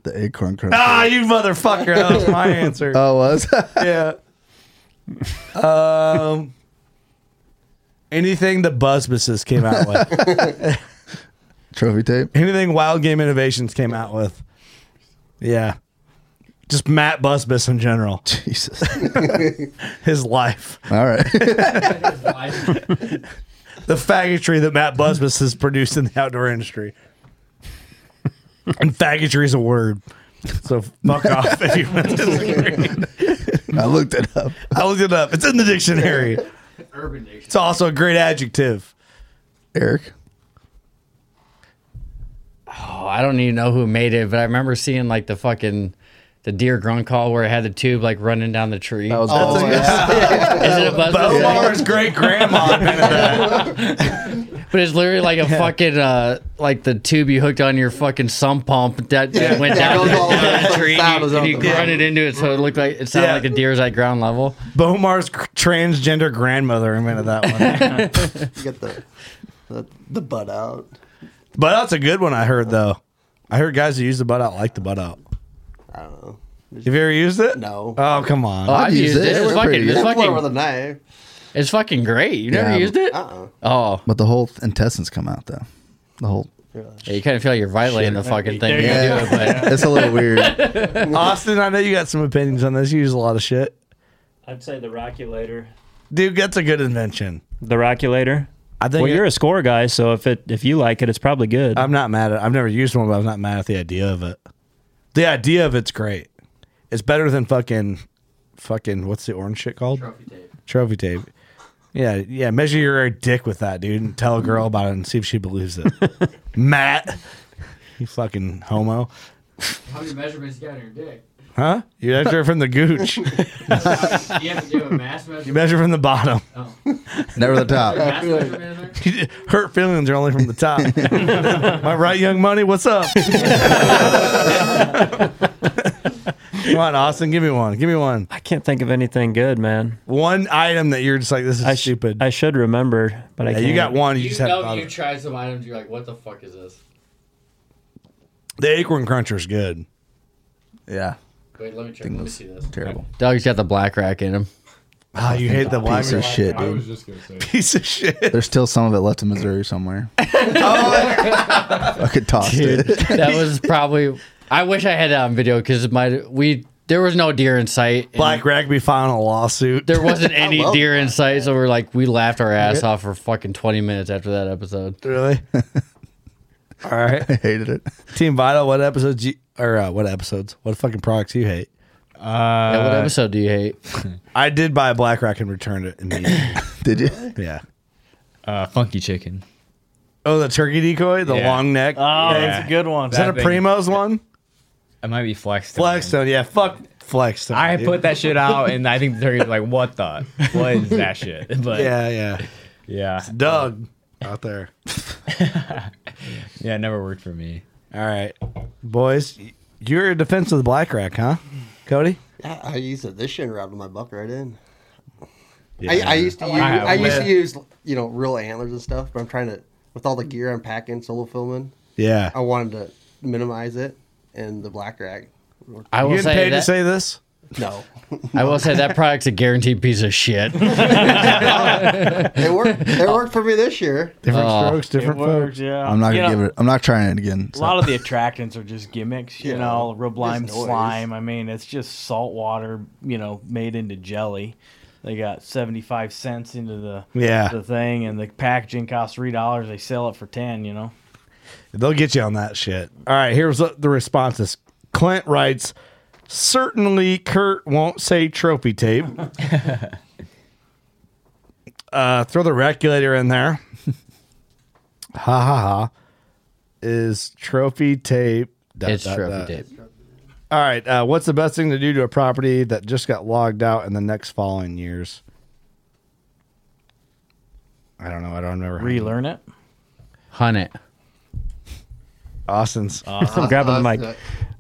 the acorn crunch. Ah, you motherfucker. That was my answer. Oh, it was? yeah. Um, anything that Buzzbuses came out with. Trophy tape. anything Wild Game Innovations came out with. Yeah. Just Matt Busbus in general. Jesus. His life. All right. the faggotry that Matt Busbus has produced in the outdoor industry. And faggotry is a word. So fuck off if you want to disagree. I looked it up. I looked it up. It's in the dictionary. Urban Dictionary. It's also a great adjective. Eric. Oh, I don't even know who made it, but I remember seeing like the fucking the deer grunt call where it had the tube like running down the tree. That was Oh, Buzz. yeah. Is it a Buzz? Bomar's great grandma But it's literally like a fucking uh, like the tube you hooked on your fucking sump pump that Yeah. went Yeah, down, it goes all the way down up the the tree and saddles you, up and you the grunt mountain. it into it, so it looked like it sounded Yeah. like the deer's at ground level. Bomar's cr- transgender grandmother invented that one. You get the, the the butt out. butt out's a good one. I heard though. I heard guys who use the butt out like the butt out. I don't know. Have you ever used it? No. Oh come on. Oh, I'd I'd use use it. this. It's It's fucking- pretty it's good. fucking- Blow with a knife. It's fucking great. You never Yeah, used it? Uh-uh. Oh. But the whole intestines come out, though. The whole. Yeah, you kind of feel like you're violating the fucking thing. when you do it, but- it's a little weird. Austin, I know you got some opinions on this. You use a lot of shit. I'd say the roculator. Dude, that's a good invention. The roculator. I think Well, it- you're a score guy, so if it if you like it, it's probably good. I'm not mad at I've never used one, but I'm not mad at the idea of it. The idea of it's great. It's better than fucking fucking what's the orange shit called? Trophy tape. Trophy tape. Yeah, yeah. Measure your dick with that, dude, and tell a girl about it and see if she believes it. Matt. You fucking homo. How many measurements you got in your dick? Huh? You measure from the gooch. you have to do a mass measurement? You measure from the bottom. Oh. Never the top. Mass measurement Hurt feelings are only from the top. Am I right, young money? What's up? Come on, Austin. Give me one. Give me one. I can't think of anything good, man. One item that you're just like this is stupid. I should remember, but I Yeah, can't. you got one, you just had- No, you tried some items. You're like, what the fuck is this? The acorn cruncher's good. Yeah. Wait, let me check. Let me see this. Doug's got the black rack in him. Ah, Oh, you hate the black Piece of shit, dude. Piece of shit. There's still some of it left in Missouri somewhere. I could toss Dude, it. that was probably. I wish I had it on video because my we there was no deer in sight. and Black Rugby filed a lawsuit. There wasn't any I love deer in sight, so we're like we laughed our ass Yeah. off for fucking twenty minutes after that episode. Really? All right. I hated it. Team Vital, what episodes you, or uh, what episodes? What fucking products you hate? Uh, Yeah, what episode do you hate? I did buy a Black Rack and returned it immediately. did you? Yeah. Uh, funky chicken. Oh, the turkey decoy, the Yeah. long neck. Oh, that's a good one. Is that, That a thing- Primo's one? It might be Flexstone. Flexstone, yeah. Fuck Flexstone. I dude. put that shit out, and I think they're like, "What the? What is that shit?" But yeah, yeah, yeah. It's Doug out there. yeah, it never worked for me. All right, boys, you're in defense of the Black Rack, huh, Cody? I, I use it. This shit rattled my buck right in. Yeah. I, I Oh, used to I use, like that I used one. to use you know real antlers and stuff, but I'm trying to with all the gear I'm packing solo filming. Yeah. I wanted to minimize it and the black rack. I will say that, this. No, I will say that product's a guaranteed piece of shit. it worked. It worked for me this year. Different Uh, Oh. strokes, different It works, folks. yeah. I'm not You gonna know- give it. I'm not trying it again. A lot of the attractants are just gimmicks, you Yeah. know, rib lime Just noise. slime. I mean, it's just salt water, you know, made into jelly. They got seventy five cents into the Yeah. the thing, and the packaging costs three dollars. They sell it for ten, you know. They'll get you on that shit. All right, here's the the responses. Clint writes, "Certainly, Kurt won't say trophy tape." uh, throw the regulator in there. ha ha ha! Is trophy tape? It's trophy tape. All right. Uh, what's the best thing to do to a property that just got logged out in the next following years? I don't know. I don't remember. Relearn it. Hunt it. Austin's. I'm grabbing the mic.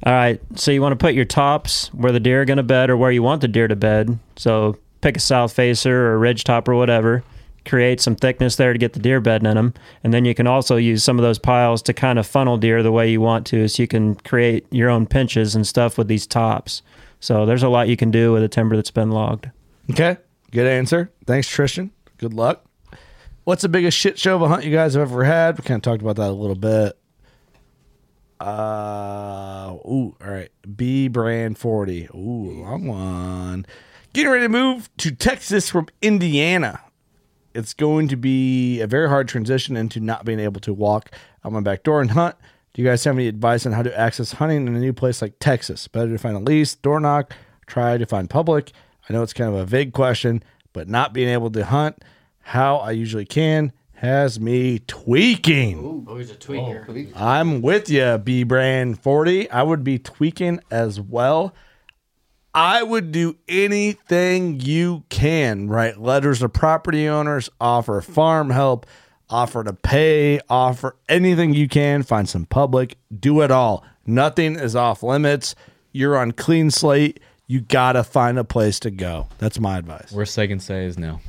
All right. So you want to put your tops where the deer are going to bed or where you want the deer to bed. So pick a south facer or a ridge top or whatever. Create some thickness there to get the deer bedding in them. And then you can also use some of those piles to kind of funnel deer the way you want to. So you can create your own pinches and stuff with these tops. So there's a lot you can do with a timber that's been logged. Okay. Good answer. Thanks, Tristan. Good luck. What's the biggest shit show of a hunt you guys have ever had? We kind of talked about that a little bit. Uh, ooh, all right. B brand 40. Ooh, long one. Getting ready to move to Texas from Indiana. It's going to be a very hard transition into not being able to walk out my back door and hunt. Do you guys have any advice on how to access hunting in a new place like Texas? Better to find a lease, door knock, try to find public. I know it's kind of a vague question, but not being able to hunt how I usually can has me tweaking. Oh, he's a tweaker. I'm with you, B Brand 40. I would be tweaking as well. I would do anything you can, write letters to property owners, offer farm help, offer to pay, offer anything you can, find some public, do it all. Nothing is off limits. You're on clean slate. You got to find a place to go. That's my advice. Worst they can say is no.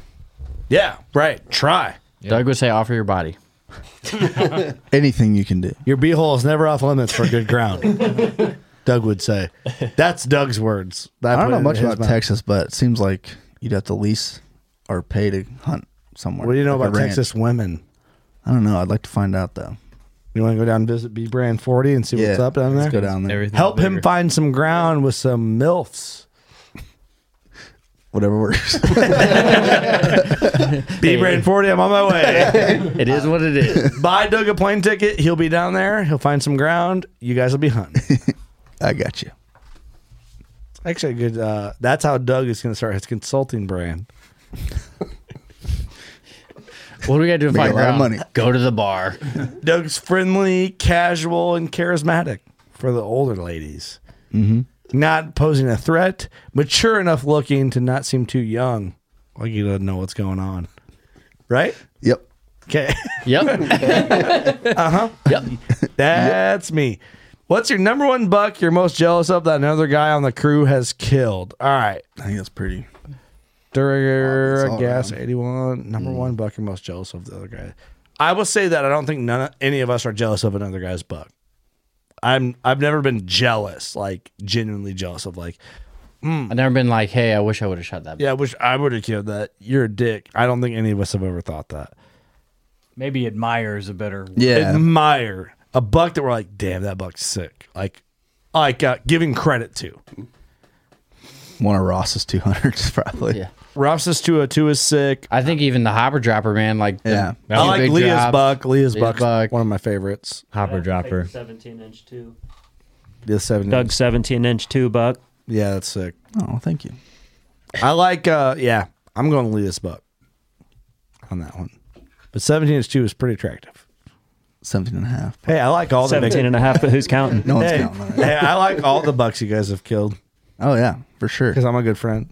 Yeah, right. Try. Doug would say, offer your body. Anything you can do. Your b hole is never off limits for good ground. Doug would say. That's Doug's words. That I don't put know it much in his about mouth. Texas, but it seems like you'd have to lease or pay to hunt somewhere. What do you know like a about ranch. Texas women? I don't know. I'd like to find out though. You want to go down and visit B Brand 40 and see what's Yeah, up down there? let's go down there. Everything's Help him bigger. find some ground with some MILFs. Whatever works. B Brand 40, I'm on my way. it is what it is. Buy Doug a plane ticket. He'll be down there. He'll find some ground. You guys will be hunting. I got you. Actually, a good. Uh, that's how Doug is going to start his consulting brand. What do we got to do to find ground? Go to the bar. Doug's friendly, casual, and charismatic. for the older ladies. Mm-hmm. Not posing a threat, mature enough looking to not seem too young. Like you don't know what's going on. Right? Yep. Okay. Yep. uh huh. Yep. That's me. What's your number one buck you're most jealous of that another guy on the crew has killed? All right. I think that's pretty. Durga all Gas around. Mm. 81. Number one buck you're most jealous of the other guy. I will say that I don't think none of, any of us are jealous of another guy's buck. I'm I've never been jealous, like genuinely jealous of like mm. I've never been like, hey, I wish I would have shot that. yeah, I wish I would have killed that. You're a dick. I don't think any of us have ever thought that. Maybe admire is a better. Admire a buck that we're like, damn, that buck's sick. Like like uh, giving credit to. One of Ross's 200s, probably. Yeah. Ross's 202 is sick. I think even the hopper dropper, man, like Yeah. the I like big Leah's drops. buck. Leah's, buck's one of my favorites. Hopper dropper. 17 inch too. The seven. Doug's 17 inch two buck. Yeah, that's sick. Oh, thank you. I like. uh Yeah, I'm going to lead this buck on that one. But 17 inch two is pretty attractive. 17 and a half. Hey, I like all the 17 and a half, but who's counting? No one's hey, counting on it. hey, I like all the bucks you guys have killed. Oh, yeah, for sure. Because I'm a good friend.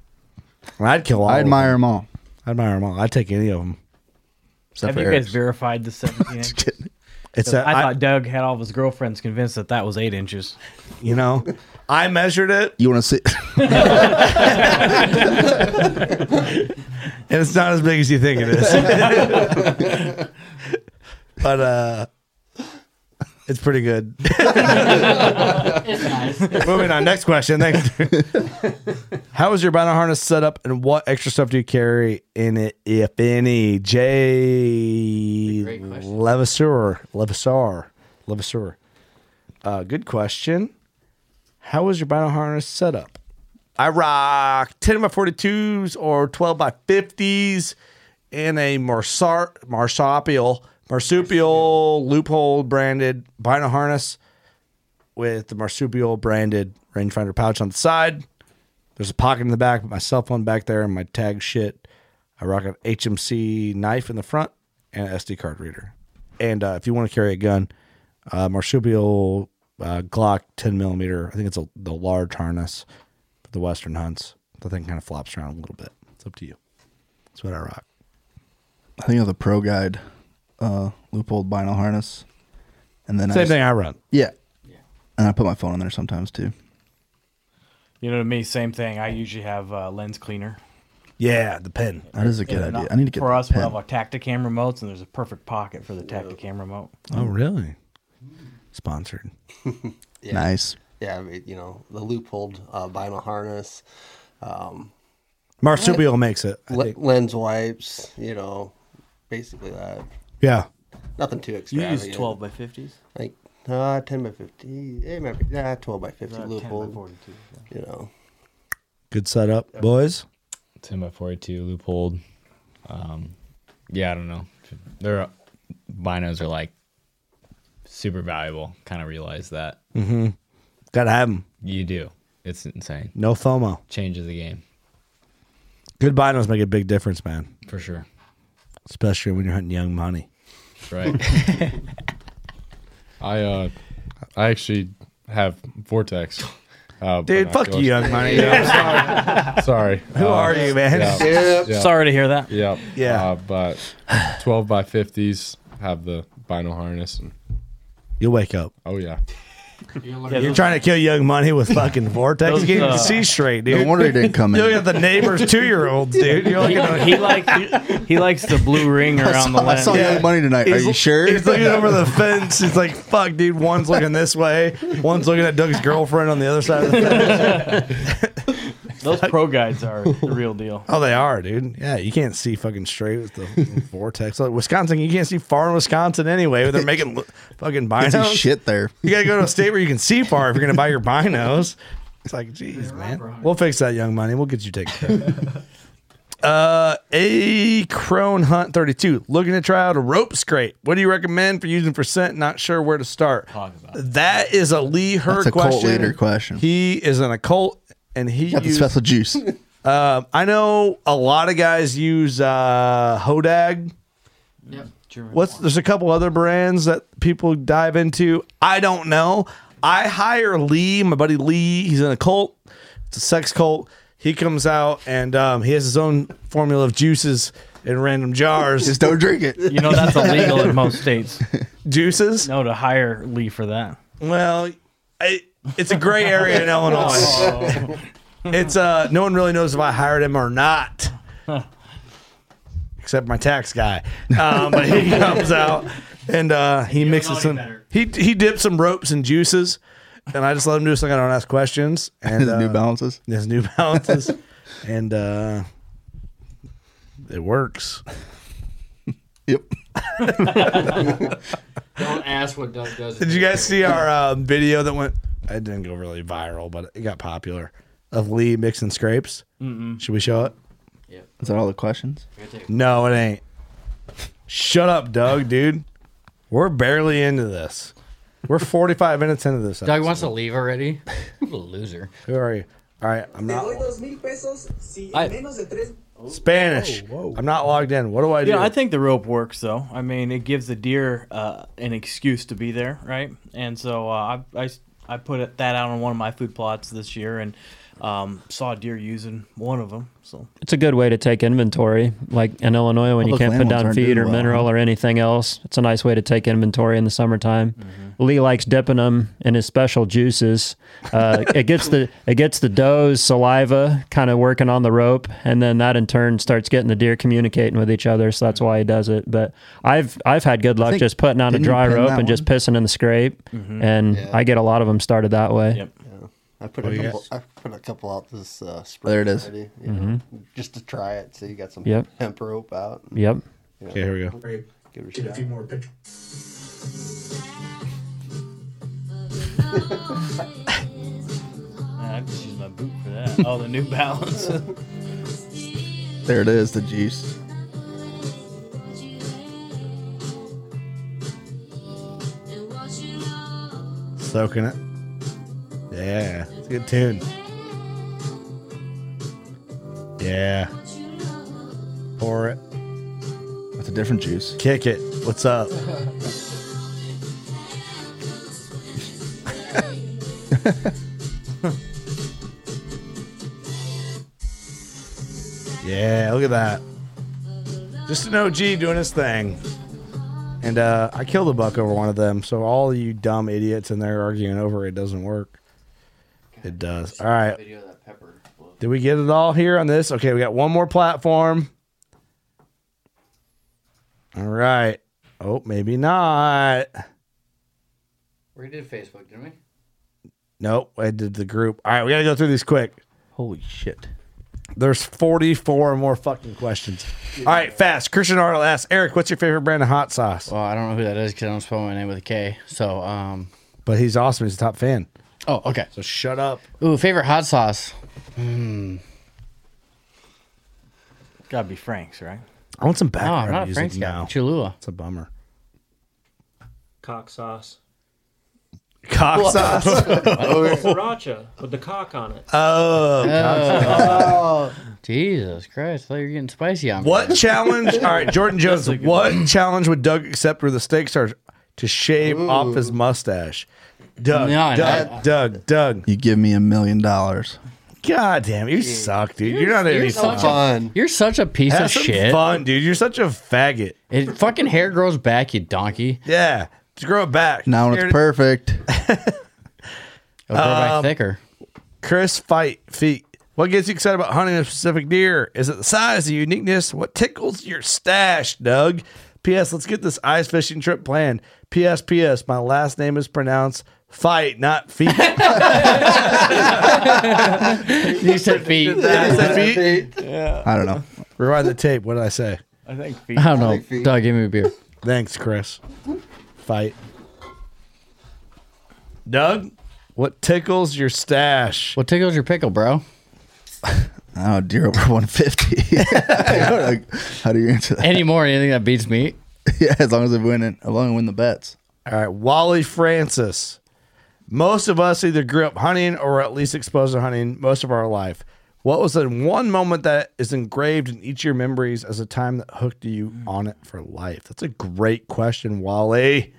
And I'd kill all. I of admire them. them all. I admire them all. I'd take any of them. Have you guys verified the 17 inch? It's It's a- I I- thought Doug had all of his girlfriends convinced that that was eight inches. You know, I measured it. You want to see? and it's not as big as you think it is. but uh it's pretty good. It's nice. Moving on. Next question. Thanks. How is your battle harness set up and what extra stuff do you carry in it, if any? Jay Levasseur. Levasseur. Levasseur. Uh, good question. How is your battle harness set up? I rock 10 by 42s or 12 by 50s in a marsar- marsupial, marsupial loophole branded vinyl harness with the marsupial branded rangefinder pouch on the side. There's a pocket in the back, but my cell phone back there and my tag shit. I rock an HMC knife in the front and an SD card reader. And uh, if you want to carry a gun, uh, marsupial uh, Glock 10 millimeter. I think it's a, the large harness for the Western hunts. The thing kind of flops around a little bit. It's up to you. That's what I rock. I think of the Pro Guide uh, loophole vinyl harness, and then Same just- thing I run. Yeah. and I put my phone in there sometimes too. You know, to me, same thing. I usually have uh, lens cleaner. Yeah, the pen. That is a good And, uh, idea. I need to get for that us. We pen. have our Tacticam remotes, and there's a perfect pocket for the Tacticam remote. Oh, really? Sponsored. Yeah. Nice. Yeah, I mean, you know, the loopholed uh, vinyl harness, um, Marsupial makes it. I le- think. lens wipes, you know, basically that. Yeah. Nothing too You extravagant. use 12 by 50s? Like, uh, 10 by 50. It might be, nah, 12 by 50 Uh, 10 by loophole. 42, You know. Good setup, boys. 10 by 42 loophole. Um, yeah, I don't know. They're binos are like super valuable. Kind of realize that Mm-hmm. Gotta have them. you do. It's insane. No FOMO. Changes the game Good binos make a big difference, man. for sure. Especially when you're hunting young money. Right. I uh, I actually have Vortex. Uh, Dude, fuck you, binoculars. Young Money. sorry. sorry. Uh, Who are you, man? Yep. Sorry to hear that. Yep. Yeah. Uh, but 12 by 50s have the vinyl harness. And, You'll wake up. oh, yeah. You're trying to kill young money with fucking vortex. Those, You can't even uh, see straight, dude. No wonder he didn't come in. You look at the neighbor's two year olds, dude. You're looking at He likes he likes the blue ring I around the saw- I lens. saw Young Yeah. Money tonight. Are He's- you sure? He's looking over the fence. He's like, fuck, dude. One's looking this way, one's looking at Doug's girlfriend on the other side of the fence. Those pro guides are the real deal. Oh, they are, dude. Yeah, you can't see fucking straight with the vortex. Like Wisconsin, you can't see far in Wisconsin anyway. They're making lo- fucking It's binos. shit there. You gotta go to a state where you can see far if you're gonna buy your binos. It's like, jeez, man. We'll fix that, young money. We'll get you taken care of. Uh, a crone hunt 32. Looking to try out a rope scrape. What do you recommend for using percent? Not sure where to start. That is a Lee Her That's a cult question. leader question. He is an occult and he Got the used- special juice. Um, I know a lot of guys use uh, Hodag. Yep. What's there's a couple other brands that people dive into. I don't know. I hire Lee, my buddy Lee. He's in a cult. It's a sex cult. He comes out and um, he has his own formula of juices in random jars. Just don't drink it. You know Oh, that's illegal in most states. Juices? No, to hire Lee for that. Well, I, it's a gray area in Illinois. Oh. It's uh, no one really knows if I hired him or not, except my tax guy. Um, but he comes out and uh, he mixes some. He he dips some ropes and juices, and I just let him do something. I don't ask questions. And His New Balances. His New Balances, and uh, it works. Yep. Don't ask what Doug does. Did you guys see our uh, video that went? It didn't go really viral, but it got popular. Of Lee mixing scrapes. Mm-mm. Should we show it? Is that all the questions? No, it ain't. Shut up, Doug, dude. We're barely into this. We're 45 minutes into this. Doug wants episode. to leave already. What a loser. Who are you? All right, I'm not I- Spanish. I'm not logged in. What do I do? Yeah, I think the rope works though. I mean, it gives the deer uh, an excuse to be there, right? And so uh, I, I s- I put it, that out on one of my food plots this year and um, saw a deer using one of them. So It's a good way to take inventory, like in Illinois when you Public can't put land ones down aren't feed doing or well, mineral or anything else. It's a nice way to take inventory in the summertime. Mm-hmm. Lee likes dipping them in his special juices. Uh, it gets the it gets the doe's saliva kind of working on the rope, and then that in turn starts getting the deer communicating with each other. So that's why he does it. But I've I've had good luck think- just putting on a didn't you dry pin rope that and just pissing in the scrape, Mhm. and Yeah. I get a lot of them started that way. I put Oh, What do a you couple. I put a couple out this uh, spring. There it is. already, you know, Mhm. just to try it. So you got some Yep. hemp rope out. Yep. You know, Okay, here we go. Give it a, shot. more pictures. man, I just used my boot for that. Oh, the New Balance. There it is, the juice. Soaking it. Yeah, it's a good tune. Yeah. Pour it. That's a different juice. Kick it. What's up? yeah, look at that. Just an OG doing his thing. And uh, I killed a buck over one of them. So all you dumb idiots in there arguing over it doesn't work. It does. All right. Did we get it all here on this? Okay, we got one more platform. All right. Oh, maybe not. We did Facebook, didn't we? Nope, I did the group. All right, we got to go through these quick. Holy shit. There's 44 more fucking questions. All right, fast. Christian Arnold asks, Eric, what's your favorite brand of hot sauce? Well, I don't know who that is because I don't spell my name with a K. So, um, But he's awesome. He's a top fan. oh, okay. So shut up. Ooh, favorite hot sauce. Hmm. Gotta be Frank's, right? I want some No, background Oh, I'm not a music Frank's guy. now. Cholula. It's a bummer. Cock sauce. Cock sauce. Sriracha with the cock on it. Oh, Oh. Jesus Christ. I thought you were getting spicy on me. What challenge? All right, Jordan Jones. What challenge would Doug accept where the stakes are to shave off his mustache? Doug, No, Doug, I- Doug, Doug. You give me a million dollars. God damn, you suck, dude. You're, not any such a- fun. you're such a piece Have of some shit. fun, dude. You're such a faggot. It fucking hair grows back, you donkey. Yeah, just grow it back. Now when Scared- it's perfect. It'll grow Um, back thicker. Chris Fight Feet. What gets you excited about hunting a specific deer? Is it the size, the uniqueness? What tickles your stash, Doug? P.S. Let's get this ice fishing trip planned. P.S. P.S. My last name is pronounced Fight, not Feet. you said feet. I said feet. I don't know. Rewind the tape. What did I say? I think feet. I don't know. Doug, give me a beer. Thanks, Chris. Fight. Doug, what tickles your stash? What tickles your pickle, bro? Oh, deer over 150. Like, how do you answer that? Any more anything that beats meat? Yeah, as long as I win it, as long as I win the bets. All right, Wally Francis. Most of us either grew up hunting or were at least exposed to hunting most of our life. What was the one moment that is engraved in each of your memories as a time that hooked you on it for life? That's a great question, Wally.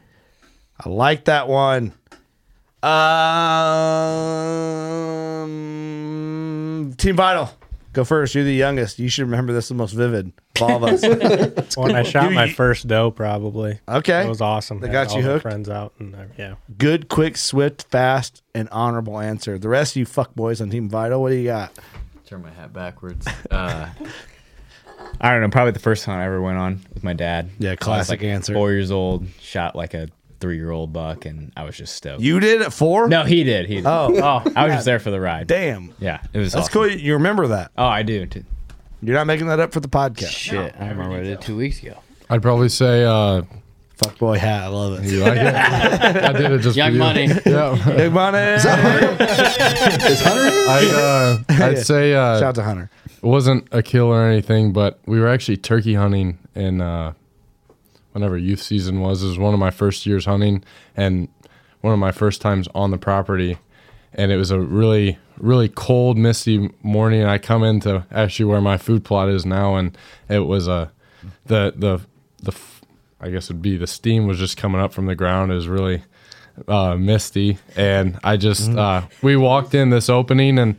I like that one. Um, Team Vital, go first. You're the youngest. You should remember this the most vivid of all of us. when I shot You- my you- first doe, probably. Okay. it was awesome. They Had got you all my hooked? Friends out and I- yeah. Good, quick, swift, fast, and honorable answer. The rest of you fuck boys on Team Vital, what do you got? Turn my hat backwards. Uh, I don't know. Probably the first hunt I ever went on with my dad. Yeah, classic answer. Four years old, shot like a three-year-old buck, and I was just stoked. You did at four? No, he did. He did. Oh, oh, I was God. just there for the ride. Damn. Yeah, it was. That's awesome. cool. You remember that? Oh, I do. Too. You're not making that up for the podcast. Shit, I remember I did two weeks ago. I'd probably say uh, fuck boy hat. I love it. You like it? I did it just Young for you. Money. Yeah, Big money. I'd, uh, I'd say uh, Shout out to Hunter. It wasn't a kill or anything, but we were actually turkey hunting in uh, whenever youth season was. It was one of my first years hunting and one of my first times on the property. And it was a really, really cold, misty morning. And I come into actually where my food plot is now, and it was a the the the f- I guess it'd be the steam was just coming up from the ground. It was really uh, misty, and I just Mm. uh, we walked in this opening, and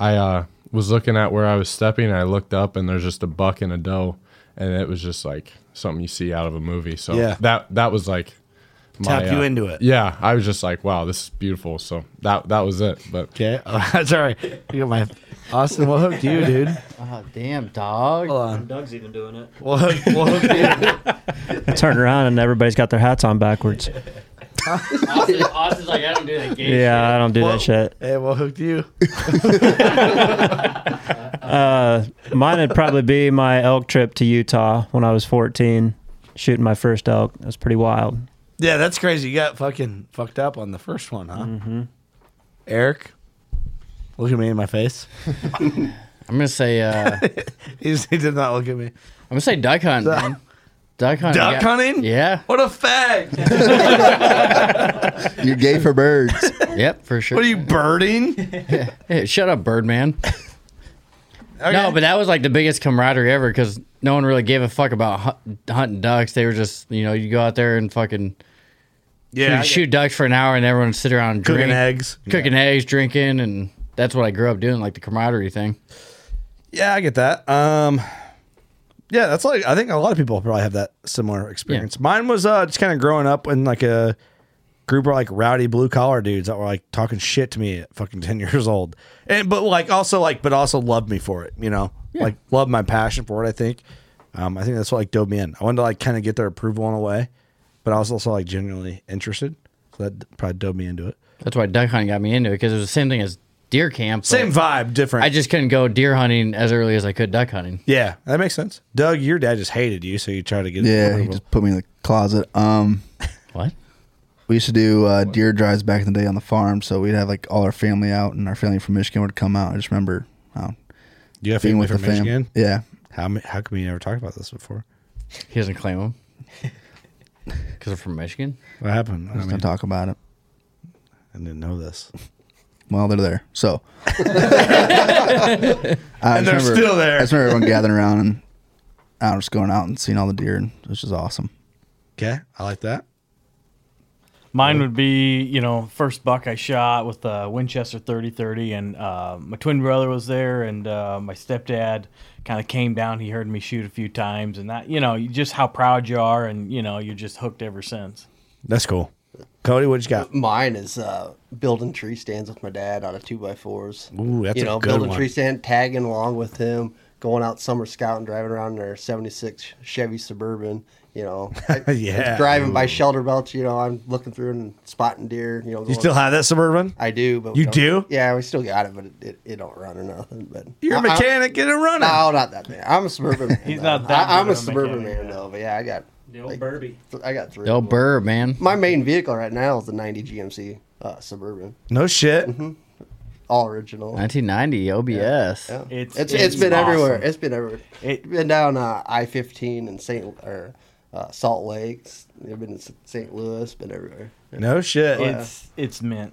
I uh, was looking at where I was stepping. And I looked up, and there's just a buck and a doe, and it was just like something you see out of a movie. So Yeah. that that was like uh, Tap you into it. Yeah, I was just like, wow, this is beautiful. So that that was it. But okay, that's all right. You got my Austin. What hooked you, dude? Oh, damn, dog. Hold on. Doug's even doing it. What hooked, what hooked you? Turn around and everybody's got their hats on backwards. Austin, Austin's like, I don't do that game. Yeah, I don't do that shit. Hey, what hooked you? Uh, mine would probably be my elk trip to Utah when I was 14, shooting my first elk. It was pretty wild. Yeah, that's crazy. You got fucking fucked up on the first one, huh? Mm-hmm. Eric, look at me in my face. I'm gonna say uh, he, just- he did not look at me. I'm gonna say duck hunt. man. Duck hunt. Duck yeah. hunting? Yeah. What a fag! You're gay for birds. Yep, for sure. What are you birding? Hey, shut up, Birdman. No, but that was like the biggest camaraderie ever because no one really gave a fuck about hunt, hunting ducks. They were just, you know, you go out there and fucking Yeah, shoot, I get- shoot ducks for an hour and everyone sit around and Cooking drink, eggs. cooking eggs, drinking, and that's what I grew up doing, like the camaraderie thing. Yeah, I get that. Um, yeah, that's like I think a lot of people probably have that similar experience. Mine was uh, just kind of growing up in like a group of like rowdy blue collar dudes that were like talking shit to me at fucking ten years old, and but like also like but also loved me for it. You know, Yeah. like loved my passion for it. I think. Um, I think that's what like dove me in. I wanted to like kind of get their approval in a way, but I was also like genuinely interested. So that probably dove me into it. That's why duck hunting got me into it because it was the same thing as deer camp. Same vibe, different. I just couldn't go deer hunting as early as I could duck hunting. Yeah, that makes sense. Doug, your dad just hated you, so you tried to get Yeah, he approval. just put me in the closet. Um, what? We used to do uh, deer drives back in the day on the farm, so we'd have like all our family out, and our family from Michigan would come out. I just remember, um, You have being family with from the fam. Michigan? Yeah, How ma- how come we never talked about this before? He doesn't claim them because they're from Michigan. What happened? I was gonna talk about it. I didn't know this. Well, they're there, so I And just they're still there. I just remember everyone gathering around and I was just going out and seeing all the deer, and it was just awesome. Okay, I like that. Mine would be, you know, first buck I shot with a Winchester 3030, and uh, my twin brother was there, and uh, my stepdad kind of came down. He heard me shoot a few times, and that, you know, you- just how proud you are, and you know, you're just hooked ever since. That's cool. Cody, what you got? Mine is uh, building tree stands with my dad out of two by fours. Ooh, that's you a know, good building one. tree stand, tagging along with him, going out summer scouting, driving around in our '76 Chevy Suburban. You know, I- Yeah. driving by Ooh. shelter belts. You know, I'm looking through and spotting deer. You know, You still have that suburban? I do, but we You don't- do? Yeah, we still got it, but it, it, it don't run or nothing. But You're a I- I- mechanic, get it running. No, not that man. I'm a suburban. man, He's though. not that I, I'm good a of a suburban mechanic, man though, but yeah, I got the old Burby. I got three. No of them. burr, man. My main vehicle right now is the '90 GMC uh, Suburban, No shit. all original. 1990 OBS. Mm-hmm. Yeah. It's, it's been everywhere. It's been everywhere. It's been down uh, I-15 and Saint or uh, Salt Lakes. It's been in S- St. Louis. Been everywhere. No shit. Yeah. It's it's mint.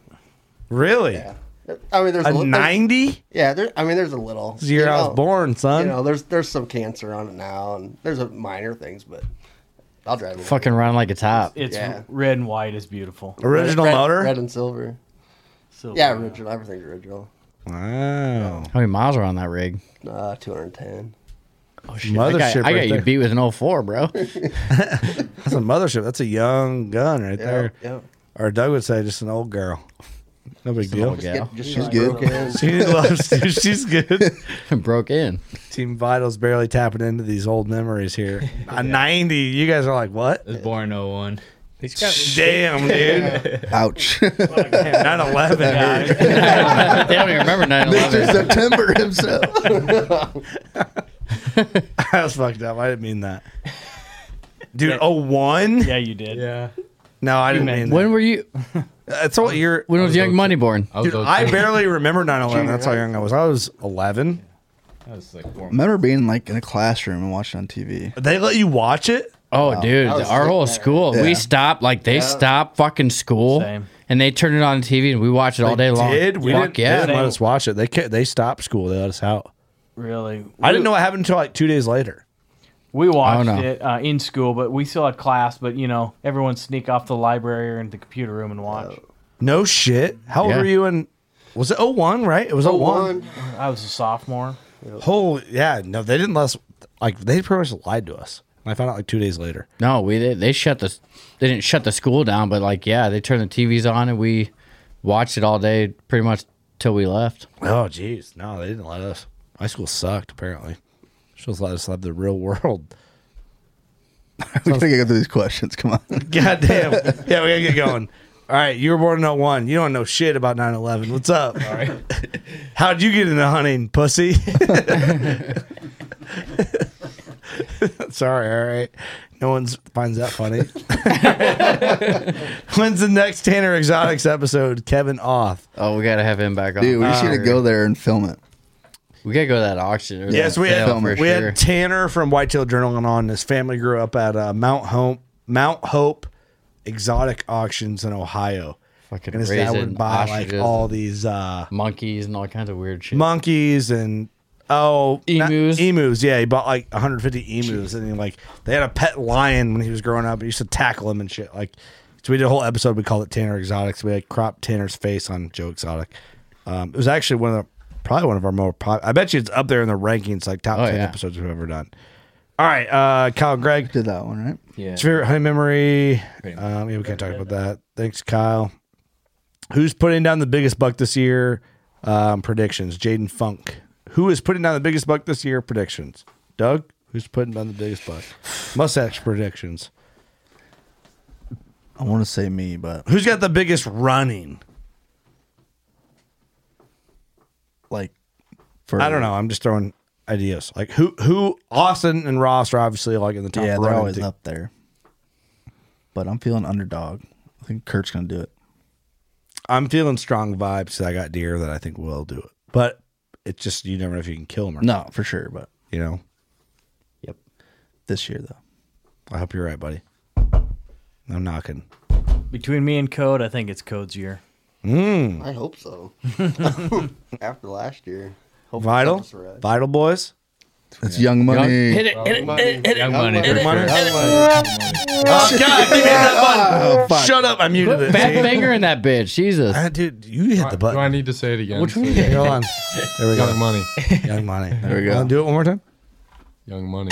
Really? I mean, there's A li- there's- 90? Yeah, there. I mean, there's a little. It's the year you I was know, born, son. You know, there's there's some cancer on it now, and there's a minor things, but I'll drive it. Fucking run like a top. It's Yeah. red and white is beautiful. Red- red- Red and silver. yeah, original. Everything's original. Wow. How many miles are on that rig? Uh, 210. Oh, shit. I got, I got you beat with an 04, bro. That's a mothership. That's a young gun right Yeah, there. yeah. Or Doug would say, just an old girl. No big deal. old Just gal. get- just she's like broke in. good. she loves to. She's good. Broke in. Team Vital's barely tapping into these old memories here. A 90. You guys are like, what? It's born 01. Damn, dude. Ouch. 9 11. They don't even remember 9 Mr. September himself. I was fucked up. I didn't mean that. Dude, oh one. Yeah, you did. Yeah. No, I didn't mean that. When were you? That's all you're. When was Young Money born? Dude, I barely remember 9 11. That's how young I was. I was 11. That was like I remember being like in a classroom and watching on TV. They let you watch it? Oh, Wow. dude, I was our sick whole there. school. Yeah. We stopped. Like they Yeah. stopped fucking school, Same. and they turned it on TV, and we watched it all day long. Did we Fuck didn't, yeah, they didn't let us watch it. They ca- they stopped school. They let us out. Really? I didn't know what happened until like two days later. We watched Oh, no. it uh, in school, but we still had class. But you know, everyone sneak off to the library or in the computer room and watch. No shit. How old Yeah. were you in? Was it 01, right? It was 01. I was a sophomore. Holy, yeah. No, they didn't let us. Like, they pretty much lied to us. And I found out like two days later. No, we did. They shut the. They didn't shut the school down, but like yeah, they turned the TVs on, and we watched it all day, pretty much till we left. Oh, jeez. No, they didn't let us. My school sucked, apparently. She was let us live the real world. we gotta get through these questions. Come on. God damn. yeah, we gotta get going. All right, you were born in 01. You don't know shit about 9 11. What's up? All right. How'd you get into hunting, pussy? Sorry, all right. No one finds that funny. When's the next Tanner Exotics episode? Kevin Off. Oh, we gotta have him back on. Uh, Dude, we just need to go there and film it. We gotta go to that auction. or Yes, that we had sale for we sure. had Tanner from Whitetail Journaling on. His family grew up at uh, Mount Hope Mount Hope Exotic Auctions in Ohio. Fucking and his dad raising would buy like ostriches all and these uh, monkeys and all kinds of weird shit. monkeys and oh emus emus yeah he bought like 150 emus and he like they had a pet lion when he was growing up he used to tackle him and shit like so we did a whole episode we called it Tanner Exotics we had cropped Tanner's face on Joe Exotic um, it was actually one of the probably one of our more pop- I bet you it's up there in the rankings like top 10 episodes we've ever done all right uh, Kyle and Greg did that one right yeah favorite honey memory um, yeah we can't talk about that thanks Kyle Who's putting down the biggest buck this year? Um, predictions. Jaden Funk. Who is putting down the biggest buck this year? Predictions. Doug, who's putting down the biggest buck? Mustache predictions. I want to say me, but Who's got the biggest running? Like, I don't know. I'm just throwing ideas. Like who? Who? Austin and Ross are obviously like in the top. yeah, they're running always team. up there. But I'm feeling underdog. I think Kurt's gonna do it. I'm feeling strong vibes that I got deer that I think will do it. But it's just you never know if you can kill them or No, for sure. But you know, yep. This year though, I hope you're right, buddy. I'm knocking. Between me and Code, I think it's Code's year. Mm. I hope so. After last year. Hope Vital, it's right. vital boys. It's young money. hit it, Oh, hit it, hit it, hit it. Young money. Money, Young for money. sure. Young Oh, God, you hit that button. Oh, fuck. Shut up. I muted Quit it. back see? fingering that bitch. Jesus. Uh, dude, you hit the button. Do I need to say it again? Which one? Hold on. There we go. Young money. Young money. There we go. Wanna Do it one more time. Young money.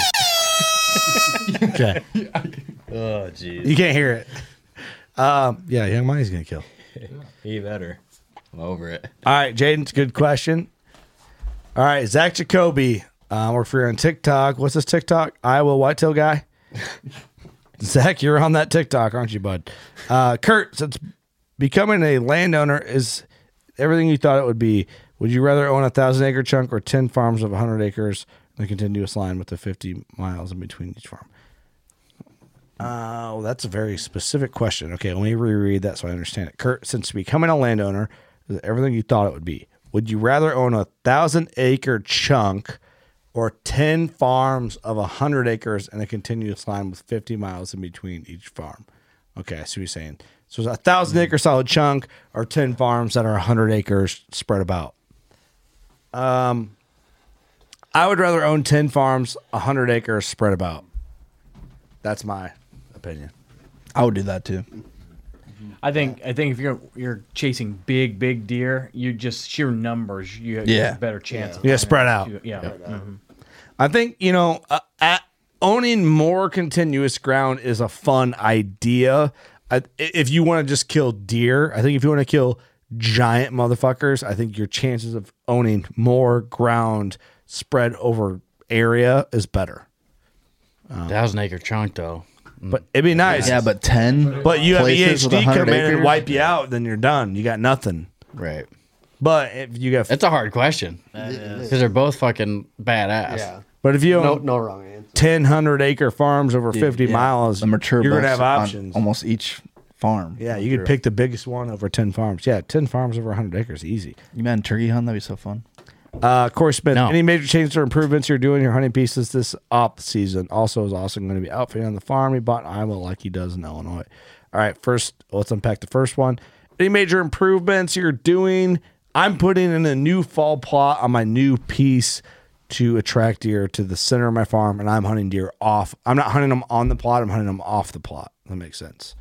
Okay. Oh, jeez. You can't hear it. Um, yeah, Young Money's gonna kill. He better. I'm over it. All right, Jaden, it's a good question. All right, Zach Jacoby. Um, we're free on TikTok. What's this TikTok? Iowa Whitetail guy. Zach, you're on that TikTok, aren't you, bud? Uh, Kurt, since becoming a landowner is everything you thought it would be, would you rather own a thousand acre chunk or ten farms of hundred acres in a continuous line with the fifty miles in between each farm? Oh, that's a very specific question. Okay, let me reread that so I understand it. Kurt, since becoming a landowner is everything you thought it would be, would you rather own a thousand acre chunk or 10 farms of 100 acres and a continuous line with 50 miles in between each farm? Okay, I see what you're saying. So it's a thousand acre solid chunk or 10 farms that are 100 acres spread about. Um, I would rather own 10 farms, 100 acres spread about. That's my opinion. I would do that too. I think I think if you're you're chasing big big deer, you just sheer numbers, you have, you Yeah. have a better chance. of Yeah, finding spread out. Yeah. Mhm. I think you know uh, uh owning more continuous ground is a fun idea. I, if you want to just kill deer, I think if you want to kill giant motherfuckers, I think your chances of owning more ground spread over area is better. Um, Thousand acre chunk though, Mm. but it'd be nice. Yeah, but ten. But you have places with EHD 100 come in and acres? wipe you out, then you're done. You got nothing. Right. But if you got, that's a hard question is. because they're both fucking badass. Yeah. But if you own no wrong answer. ten hundred acre farms over fifty Yeah. miles, The mature you're gonna bucks have on options. almost each farm. Yeah, you could pick the biggest one over 10 farms. Yeah, 10 farms over 100 acres, easy. You man, turkey hunt, that'd be so fun. Uh, Corey Smith, No. any major changes or improvements you're doing in your hunting pieces this off season? Also, is also going to be outfitting on the farm he bought in Iowa like he does in Illinois. All right, first, let's unpack the first one. Any major improvements you're doing? I'm putting in a new fall plot on my new piece to attract deer to the center of my farm, and I'm hunting deer off. I'm not hunting them on the plot, I'm hunting them off the plot. That makes sense.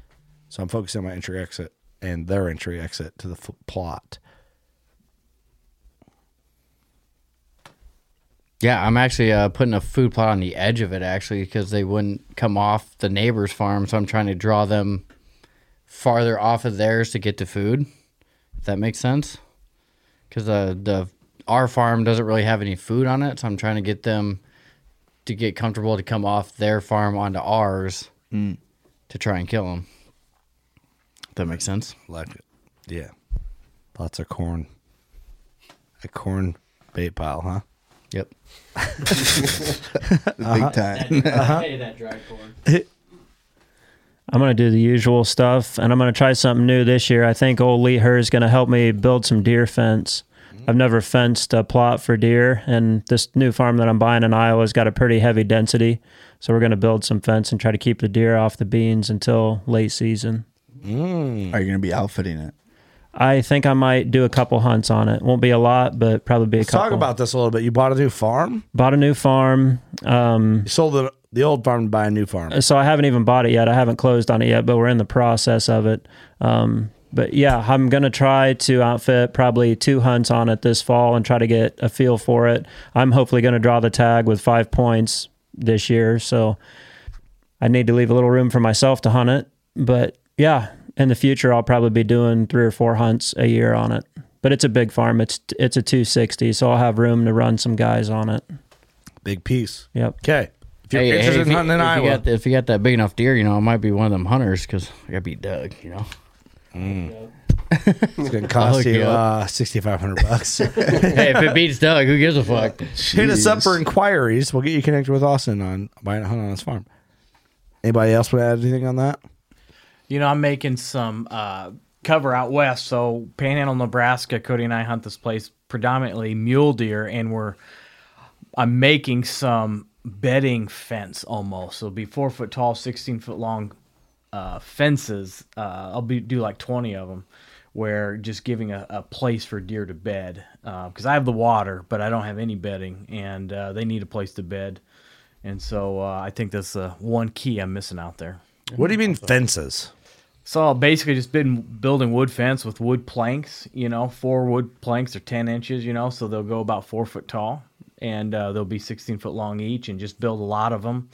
So I'm focusing on my entry exit and their entry exit to the f- plot. Yeah, I'm actually uh, putting a food plot on the edge of it actually because they wouldn't come off the neighbor's farm, so I'm trying to draw them farther off of theirs to get to food. If that makes sense, because uh, the our farm doesn't really have any food on it, so I'm trying to get them to get comfortable to come off their farm onto ours Mm. to try and kill them. If that makes sense. Like it. Yeah. Lots of corn. A corn bait pile, huh? Yep. Uh-huh. Uh-huh. I'm going to do the usual stuff and I'm going to try something new this year. I think old Lee Hur is going to help me build some deer fence. Mm-hmm. I've never fenced a plot for deer, and this new farm that I'm buying in Iowa has got a pretty heavy density. So we're going to build some fence and try to keep the deer off the beans until late season. Mm. Are you gonna be outfitting it? I think I might do a couple hunts on it. Won't be a lot, but probably be a Let's couple. talk about this a little bit. You bought a new farm? Bought a new farm. Um, you sold the, the old farm to buy a new farm. So I haven't even bought it yet. I haven't closed on it yet, but we're in the process of it. Um, but yeah, I'm gonna try to outfit probably two hunts on it this fall and try to get a feel for it. I'm hopefully gonna draw the tag with five points this year, so I need to leave a little room for myself to hunt it. But yeah, in the future I'll probably be doing three or four hunts a year on it. But it's a big farm. It's it's a 260, so I'll have room to run some guys on it. Big piece. Yep. Okay. If you're Hey, hey, interested if in you- hunting in if Iowa, You got, if you got that big enough deer, you know, I might be one of them hunters because I got to beat Doug, you know? Mm. it's going to I'll cost hook you you up. uh, 6500 bucks. hey, if it beats Doug, who gives a fuck? Hit us up for inquiries. We'll get you connected with Austin on buying a hunt on his farm. Anybody else want to add anything on that? You know, I'm making some uh, cover out west. So, Panhandle, Nebraska, Cody and I hunt this place predominantly mule deer, and we're I'm making some bedding fence almost. So, it'll be four foot tall, 16 foot long uh, fences. Uh, I'll be do like 20 of them, where just giving a, a place for deer to bed because I have the water, but I don't have any bedding, and uh, they need a place to bed. And so, uh, I think that's the one key I'm missing out there. What do you mean fences? So basically, just been building wood fence with wood planks. You know, four wood planks are ten inches. You know, so they'll go about four foot tall, and uh, they'll be sixteen foot long each, and just build a lot of them.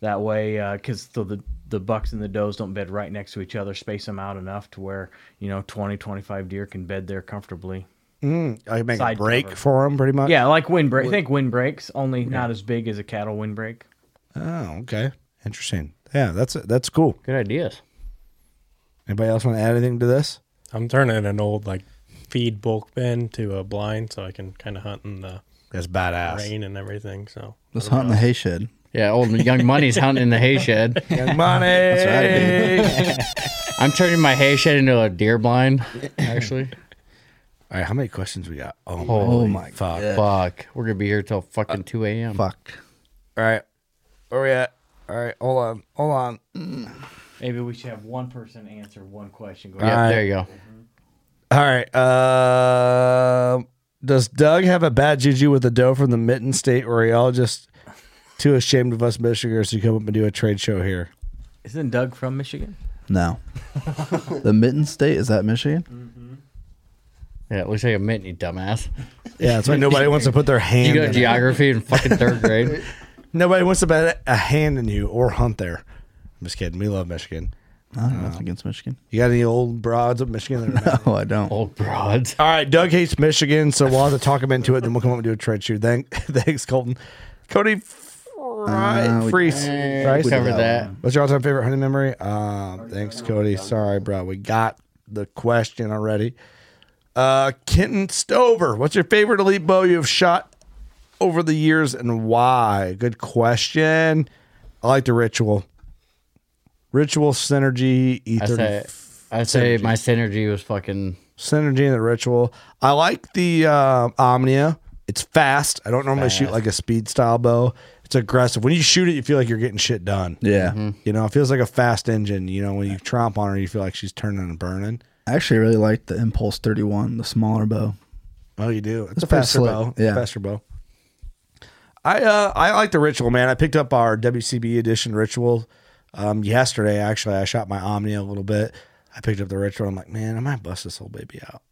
That way, because so the the bucks and the does don't bed right next to each other, space them out enough to where you know 20, 25 deer can bed there comfortably. Mm, I make Side a break cover. for him, pretty much. Yeah, like windbreak. Wood. Think windbreaks, only not as big as a cattle windbreak. Oh, okay. Interesting. Yeah, that's that's cool. Good ideas. Anybody else want to add anything to this? I'm turning an old like feed bulk bin to a blind so I can kind of hunt in the that's badass rain and everything. So Let's hunt in the hay shed. Yeah, old Young Money's hunting in the hay shed. Young Money. I'm turning my hay shed into a deer blind, actually. All right, how many questions we got? Oh, Holy my fuck. God. Fuck. We're going to be here till fucking 2 a.m. Fuck. All right, where we at? All right, hold on, hold on. Maybe we should have one person answer one question. Yeah, Alright. there you go. All right. Uh, does Doug have a bad juju with the doe from the Mitten State, or are y'all just too ashamed of us Michiganders to come up and do a trade show here? Isn't Doug from Michigan? No. the Mitten State is that Michigan? Yeah, it looks like a mint, you dumbass. Yeah, that's why nobody wants to put their hand You go in to it. geography in fucking third grade. Nobody wants to bet a hand in you or hunt there. I'm just kidding. We love Michigan. Um, I don't know if against Michigan. You got any old broads of Michigan? That no, I don't. Old broads. All right, Doug hates Michigan, so we'll have to talk him into it. Then we'll come up and do a trade shoot. Thank, thanks, Colton. Cody Fry, Uh, we- Freese. eh, Fries? we covered that. What's your all-time favorite hunting memory? Uh, thanks, Cody. Sorry, bro. We got the question already. Uh, Kenton Stover, what's your favorite elite bow you have shot over the years and why? Good question. I like the ritual. Ritual synergy. E I E30 say, I say synergy. my synergy was fucking. Synergy and the ritual. I like the uh, Omnia. It's fast. I don't normally shoot like a speed style bow. It's aggressive. When you shoot it, you feel like you're getting shit done. Yeah. Mhm. You know, it feels like a fast engine. You know, when you tromp on her, you feel like she's turning and burning. I actually really like the Impulse 31, the smaller bow. Oh, you do. It's, It's a pretty faster slick. bow. Yeah. It's a faster bow. I uh, I like the ritual, man. I picked up our WCB edition ritual um, yesterday. Actually, I shot my Omnia a little bit. I picked up the ritual. I'm like, man, I might bust this whole baby out.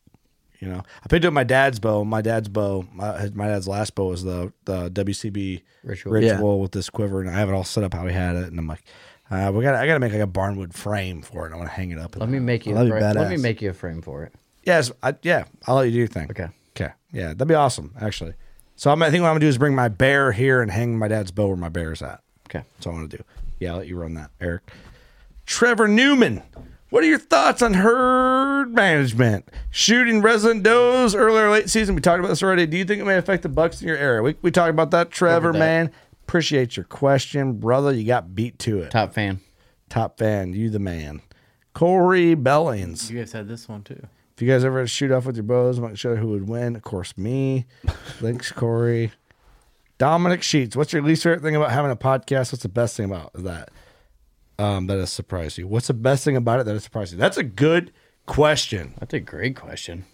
You know, I picked up my dad's bow. My dad's bow, my, my dad's last bow was the the WCB Ritual. ritual, Yeah. with this quiver, and I have it all set up how we had it. And I'm like, uh, we got I got to make like a barnwood frame for it. I want to hang it up. in Let the me house. make you. A frame, let me make you a frame for it. Yes, I, yeah. I'll let you do your thing. Okay. Okay. Yeah, that'd be awesome, actually. So I'm, I think what I'm gonna do is bring my bear here and hang my dad's bow where my bear's at. Okay. That's all I want to do. Yeah, I'll let you run that, Eric. Trevor Newman, what are your thoughts on herd management? Shooting resident does earlier late season. We talked about this already. Do you think it may affect the bucks in your area? We we talked about that, Trevor. that. Man, appreciate your question, brother. You got beat to it. Top fan. Top fan. You the man. Corey Bellings. You guys had this one too. If you guys ever had a shoot off with your bows, I'm not sure who would win. Of course, me. Thanks, Corey. Dominic Sheets, what's your least favorite thing about having a podcast? What's the best thing about that? Um, that has surprised you. What's the best thing about it that has surprised you? That's a good question. That's a great question.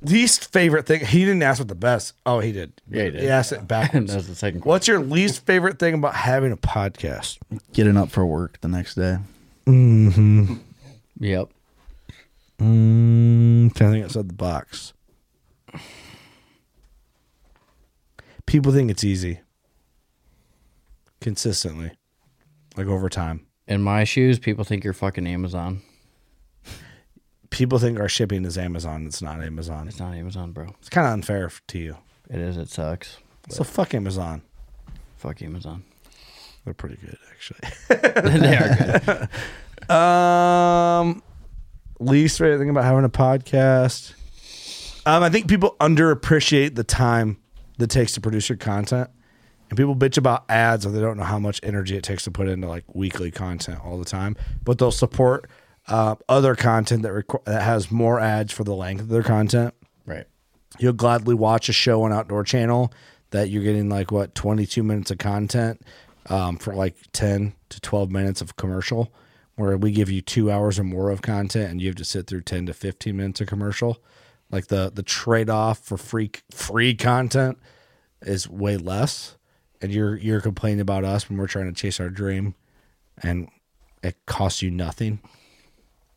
Least favorite thing. He didn't ask what the best. Oh, he did. Yeah, he did. asked it backwards. That was the second What's your least favorite thing about having a podcast? Getting up for work the next day. Mm-hmm. Yep. Mm, trying to think outside the box. People think it's easy. Consistently. Like over time. In my shoes, people think you're fucking Amazon. People think our shipping is Amazon. It's not Amazon. It's not Amazon, bro. It's kind of unfair f- to you. It is. It sucks. So fuck Amazon. Fuck Amazon. They're pretty good, actually. they are good. Um, least favorite thing about having a podcast. Um, I think people underappreciate the time that takes to produce your content, and people bitch about ads or they don't know how much energy it takes to put into like weekly content all the time. But they'll support uh, other content that requ- that has more ads for the length of their content. Right. You'll gladly watch a show on Outdoor Channel that you're getting like what 22 minutes of content um, for like 10 to 12 minutes of commercial, where we give you two hours or more of content and you have to sit through 10 to 15 minutes of commercial. Like the the trade off for free free content is way less, and you're you're complaining about us when we're trying to chase our dream, and it costs you nothing.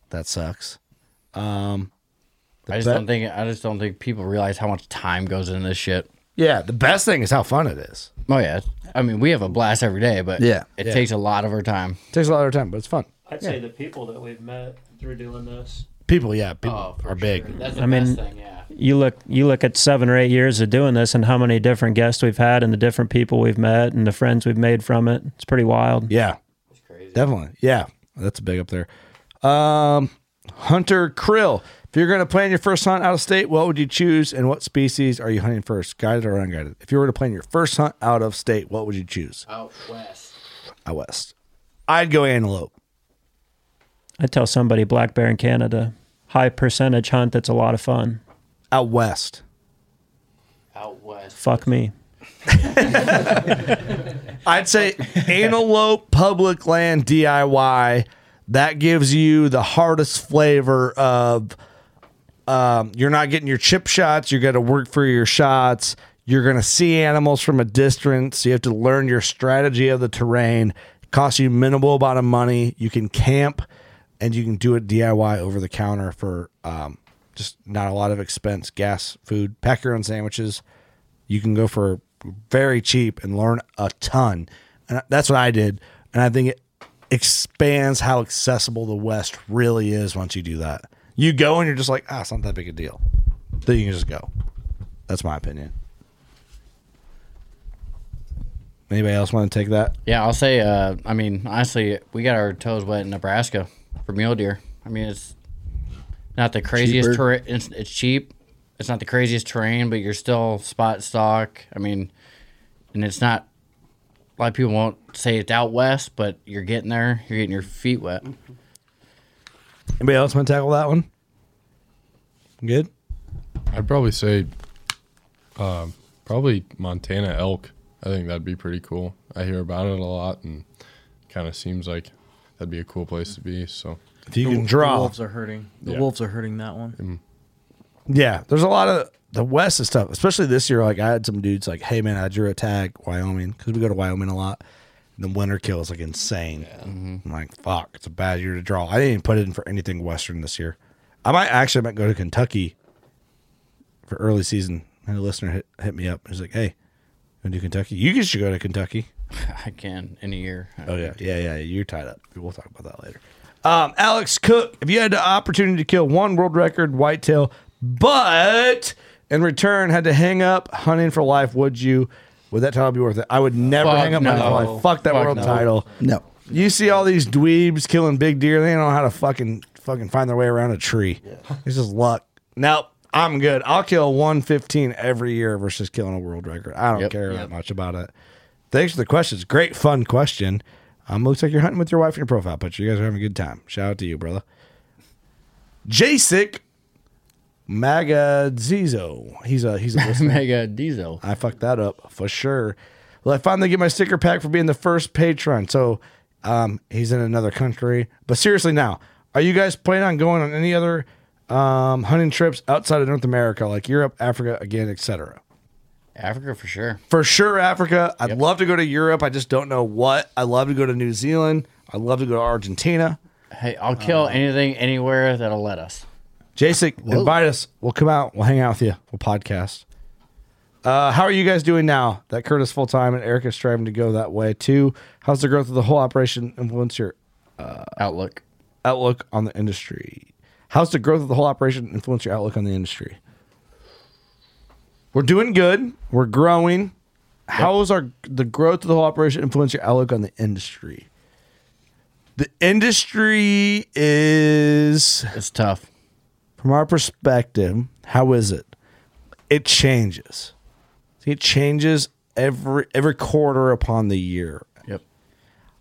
That sucks. Um, the I just be- don't think. I just don't think people realize how much time goes into this shit. Yeah, the best thing is how fun it is. Oh yeah. I mean, we have a blast every day, but Yeah. it Yeah. takes a lot of our time. takes a lot of time, but it's fun. I'd say the people that we've met through doing this. Oh, People, yeah, people are big. That's I mean, you look you look at seven or eight years of doing this, and how many different guests we've had, and the different people we've met, and the friends we've made from it. It's pretty wild. Yeah, Definitely. Yeah. That's big up there. Um, Hunter Krill. If you're going to plan your first hunt out of state, what would you choose and what species are you hunting first, guided or unguided? If you were to plan your first hunt out of state, what would you choose? Out west. Out west. I'd go antelope. I tell somebody black bear in Canada, high percentage hunt. That's a lot of fun. Out west. Out west. Fuck me. I'd say antelope public land DIY. That gives you the hardest flavor of um, you're not getting your chip shots. You got to work for your shots. You're going to see animals from a distance. You have to learn your strategy of the terrain. It costs you minimal amount of money. You can camp. and you can do it DIY over the counter for um, just not a lot of expense, gas, food. Pack your own sandwiches. You can go for very cheap and learn a ton. And that's what I did, and I think it expands how accessible the West really is once you do that. You go and you're just like, ah, it's not that big a deal. Then you can just go. That's my opinion. Anybody else want to take that? Yeah, I'll say. Uh, I mean, honestly, we got our toes wet in Nebraska for mule deer. I mean, it's not the craziest Cheaper. terrain. It's, it's cheap. It's not the craziest terrain, but you're still spot stock. I mean, and it's not. A lot of people won't say it's out west, but you're getting there. You're getting your feet wet. Anybody else want to tackle that one? Good. I'd probably say, um, probably Montana elk. I think that'd be pretty cool. I hear about it a lot, and kind of seems like that'd be a cool place to be. So If you The can wo- draw, the wolves are hurting. The wolves are hurting that one. Yeah, there's a lot of the West is tough, especially this year. Like I had some dudes like, "Hey man, I drew a tag Wyoming because we go to Wyoming a lot." And the winter kill is like insane. I'm like, "Fuck, it's a bad year to draw." I didn't even put it in for anything Western this year. I might actually might go to Kentucky for early season. I had a listener hit, hit me up. He's like, "Hey, want to do Kentucky? You guys should go to Kentucky." I can in a year. Oh yeah, yeah, yeah. You're tied up. We'll talk about that later. Um, Alex Cook, if you had the opportunity to kill one world record whitetail, but in return had to hang up hunting for life, would you? Would that title be worth it? I would never Fuck hang up no. my life. Fuck that Fuck world no. title. No. You see all these dweebs killing big deer. They don't know how to fucking fucking find their way around a tree. It's just luck. Nope. I'm good. I'll kill 115 every year versus killing a world record. I don't care that much about it. Thanks for the questions. Great fun question. Um, looks like you're hunting with your wife in your profile picture. You guys are having a good time. Shout out to you, brother. Jasic Magadzizo. He's a he's a Magadizo. I fucked that up for sure. Well, I finally get my sticker pack for being the first patron. So um, he's in another country. But seriously, now are you guys planning on going on any other um, hunting trips outside of North America, like Europe, Africa, again, etc.? Africa for sure. For sure, Africa. I'd love to go to Europe. I just don't know what. I love to go to New Zealand. I love to go to Argentina. Uh, Hey, I'll kill anything anywhere that'll let us. Jasic, Whoa. invite us. We'll come out. We'll hang out with you. We'll podcast. Uh, how are you guys doing now that Curtis full time and Erica's striving to go that way too? How's the growth of the whole operation influence your uh, outlook? Outlook on the industry. How's the growth of the whole operation influence your outlook on the industry? We're doing good. We're growing. How is our the growth of the whole operation influence your outlook on the industry? The industry is it's tough. From our perspective, how is it? It changes. See, it changes every every quarter upon the year. Yep.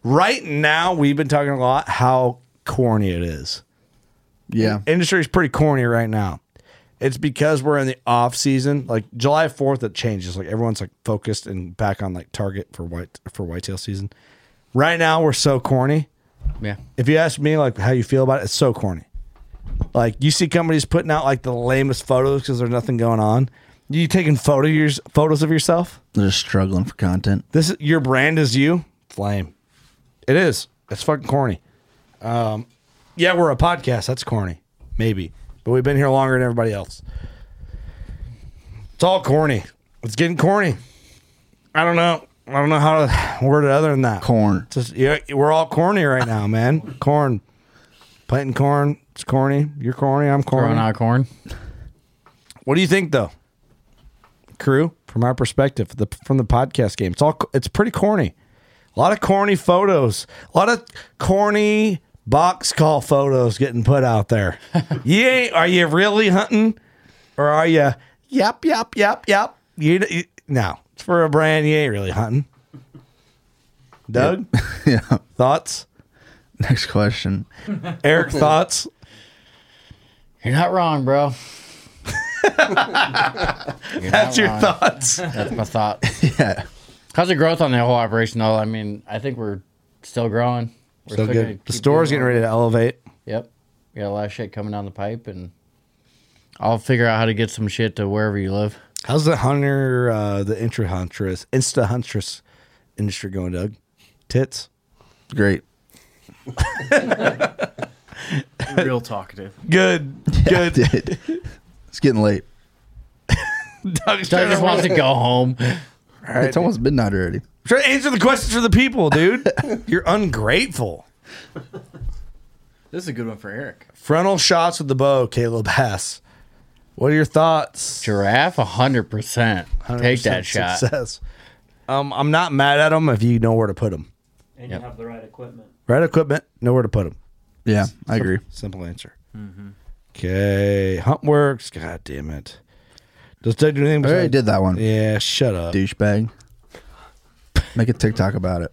Right now, we've been talking a lot how corny it is. Yeah. Industry is pretty corny right now. It's because we're in the off season. Like July 4th, it changes. Like everyone's like focused and back on like target for white for whitetail season. Right now, we're so corny. Yeah. If you ask me like how you feel about it, it's so corny. Like you see companies putting out like the lamest photos because there's nothing going on. You taking photo yours, photos of yourself? They're just struggling for content. This is, your brand is you. It's lame. It is. It's fucking corny. Um, yeah, we're a podcast. That's corny, maybe, but we've been here longer than everybody else. It's all corny. It's getting corny. I don't know. I don't know how to word it other than that. Corn. Just, yeah, we're all corny right now, man. Corn. Planting corn. It's corny. You're corny. I'm corny. Throwing out corn. What do you think, though, crew? From our perspective, the, from the podcast game, it's all it's pretty corny. A lot of corny photos. A lot of corny box call photos getting put out there. you ain't, are you really hunting, or are you? Yep, yep, yep, yep. You, you no, it's for a brand. You ain't really hunting. Doug, yeah. Thoughts? Next question. Eric, thoughts? You're not wrong, bro. You're not That's your wrong. thoughts. uh, That's my thought. yeah. How's the growth on the whole operation though? I mean, I think we're still growing. We're So gonna good. The keep store's doing getting ready to elevate. well. Yep. We got a lot of shit coming down the pipe and I'll figure out how to get some shit to wherever you live. How's the hunter, uh, the intra huntress, insta huntress industry going, Doug? Tits. Great. real talkative. Good. Good. it's getting late. Doug's Doug just wants to go home. right, it's almost midnight already. Try to answer the questions for the people, dude. You're ungrateful. This is a good one for Eric. Frontal shots with the bow, Caleb Bass. What are your thoughts? Giraffe, 100%. Take that shot. Success. Um, I'm not mad at them if you know where to put them. and you have the right equipment. Right equipment, know where to put them. Yeah, I agree. Simple answer. Mm-hmm. Okay, Hunt works. God damn it. Does Doug do anything? I already besides- did that one. Yeah, shut up, douchebag. Make a TikTok about it.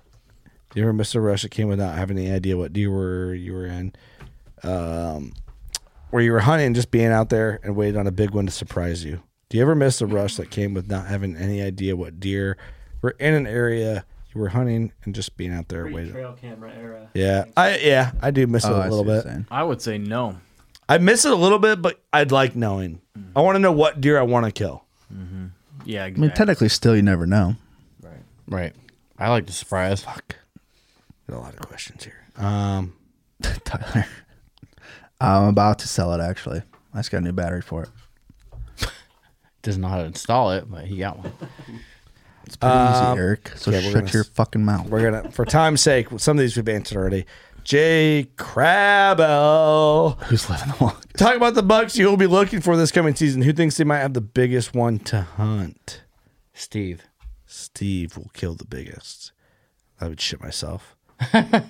Do you remember Mr. Rush that came without having any idea what deer were you were in? Um, where you were hunting, just being out there and waiting on a big one to surprise you. Do you ever miss a rush that came with not having any idea what deer were in an area you were hunting and just being out there waiting? Trail camera era. Yeah, I yeah I do miss Oh, it I a see little what you're bit. saying. I would say no. I miss it a little bit, but I'd like knowing. I want to know what deer I want to kill. Mm-hmm. Yeah, I mean, technically, still, you never know. Right. I like the surprise. Fuck. Got a lot of questions here. Um, Tyler, I'm about to sell it. Actually, I just got a new battery for it. Doesn't know how to install it, but he got one. It's pretty Um, easy, Eric. So yeah, we're shut gonna- your fucking mouth. We're gonna, for time's sake, some of these we've answered already. Jay Crabell, who's living the longest? Talk about the bucks you will be looking for this coming season. Who thinks they might have the biggest one to hunt? Steve. Steve will kill the biggest. I would shit myself. dropped a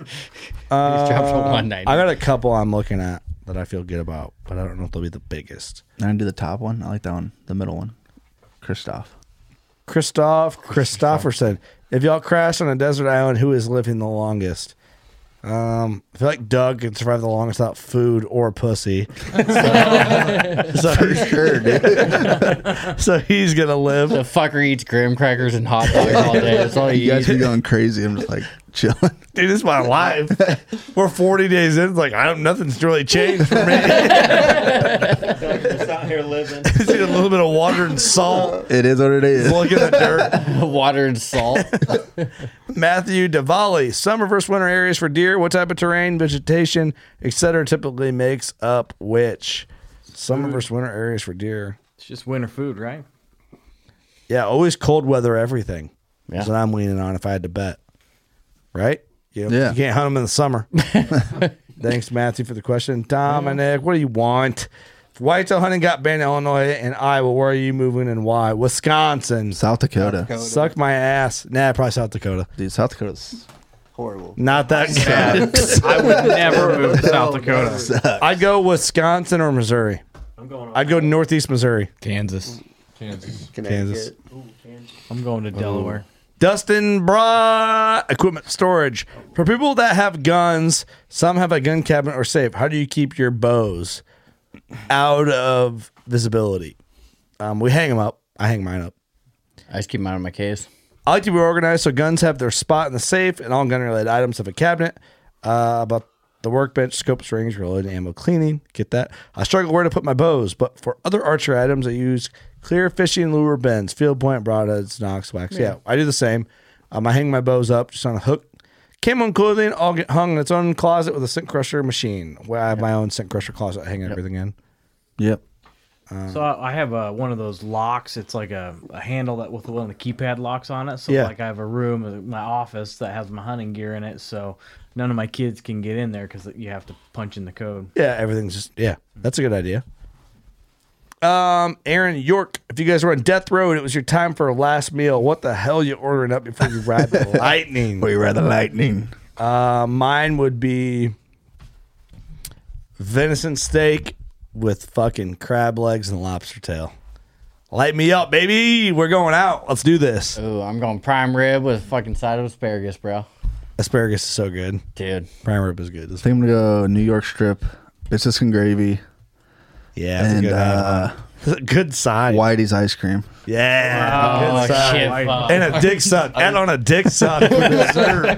Um, 190. I got a couple I'm looking at that I feel good about, but I don't know if they'll be the biggest. I'm gonna do the top one. I like that one. The middle one, Christoph. Christoph Christofferson. If y'all crash on a desert island, who is living the longest? Um, I feel like Doug can survive the longest without food or pussy. For sure, dude. so he's gonna live. The fucker eats graham crackers and hot dogs all day. That's all you he eats. guys are going crazy. I'm just like chilling. Dude, this is my life. We're 40 days in. It's like I don't nothing's really changed for me. Just out here living. Just need a little bit of water and salt. It is what it is. Look at the dirt. Water and salt. Matthew Diwali. Summer versus winter areas for deer. What type of terrain, vegetation, etc. typically makes up which? Summer versus winter areas for deer. It's just winter food, right? Yeah, always cold weather everything. Yeah. That's what I'm leaning on if I had to bet. Right? You, Yeah. you can't hunt them in the summer. Thanks, Matthew, for the question. Dominic, what do you want? If whitetail hunting got banned in Illinois and Iowa, where are you moving and why? Wisconsin. South Dakota. South Dakota. Suck my ass. Nah, probably South Dakota. Dude, South Dakota's horrible. Not that bad. Sucks. I would never move to Oh, South Dakota. Sucks. I'd go Wisconsin or Missouri. I'm going I'd go northeast Missouri. Kansas. Kansas. Kansas. I'm going to Delaware. Dustin Bra equipment storage for people that have guns. Some have a gun cabinet or safe. How do you keep your bows out of visibility? Um, we hang them up. I hang mine up. I just keep mine in my case. I like to be organized, so guns have their spot in the safe, and all gun-related items have a cabinet. Uh, about the workbench, scopes, rings, reloading, ammo, cleaning. Get that. I struggle where to put my bows, but for other archery items, I use clear fishing lure bends, field point, broadheads, knocks, wax. Yeah, Yeah. I do the same. Um, I hang my bows up just on a hook. Camo and clothing all get hung in its own closet with a scent crusher machine. Where I have my own scent crusher closet, I hang everything in. Yep. Uh, So I I have uh one of those locks. It's like a, a handle that with one of the keypad locks on it. So Yeah. like I have a room, uh, my office that has my hunting gear in it. So none of my kids can get in there because you have to punch in the code. Yeah, everything's just yeah. That's a good idea. Um, Aaron York, if you guys were on death row and it was your time for a last meal, what the hell you ordering up before you ride the lightning? Before you ride the lightning. Uh, mine would be venison steak with fucking crab legs and lobster tail. Light me up, baby. We're going out. Let's do this. Ooh, I'm going prime rib with a fucking side of asparagus, bro. Asparagus is so good, dude. Prime rib is good. I think I'm gonna go New York strip, biscuits and gravy. Yeah, that's a and good uh, good side. Whitey's ice cream. Yeah, Oh, good suck. shit, fuck. and a dick suck. Add on a dick suck. Is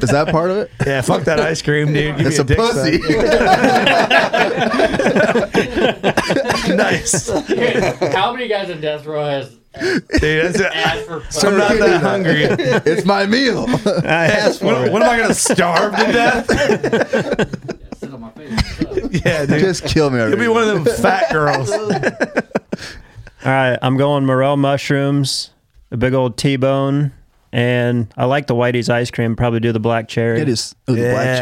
that part of it? Yeah, fuck that ice cream, dude. Give It's me a, a dick pussy. suck. nice. How many guys in death row has Dude, that's asked for So I'm not that hungry. it's my meal. what, what am I gonna starve to death? Yeah, dude. Just kill me You'll already. be one of them fat girls. All right, I'm going morel mushrooms, a big old T-bone, and I like the Whitey's ice cream. Probably do the black cherry. It is oh, the black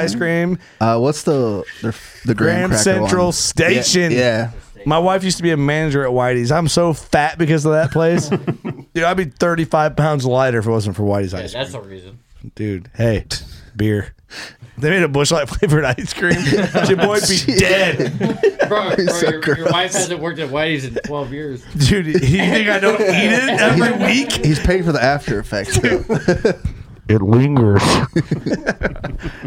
cherry. cream? Uh, what's the the, the graham, Grand cracker Central one? Station. Yeah, yeah. My wife used to be a manager at Whitey's. I'm so fat because of that place. Dude, I'd be 35 pounds lighter if it wasn't for Whitey's ice cream. that's the reason. Dude, hey, beer. They made a bushlight flavored ice cream. Your boy be Bro, dead. bro It's so your, your wife gross. hasn't worked at Whitey's in 12 years. Dude, you think I don't eat it every week? He's paid for the after effects. though. It lingers.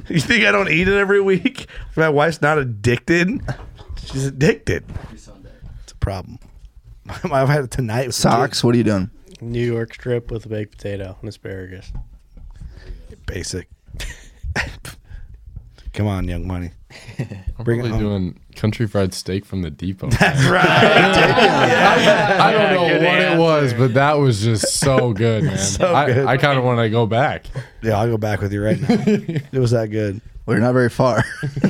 you think I don't eat it every week? My wife's not addicted. She's addicted. It's a problem. My wife had it tonight. with- Socks. What are you doing? New York strip with a baked potato and asparagus. Basic. Come on, Young Money. Bring probably doing country fried steak from the depot. That's right. I don't know what it was, but that was just so good, man. So I, good. I kind of want to go back. Yeah, I'll go back with you right now. it was that good. We're not very far.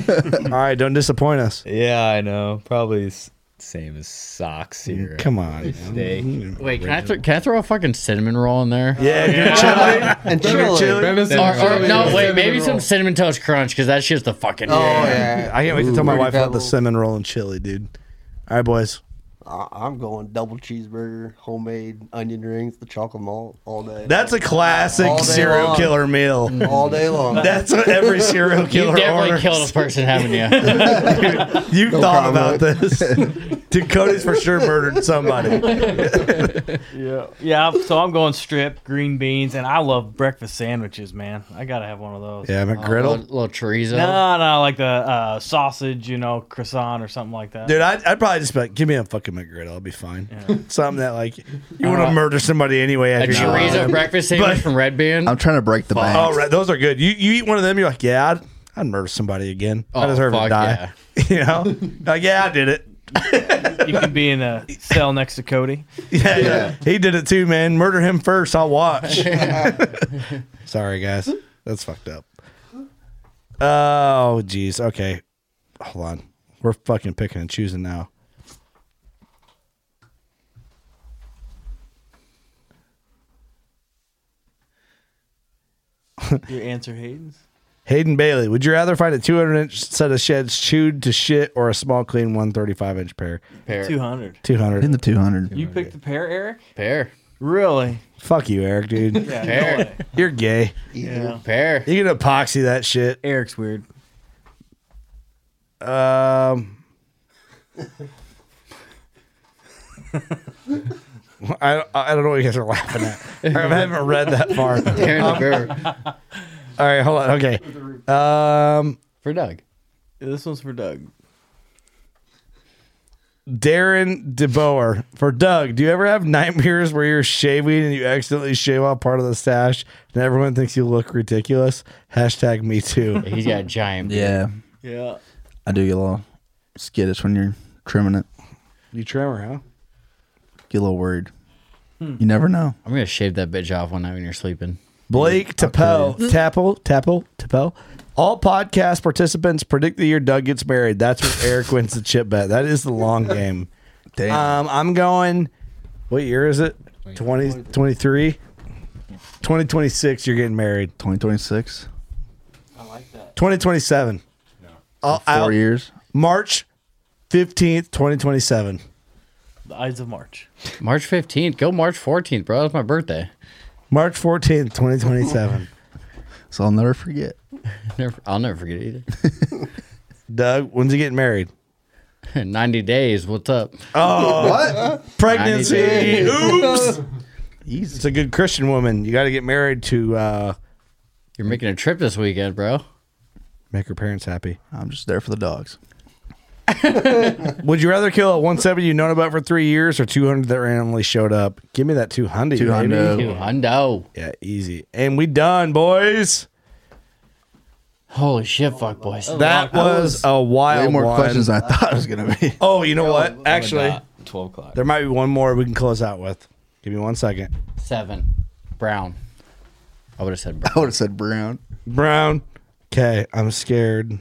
All right, don't disappoint us. Yeah, I know. Probably s- same as socks here. Come on. Steak. Mm-hmm. Wait, can I, th- can I throw a fucking cinnamon roll in there? Yeah, dude, chili. And chili. Chili. Venison Or- or- chili. no, wait, Cinnamon maybe roll. some cinnamon toast crunch because that shit's the Oh, fucking. Oh, I can't wait to tell my wife about the cinnamon roll and chili, dude. All right, boys. I- I'm going double cheeseburger, homemade onion rings, the chocolate malt all day. That's a All classic day serial long. Mm. killer meal. All day long. That's what every serial You killer definitely orders. killed a person, haven't you? Dude, you No thought comment. about this. Dude, Cody's for sure murdered somebody. yeah, yeah. I'm- So I'm going strip, green beans, and I love breakfast sandwiches, man. I gotta have one of those. Yeah, McGriddle. Oh, little, little chorizo. No, no, like the uh, sausage, you know, croissant or something like that. Dude, I'd, I'd probably just be like, give me a fucking McGriddle. I'll be fine. Something that, like, you want to Uh, murder somebody anyway. A after you- chorizo breakfast sandwich from Red Band. I'm trying to break the bank. Oh, right. Those are good. You you eat one of them, you're like, yeah, I'd, I'd murder somebody again. I Oh, deserve to fuck die. You know? like, yeah, I did it. You could be in a cell next to Cody. Yeah, yeah. He did it too, man. Murder him first. I'll watch. Sorry, guys. That's fucked up. Oh, jeez. Okay. Hold on. We're fucking picking and choosing now. Your answer, Hayden's. Hayden Bailey, would you rather find a 200 inch set of sheds chewed to shit or a small, clean 135 inch pair? Pair. 200. 200. In the 200. You picked the pair, Eric. Pair. Really? Fuck you, Eric, dude. Yeah, Pair. no way. You're gay. Yeah. Pair. You can epoxy that shit. Eric's weird. Um. I, I don't know what you guys are laughing at. I haven't read that far. Um, Tearing the bear. All right, hold on. Okay. Um, for Doug. This one's for Doug. Darren DeBoer for Doug. Do you ever have nightmares where you're shaving and you accidentally shave off part of the stash and everyone thinks you look ridiculous? Hashtag me too. He's got a giant. Yeah, Yeah. I do get a little skittish when you're trimming it. You tremor, huh? Get a little worried. Hmm. You never know. I'm gonna shave that bitch off one night when you're sleeping. Blake Tapel, Tapel, Tapel, Tapel. All podcast participants predict the year Doug gets married. That's where Eric wins the chip bet. That is the long game. Damn. Um, I'm going. What year is it? 20, 23? 2026, you're getting married. 2026? I like that. 2027. I'll- 4 I'll- years. March 15th, 2027. The Ides of March. March 15th. Go March 14th, bro. That's my birthday. March 14th, 2027. So I'll never forget. Never, I'll never forget it either. Doug, when's he getting married? 90 days. What's up? Oh, What? Pregnancy. 90 days. Oops. It's a good Christian woman. You got to get married to. Uh, You're making a trip this weekend, bro. Make her parents happy. I'm just there for the dogs. Would you rather kill a 170 you've known about for three years or 200 that randomly showed up? Give me that 200. Two hundo. baby. Two Yeah, easy. And we done, boys. Holy shit, fuck, boys. That was a wild Way more one. questions than I thought it was going to be. Oh, you know what? Actually, Twelve o'clock. there might be one more we can close out with. Give me one second. Seven. Brown. I would have said brown. I would have said brown. Brown. Okay, I'm scared.